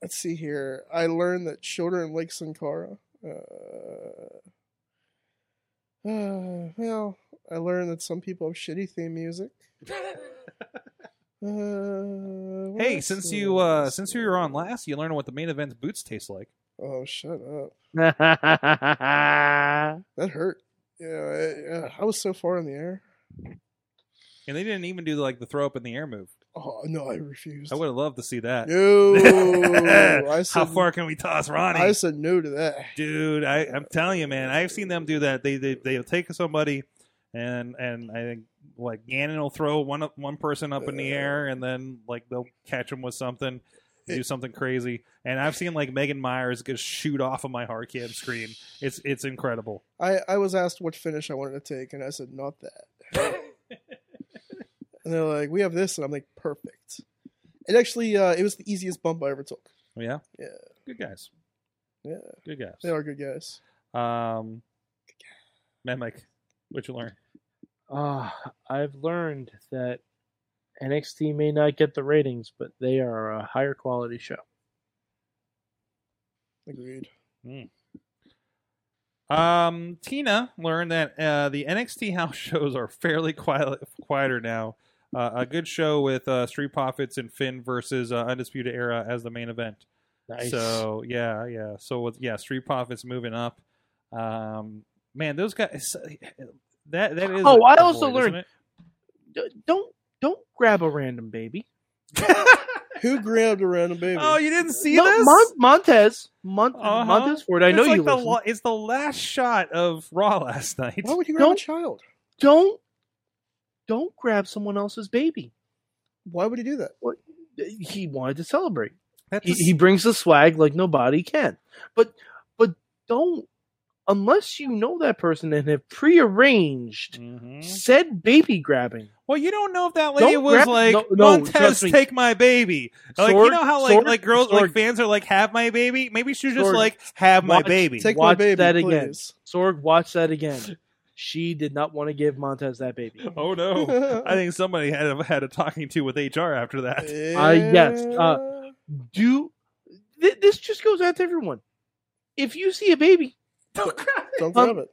S3: let's see here. I learned that children like Sankara. Uh, uh, well, I learned that some people have shitty theme music. Uh, what
S2: Hey,
S3: else
S2: since
S3: did I
S2: you uh
S3: learn?
S2: since you were on last, you learned what the main event's boots taste like.
S3: Oh, shut up.
S4: That's
S3: That hurt. Yeah, I, uh, I was so far in the air.
S2: And they didn't even do like the throw up in the air move.
S3: Oh no, I refused.
S2: I would have loved to see that.
S3: No, I said,
S2: How far can we toss Ronnie?
S3: I said no to that.
S2: dude I, i'm telling you man i've seen them do that they, they they'll take somebody and and i think like gannon will throw one up one person up in the air and then like they'll catch him with something do something crazy and i've seen like megan myers just shoot off of my hard cam screen it's it's incredible
S3: I, I was asked what finish I wanted to take, and I said not that. and they're like, "We have this," and I'm like, "Perfect." It actually, uh, it was the easiest bump I ever took.
S2: yeah
S3: Yeah.
S2: good guys
S3: Yeah,
S2: good
S3: they
S2: guys
S3: are good guys.
S2: um man mike what you learn
S4: Uh, I've learned that NXT may not get the ratings, but they are a higher quality show.
S3: Agreed.
S2: Um, Tina learned that uh, the NXT house shows are fairly quiet, quieter now. Uh, a good show with uh, Street Profits and Finn versus uh, Undisputed Era as the main event.
S4: Nice.
S2: So yeah, yeah. So with yeah, Street Profits moving up. Um, man, those guys. uh, That that is.
S4: Oh,
S2: I
S4: I also learned- D- don't don't grab a random baby.
S3: Who grabbed a random baby?
S2: Oh, you didn't see
S4: Mon-
S2: this?
S4: Mon- Montez, Mon-
S2: Uh-huh.
S4: Montez Ford. I know
S2: It's like
S4: you
S2: the
S4: listen.
S2: la- it's the last shot of Raw last night.
S3: Why would you grab
S4: Don't-
S3: a child?
S4: don't don't grab someone else's baby.
S3: Why would he do that?
S4: He wanted to celebrate.
S2: That's
S4: he, he brings the swag like nobody can. But but don't unless you know that person and have prearranged
S2: Mhm.
S4: said baby grabbing.
S2: Well, you don't know if that lady
S4: Don't
S2: was
S4: grab-
S2: like
S4: no- no,
S2: Montez,
S4: trust me.
S2: take my baby. Like you
S4: Sword-
S2: know how like
S4: sword-
S2: like girls like
S4: sword.
S2: fans are like have my baby. Maybe she was just
S4: Sword.
S2: like have my
S4: Watch-
S2: baby.
S3: Take
S4: Watch
S3: my baby,
S4: that
S3: please.
S4: again. Sorg, watch that again. She did not want to give Montez that baby.
S2: oh no! I think somebody had a, had a talking to with HR after that.
S4: yes, uh, Do th- this just goes out to everyone. If you see a baby,
S2: Don't cry.
S3: don't grab it.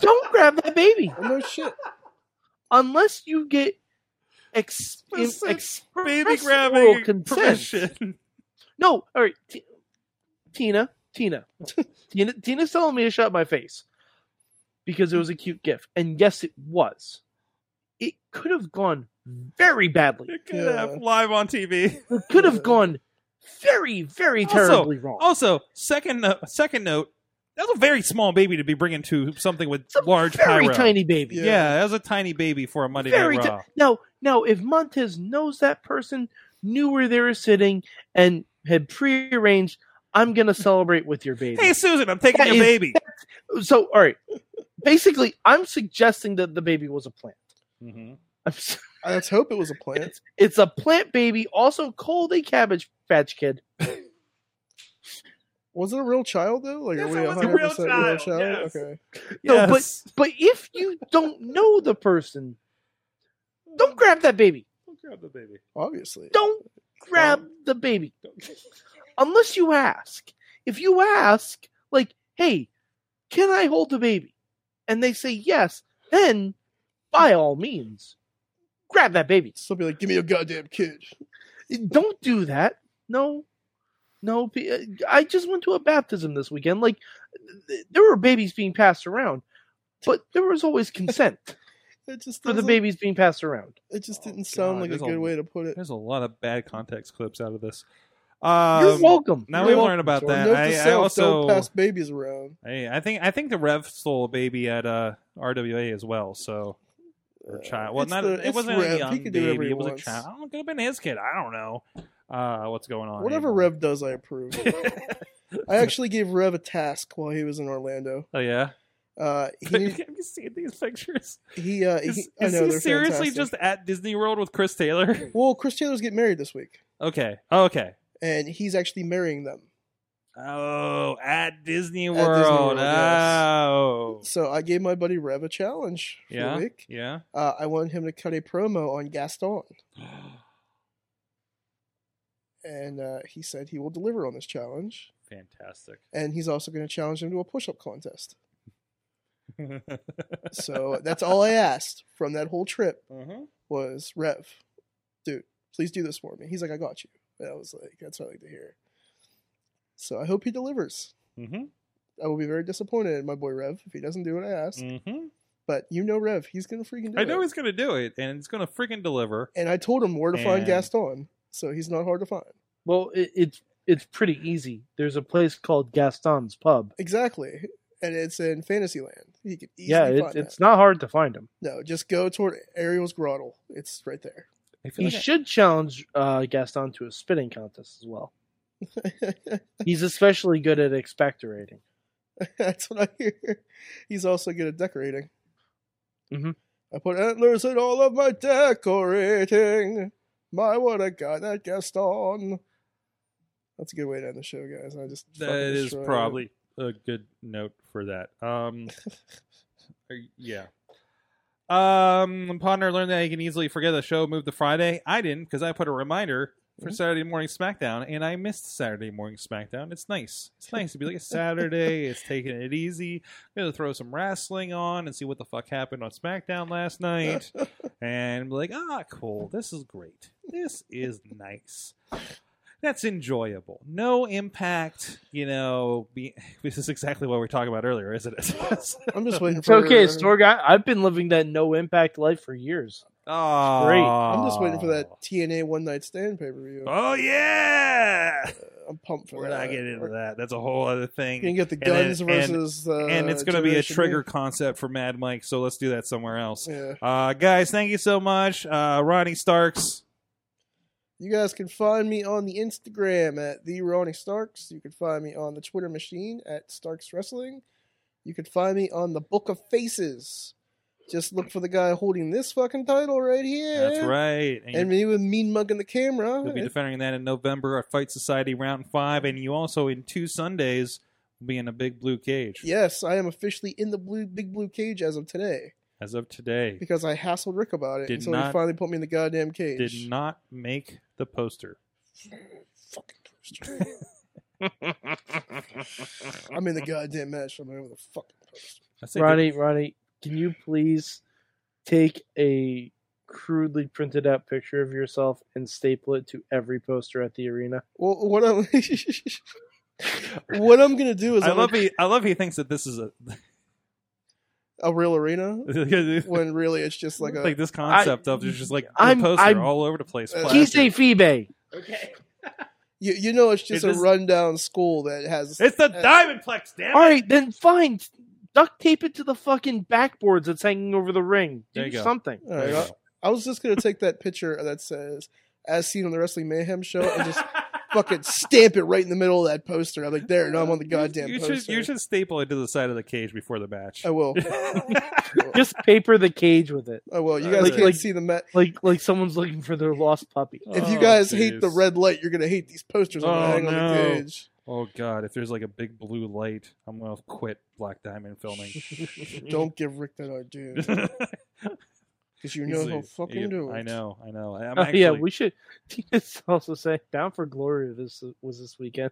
S4: don't grab that baby
S3: Well, no shit.
S4: unless you get ex- in-
S2: Listen,
S4: express
S2: Baby
S4: oral
S2: grabbing
S4: consent.
S2: permission.
S4: No, all right, T- Tina, Tina, Tina, Tina's telling me to shut my face because it was a cute gift, and yes, it was. It could have gone very badly.
S2: You could have live on TV.
S4: It could have gone very, very
S2: Also-
S4: terribly wrong.
S2: Also, second no- second note. That's a very small baby to be bringing to something with
S4: It's a
S2: large
S4: very
S2: pyro.
S4: tiny baby.
S2: Yeah.
S3: Yeah.
S2: that was a tiny baby for a Monday
S4: very
S2: Night Raw.
S4: tiny. Now, now, if Montez knows that person, knew where they were sitting, and had prearranged, I'm gonna celebrate with your baby.
S2: hey, Susan, I'm taking
S4: That
S2: your
S4: is-
S2: baby.
S4: So, all right. Basically, I'm suggesting that the baby was a plant. I'm s-
S3: Uh, Let's hope it was a plant.
S4: It's, it's a plant baby, also called a cabbage patch kid.
S3: Was it a real child though? Like,
S2: Yes,
S3: are we
S2: it was a
S3: 100%
S2: real child, yes.
S3: Okay.
S4: No, but- But if you don't know the person, don't grab that baby.
S2: Don't grab the baby.
S3: Obviously.
S4: Don't grab the baby. Unless you ask. If you ask, like, hey, can I hold the baby? And they say yes, then by all means, grab that baby.
S3: Still be like, give me a goddamn kid.
S4: don't do that. No, no. be- uh, I just went to a baptism this weekend. Like, th- there were babies being passed around, but there was always consent
S3: It just
S4: for the
S3: doesn't-
S4: babies being passed around.
S3: It just
S2: Oh,
S3: didn't sound
S2: God,
S3: like a
S2: there's a-
S3: good way to put it.
S2: There's a lot of bad context clips out of this. Um,
S4: You're welcome.
S2: now
S4: You're
S2: we've
S4: welcome,
S2: learned about
S4: Jordan.
S2: that.
S3: Note to
S2: I- I
S3: self,
S2: also-
S3: don't pass babies around.
S2: hey, I think I think the Rev stole a baby at uh, RWA as well. So or
S3: Uh,
S2: child. Well,
S3: it's
S2: not
S3: the-
S2: it
S3: it's
S2: wasn't
S3: Rev.
S2: a
S3: He
S2: young
S3: can do whatever
S2: baby.
S3: he
S2: It was a
S3: wants.
S2: child. I don't- Could have been his kid. I don't know. Uh, what's going on?
S3: Whatever
S2: anymore.
S3: Rev does, I approve. I actually gave Rev a task while he was in Orlando.
S2: oh yeah.
S3: Uh, he,
S2: Have
S3: need-
S2: you seen these pictures?
S3: he, uh, he,
S2: Is,
S3: I
S2: is
S3: know
S2: he
S3: they're
S2: seriously
S3: fantastic.
S2: just at Disney World with Chris Taylor?
S3: Well, Chris Taylor's getting married this week,
S2: okay. Okay.
S3: and he's actually marrying them.
S2: Oh, at Disney World.
S3: World,
S2: oh.
S3: So I gave my buddy Rev a challenge for
S2: Yeah.
S3: the week.
S2: Yeah.
S3: Uh, I wanted him to cut a promo on Gaston, and uh, he said he will deliver on this challenge.
S2: Fantastic.
S3: And he's also going to challenge him to a push-up contest. So that's all I asked from that whole trip was Rev, dude, please do this for me. He's like, I got you. And I was like, that's what I like to hear. So I hope he delivers. I will be very disappointed in my boy Rev if he doesn't do what I asked. But you know Rev, he's gonna freaking do
S2: Mm. I know
S3: it.
S2: he's going to do it, and it's going to freaking deliver.
S3: And I told him where to
S2: And-
S3: find Gaston, so he's not hard to find.
S4: Well, it, it's it's pretty easy. There's a place called Gaston's Pub.
S3: Exactly. And it's in Fantasyland. He can easily
S4: yeah, it,
S3: find that.
S4: it's not hard to find him.
S3: No, just go toward Ariel's Grottle. It's right there.
S2: I feel
S4: He
S2: like I-
S4: should challenge uh, Gaston to a spitting contest as well. He's especially good at expectorating.
S3: That's what I hear. He's also good at decorating.
S2: Mm-hmm.
S4: Mhm.
S3: I put antlers in all of my decorating. My what a guy that Gaston. That's a good way to end the show, guys. I just fucking
S2: that is
S3: destroyed it.
S2: probably a good note for that. Um, uh, yeah. Um, Ponder learned that he can easily forget the show moved to Friday. I didn't because I put a reminder
S3: Mm-hmm.
S2: for Saturday morning SmackDown, and I missed Saturday morning SmackDown. It's nice. It's nice to be like it's Saturday. it's taking it easy. I'm gonna throw some wrestling on and see what the fuck happened on SmackDown last night, and be like, ah, cool. This is great. This is nice that's enjoyable. No impact, you know. Be, this is exactly what we were talking about earlier, isn't it?
S3: I'm just waiting
S4: It's
S3: for
S4: okay, Storg. I, I've been living that no impact life for years.
S2: Oh,
S4: great.
S3: I'm just waiting for that TNA one night stand pay per view.
S2: Oh yeah,
S3: I'm pumped for
S2: we're
S3: that.
S2: not getting into
S3: We're
S2: that. That's a whole other
S3: gonna
S2: thing.
S3: get the
S2: then-
S3: guns
S2: and-
S3: versus uh,
S2: And it's going to be a
S3: Generation
S2: trigger concept for Mad Mike. So let's do that somewhere else.
S3: B. Yeah.
S2: Uh, guys, thank you so much, uh, Ronnie Starks.
S3: You guys can find me on the Instagram at the Ronnie Starks. You can find me on the Twitter machine at Starks Wrestling. You can find me on the Book of Faces. Just look for the guy holding this fucking title right here.
S2: That's right. And,
S3: And
S2: you
S3: me with mean mugging the camera.
S2: will be defending that in November at Fight Society Round Five, and you also in two Sundays will be in a big blue cage
S3: Yes, I am officially in the blue big blue cage as of today
S2: as of today.
S3: because I hassled Rick about it
S2: Did
S3: until
S2: not-
S3: he finally put me in the goddamn cage.
S2: Did not make the poster.
S3: Fucking poster. I'm in the goddamn match. I'm over the fucking poster.
S2: I say
S4: Ronnie, Ronnie, can you please take a crudely printed out picture of yourself and staple it to every poster at the arena?
S3: Well, what I'm what I'm gonna do is
S2: I
S3: I'm
S2: love
S3: gonna-
S2: he. I love he thinks that this is a
S3: a real arena
S2: like,
S3: when really it's just like a
S2: this concept of there's just like the
S4: I'm-
S2: poster
S4: I'm-
S2: all over the place.
S3: Uh,
S2: plastered.
S4: Kise Fibe.
S3: you, you know it's just
S2: It
S3: a
S2: is-
S3: rundown school that has
S2: It's the
S3: Uh,
S2: diamond plex, damn it!
S4: All right, then fine. Duct tape it to the fucking backboards that's hanging over the ring.
S2: There
S4: Do
S2: you go.
S4: something.
S3: All right, I, I was just gonna take that picture that says "as seen on the Wrestling Mayhem show" and just fucking stamp it right in the middle of that poster. I'm like, there, no, I'm on the goddamn
S2: You, you should
S3: poster. Oh.
S2: you should staple it to the side of the cage before the match.
S3: I will.
S4: Just paper the cage with it,
S3: I
S2: Uh,
S3: will. You guys
S4: Like-
S3: can't
S4: like-
S3: see the ma-
S4: like like someone's looking for their lost puppy.
S3: If you
S2: Oh,
S3: guys hate the
S2: jeez.
S3: red light, you're gonna hate these posters I'm gonna
S2: Oh,
S3: hang on
S2: no.
S3: the cage.
S2: Oh god, if there's like a big blue light, I'm gonna quit Black Diamond filming.
S3: Don't give Rick that idea because you know
S2: He's
S3: he'll
S2: like,
S3: fucking
S2: you-
S3: do it.
S2: I know, I know. I'm
S4: Oh,
S2: actually,
S4: yeah, we should. Tina's also saying "Down for Glory" this was this weekend.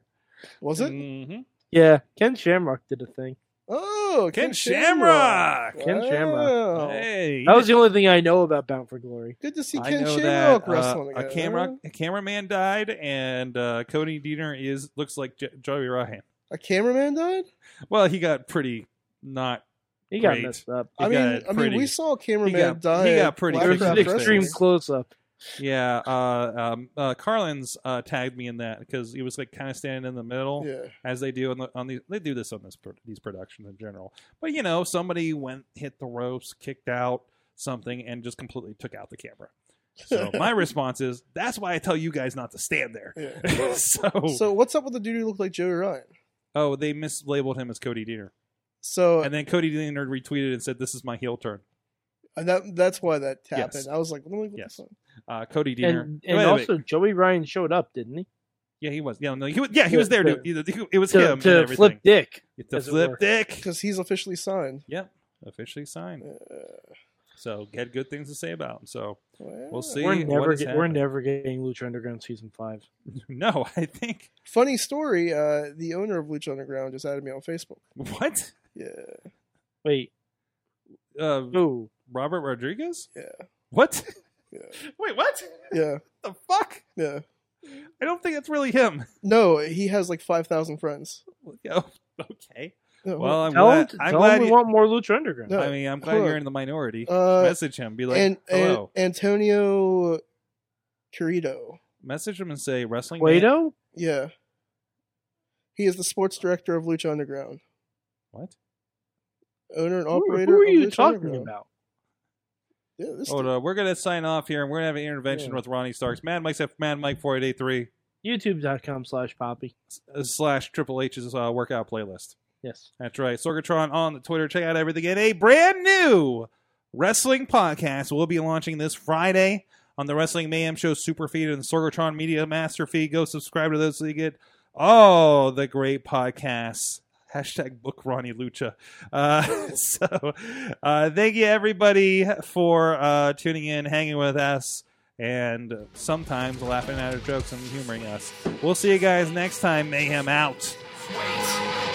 S3: Was it?
S4: Mm.
S2: Mhm.
S4: Yeah, Ken Shamrock did a thing.
S3: Oh,
S2: Ken Shamrock!
S4: Ken Shamrock.
S3: Wow.
S2: Hey,
S4: That was the only thing I know about Bound for Glory.
S3: Good to see
S2: I
S3: Ken
S2: know
S3: Shamrock
S2: that
S3: wrestling
S2: uh,
S3: again.
S2: a camera a cameraman died, and uh, Cody Diener is looks like J- Joey Ryan.
S3: A cameraman died.
S2: Well, he got pretty not.
S4: He got
S2: Great.
S4: messed up.
S2: He
S3: I mean,
S2: got
S3: I mean,
S2: pretty-
S3: we saw a cameraman
S2: he got-
S3: die.
S2: he got
S3: at
S2: pretty
S3: Black
S4: There was
S3: Rock
S4: an
S2: Crap,
S4: extreme
S3: Wrestling.
S4: close up.
S2: Yeah, uh, um, uh, Carlin's uh, tagged me in that because he was like kind of standing in the middle
S3: Yeah.
S2: as they do on the on the they do this on this pro- these productions in general. But you know, somebody went hit the ropes, kicked out something, and just completely took out the camera. So my response is that's why I tell you guys not to stand there.
S3: yeah.
S2: so,
S3: so what's up with the dude who looked like Joey Ryan?
S2: oh, they mislabeled him as Cody Diener,
S3: So
S2: and then Cody Diener retweeted and said, "This is my heel turn."
S3: and that that's why that happened.
S2: Yes.
S3: I was like, what the
S2: Yes.
S3: fuck?
S2: Uh, Cody Diener,
S4: And,
S2: Wait,
S4: and
S2: wait, wait.
S4: also, Joey Ryan showed up, didn't he?
S2: yeah, he was, yeah, no, he was, yeah, he
S4: To-
S2: was there.
S4: to-
S2: dude. He- It was him.
S4: To,
S2: and
S4: to
S2: everything.
S4: flip Dick.
S2: It's a
S4: as it
S2: flip
S4: were.
S2: dick.
S3: Because he's officially signed.
S2: Yep, officially signed.
S3: Uh,
S2: So had good things to say about him. So
S3: well.
S2: we'll see.
S4: We're
S2: what
S4: never
S2: has
S4: get, we're
S2: happened.
S4: never getting Lucha Underground season five.
S2: No, I think
S3: Funny story. Uh, the owner of Lucha Underground just added me on Facebook.
S2: what?
S3: Yeah.
S4: Wait,
S2: Uh,
S4: who?
S2: Robert Rodriguez?
S3: Yeah.
S2: What?
S3: Yeah.
S2: Wait, what?
S3: Yeah.
S2: The fuck?
S3: Yeah.
S2: I don't think that's really him.
S3: No, he has like five thousand friends.
S2: Oh, okay.
S3: No.
S2: Well, I'm
S4: Tell him,
S2: glad.
S4: to-
S2: I'm
S4: tell
S2: glad.
S4: him we
S2: You,
S4: want more Lucha Underground.
S3: No.
S2: I mean, I'm glad
S3: Hold
S2: you're
S3: on.
S2: in the minority.
S3: uh,
S2: message him. Be like,
S3: and, and
S2: hello.
S3: Antonio Carrito.
S2: message him and say wrestling. Man-
S4: Cueto?
S3: Yeah. He is the sports director of Lucha Underground,
S2: What?
S3: owner and
S4: Who,
S3: operator.
S4: who are
S3: of
S4: you
S3: Lucha
S4: talking
S3: Underground.
S4: about? Oh,
S3: Yeah, this
S2: Hold on. We're gonna sign off here, and we're gonna have an intervention
S3: Yeah.
S2: with Ronnie Starks. Mad Mike's at Mad Mike four eight eight three uh,
S4: YouTube.com slash Poppy.
S2: slash Triple H's uh, workout playlist.
S4: Yes.
S2: That's right. Sorgatron on the Twitter. Check out everything. And a brand new wrestling podcast will be launching this Friday on the Wrestling Mayhem Show Superfeed and Sorgatron Media Master Feed. Go subscribe to those so you get all the great podcasts. Hashtag book Ronnie Lucha. Uh, so uh, thank you everybody for uh, tuning in, hanging with us, and sometimes laughing at our jokes and humoring us. We'll see you guys next time. Mayhem out.
S1: wait,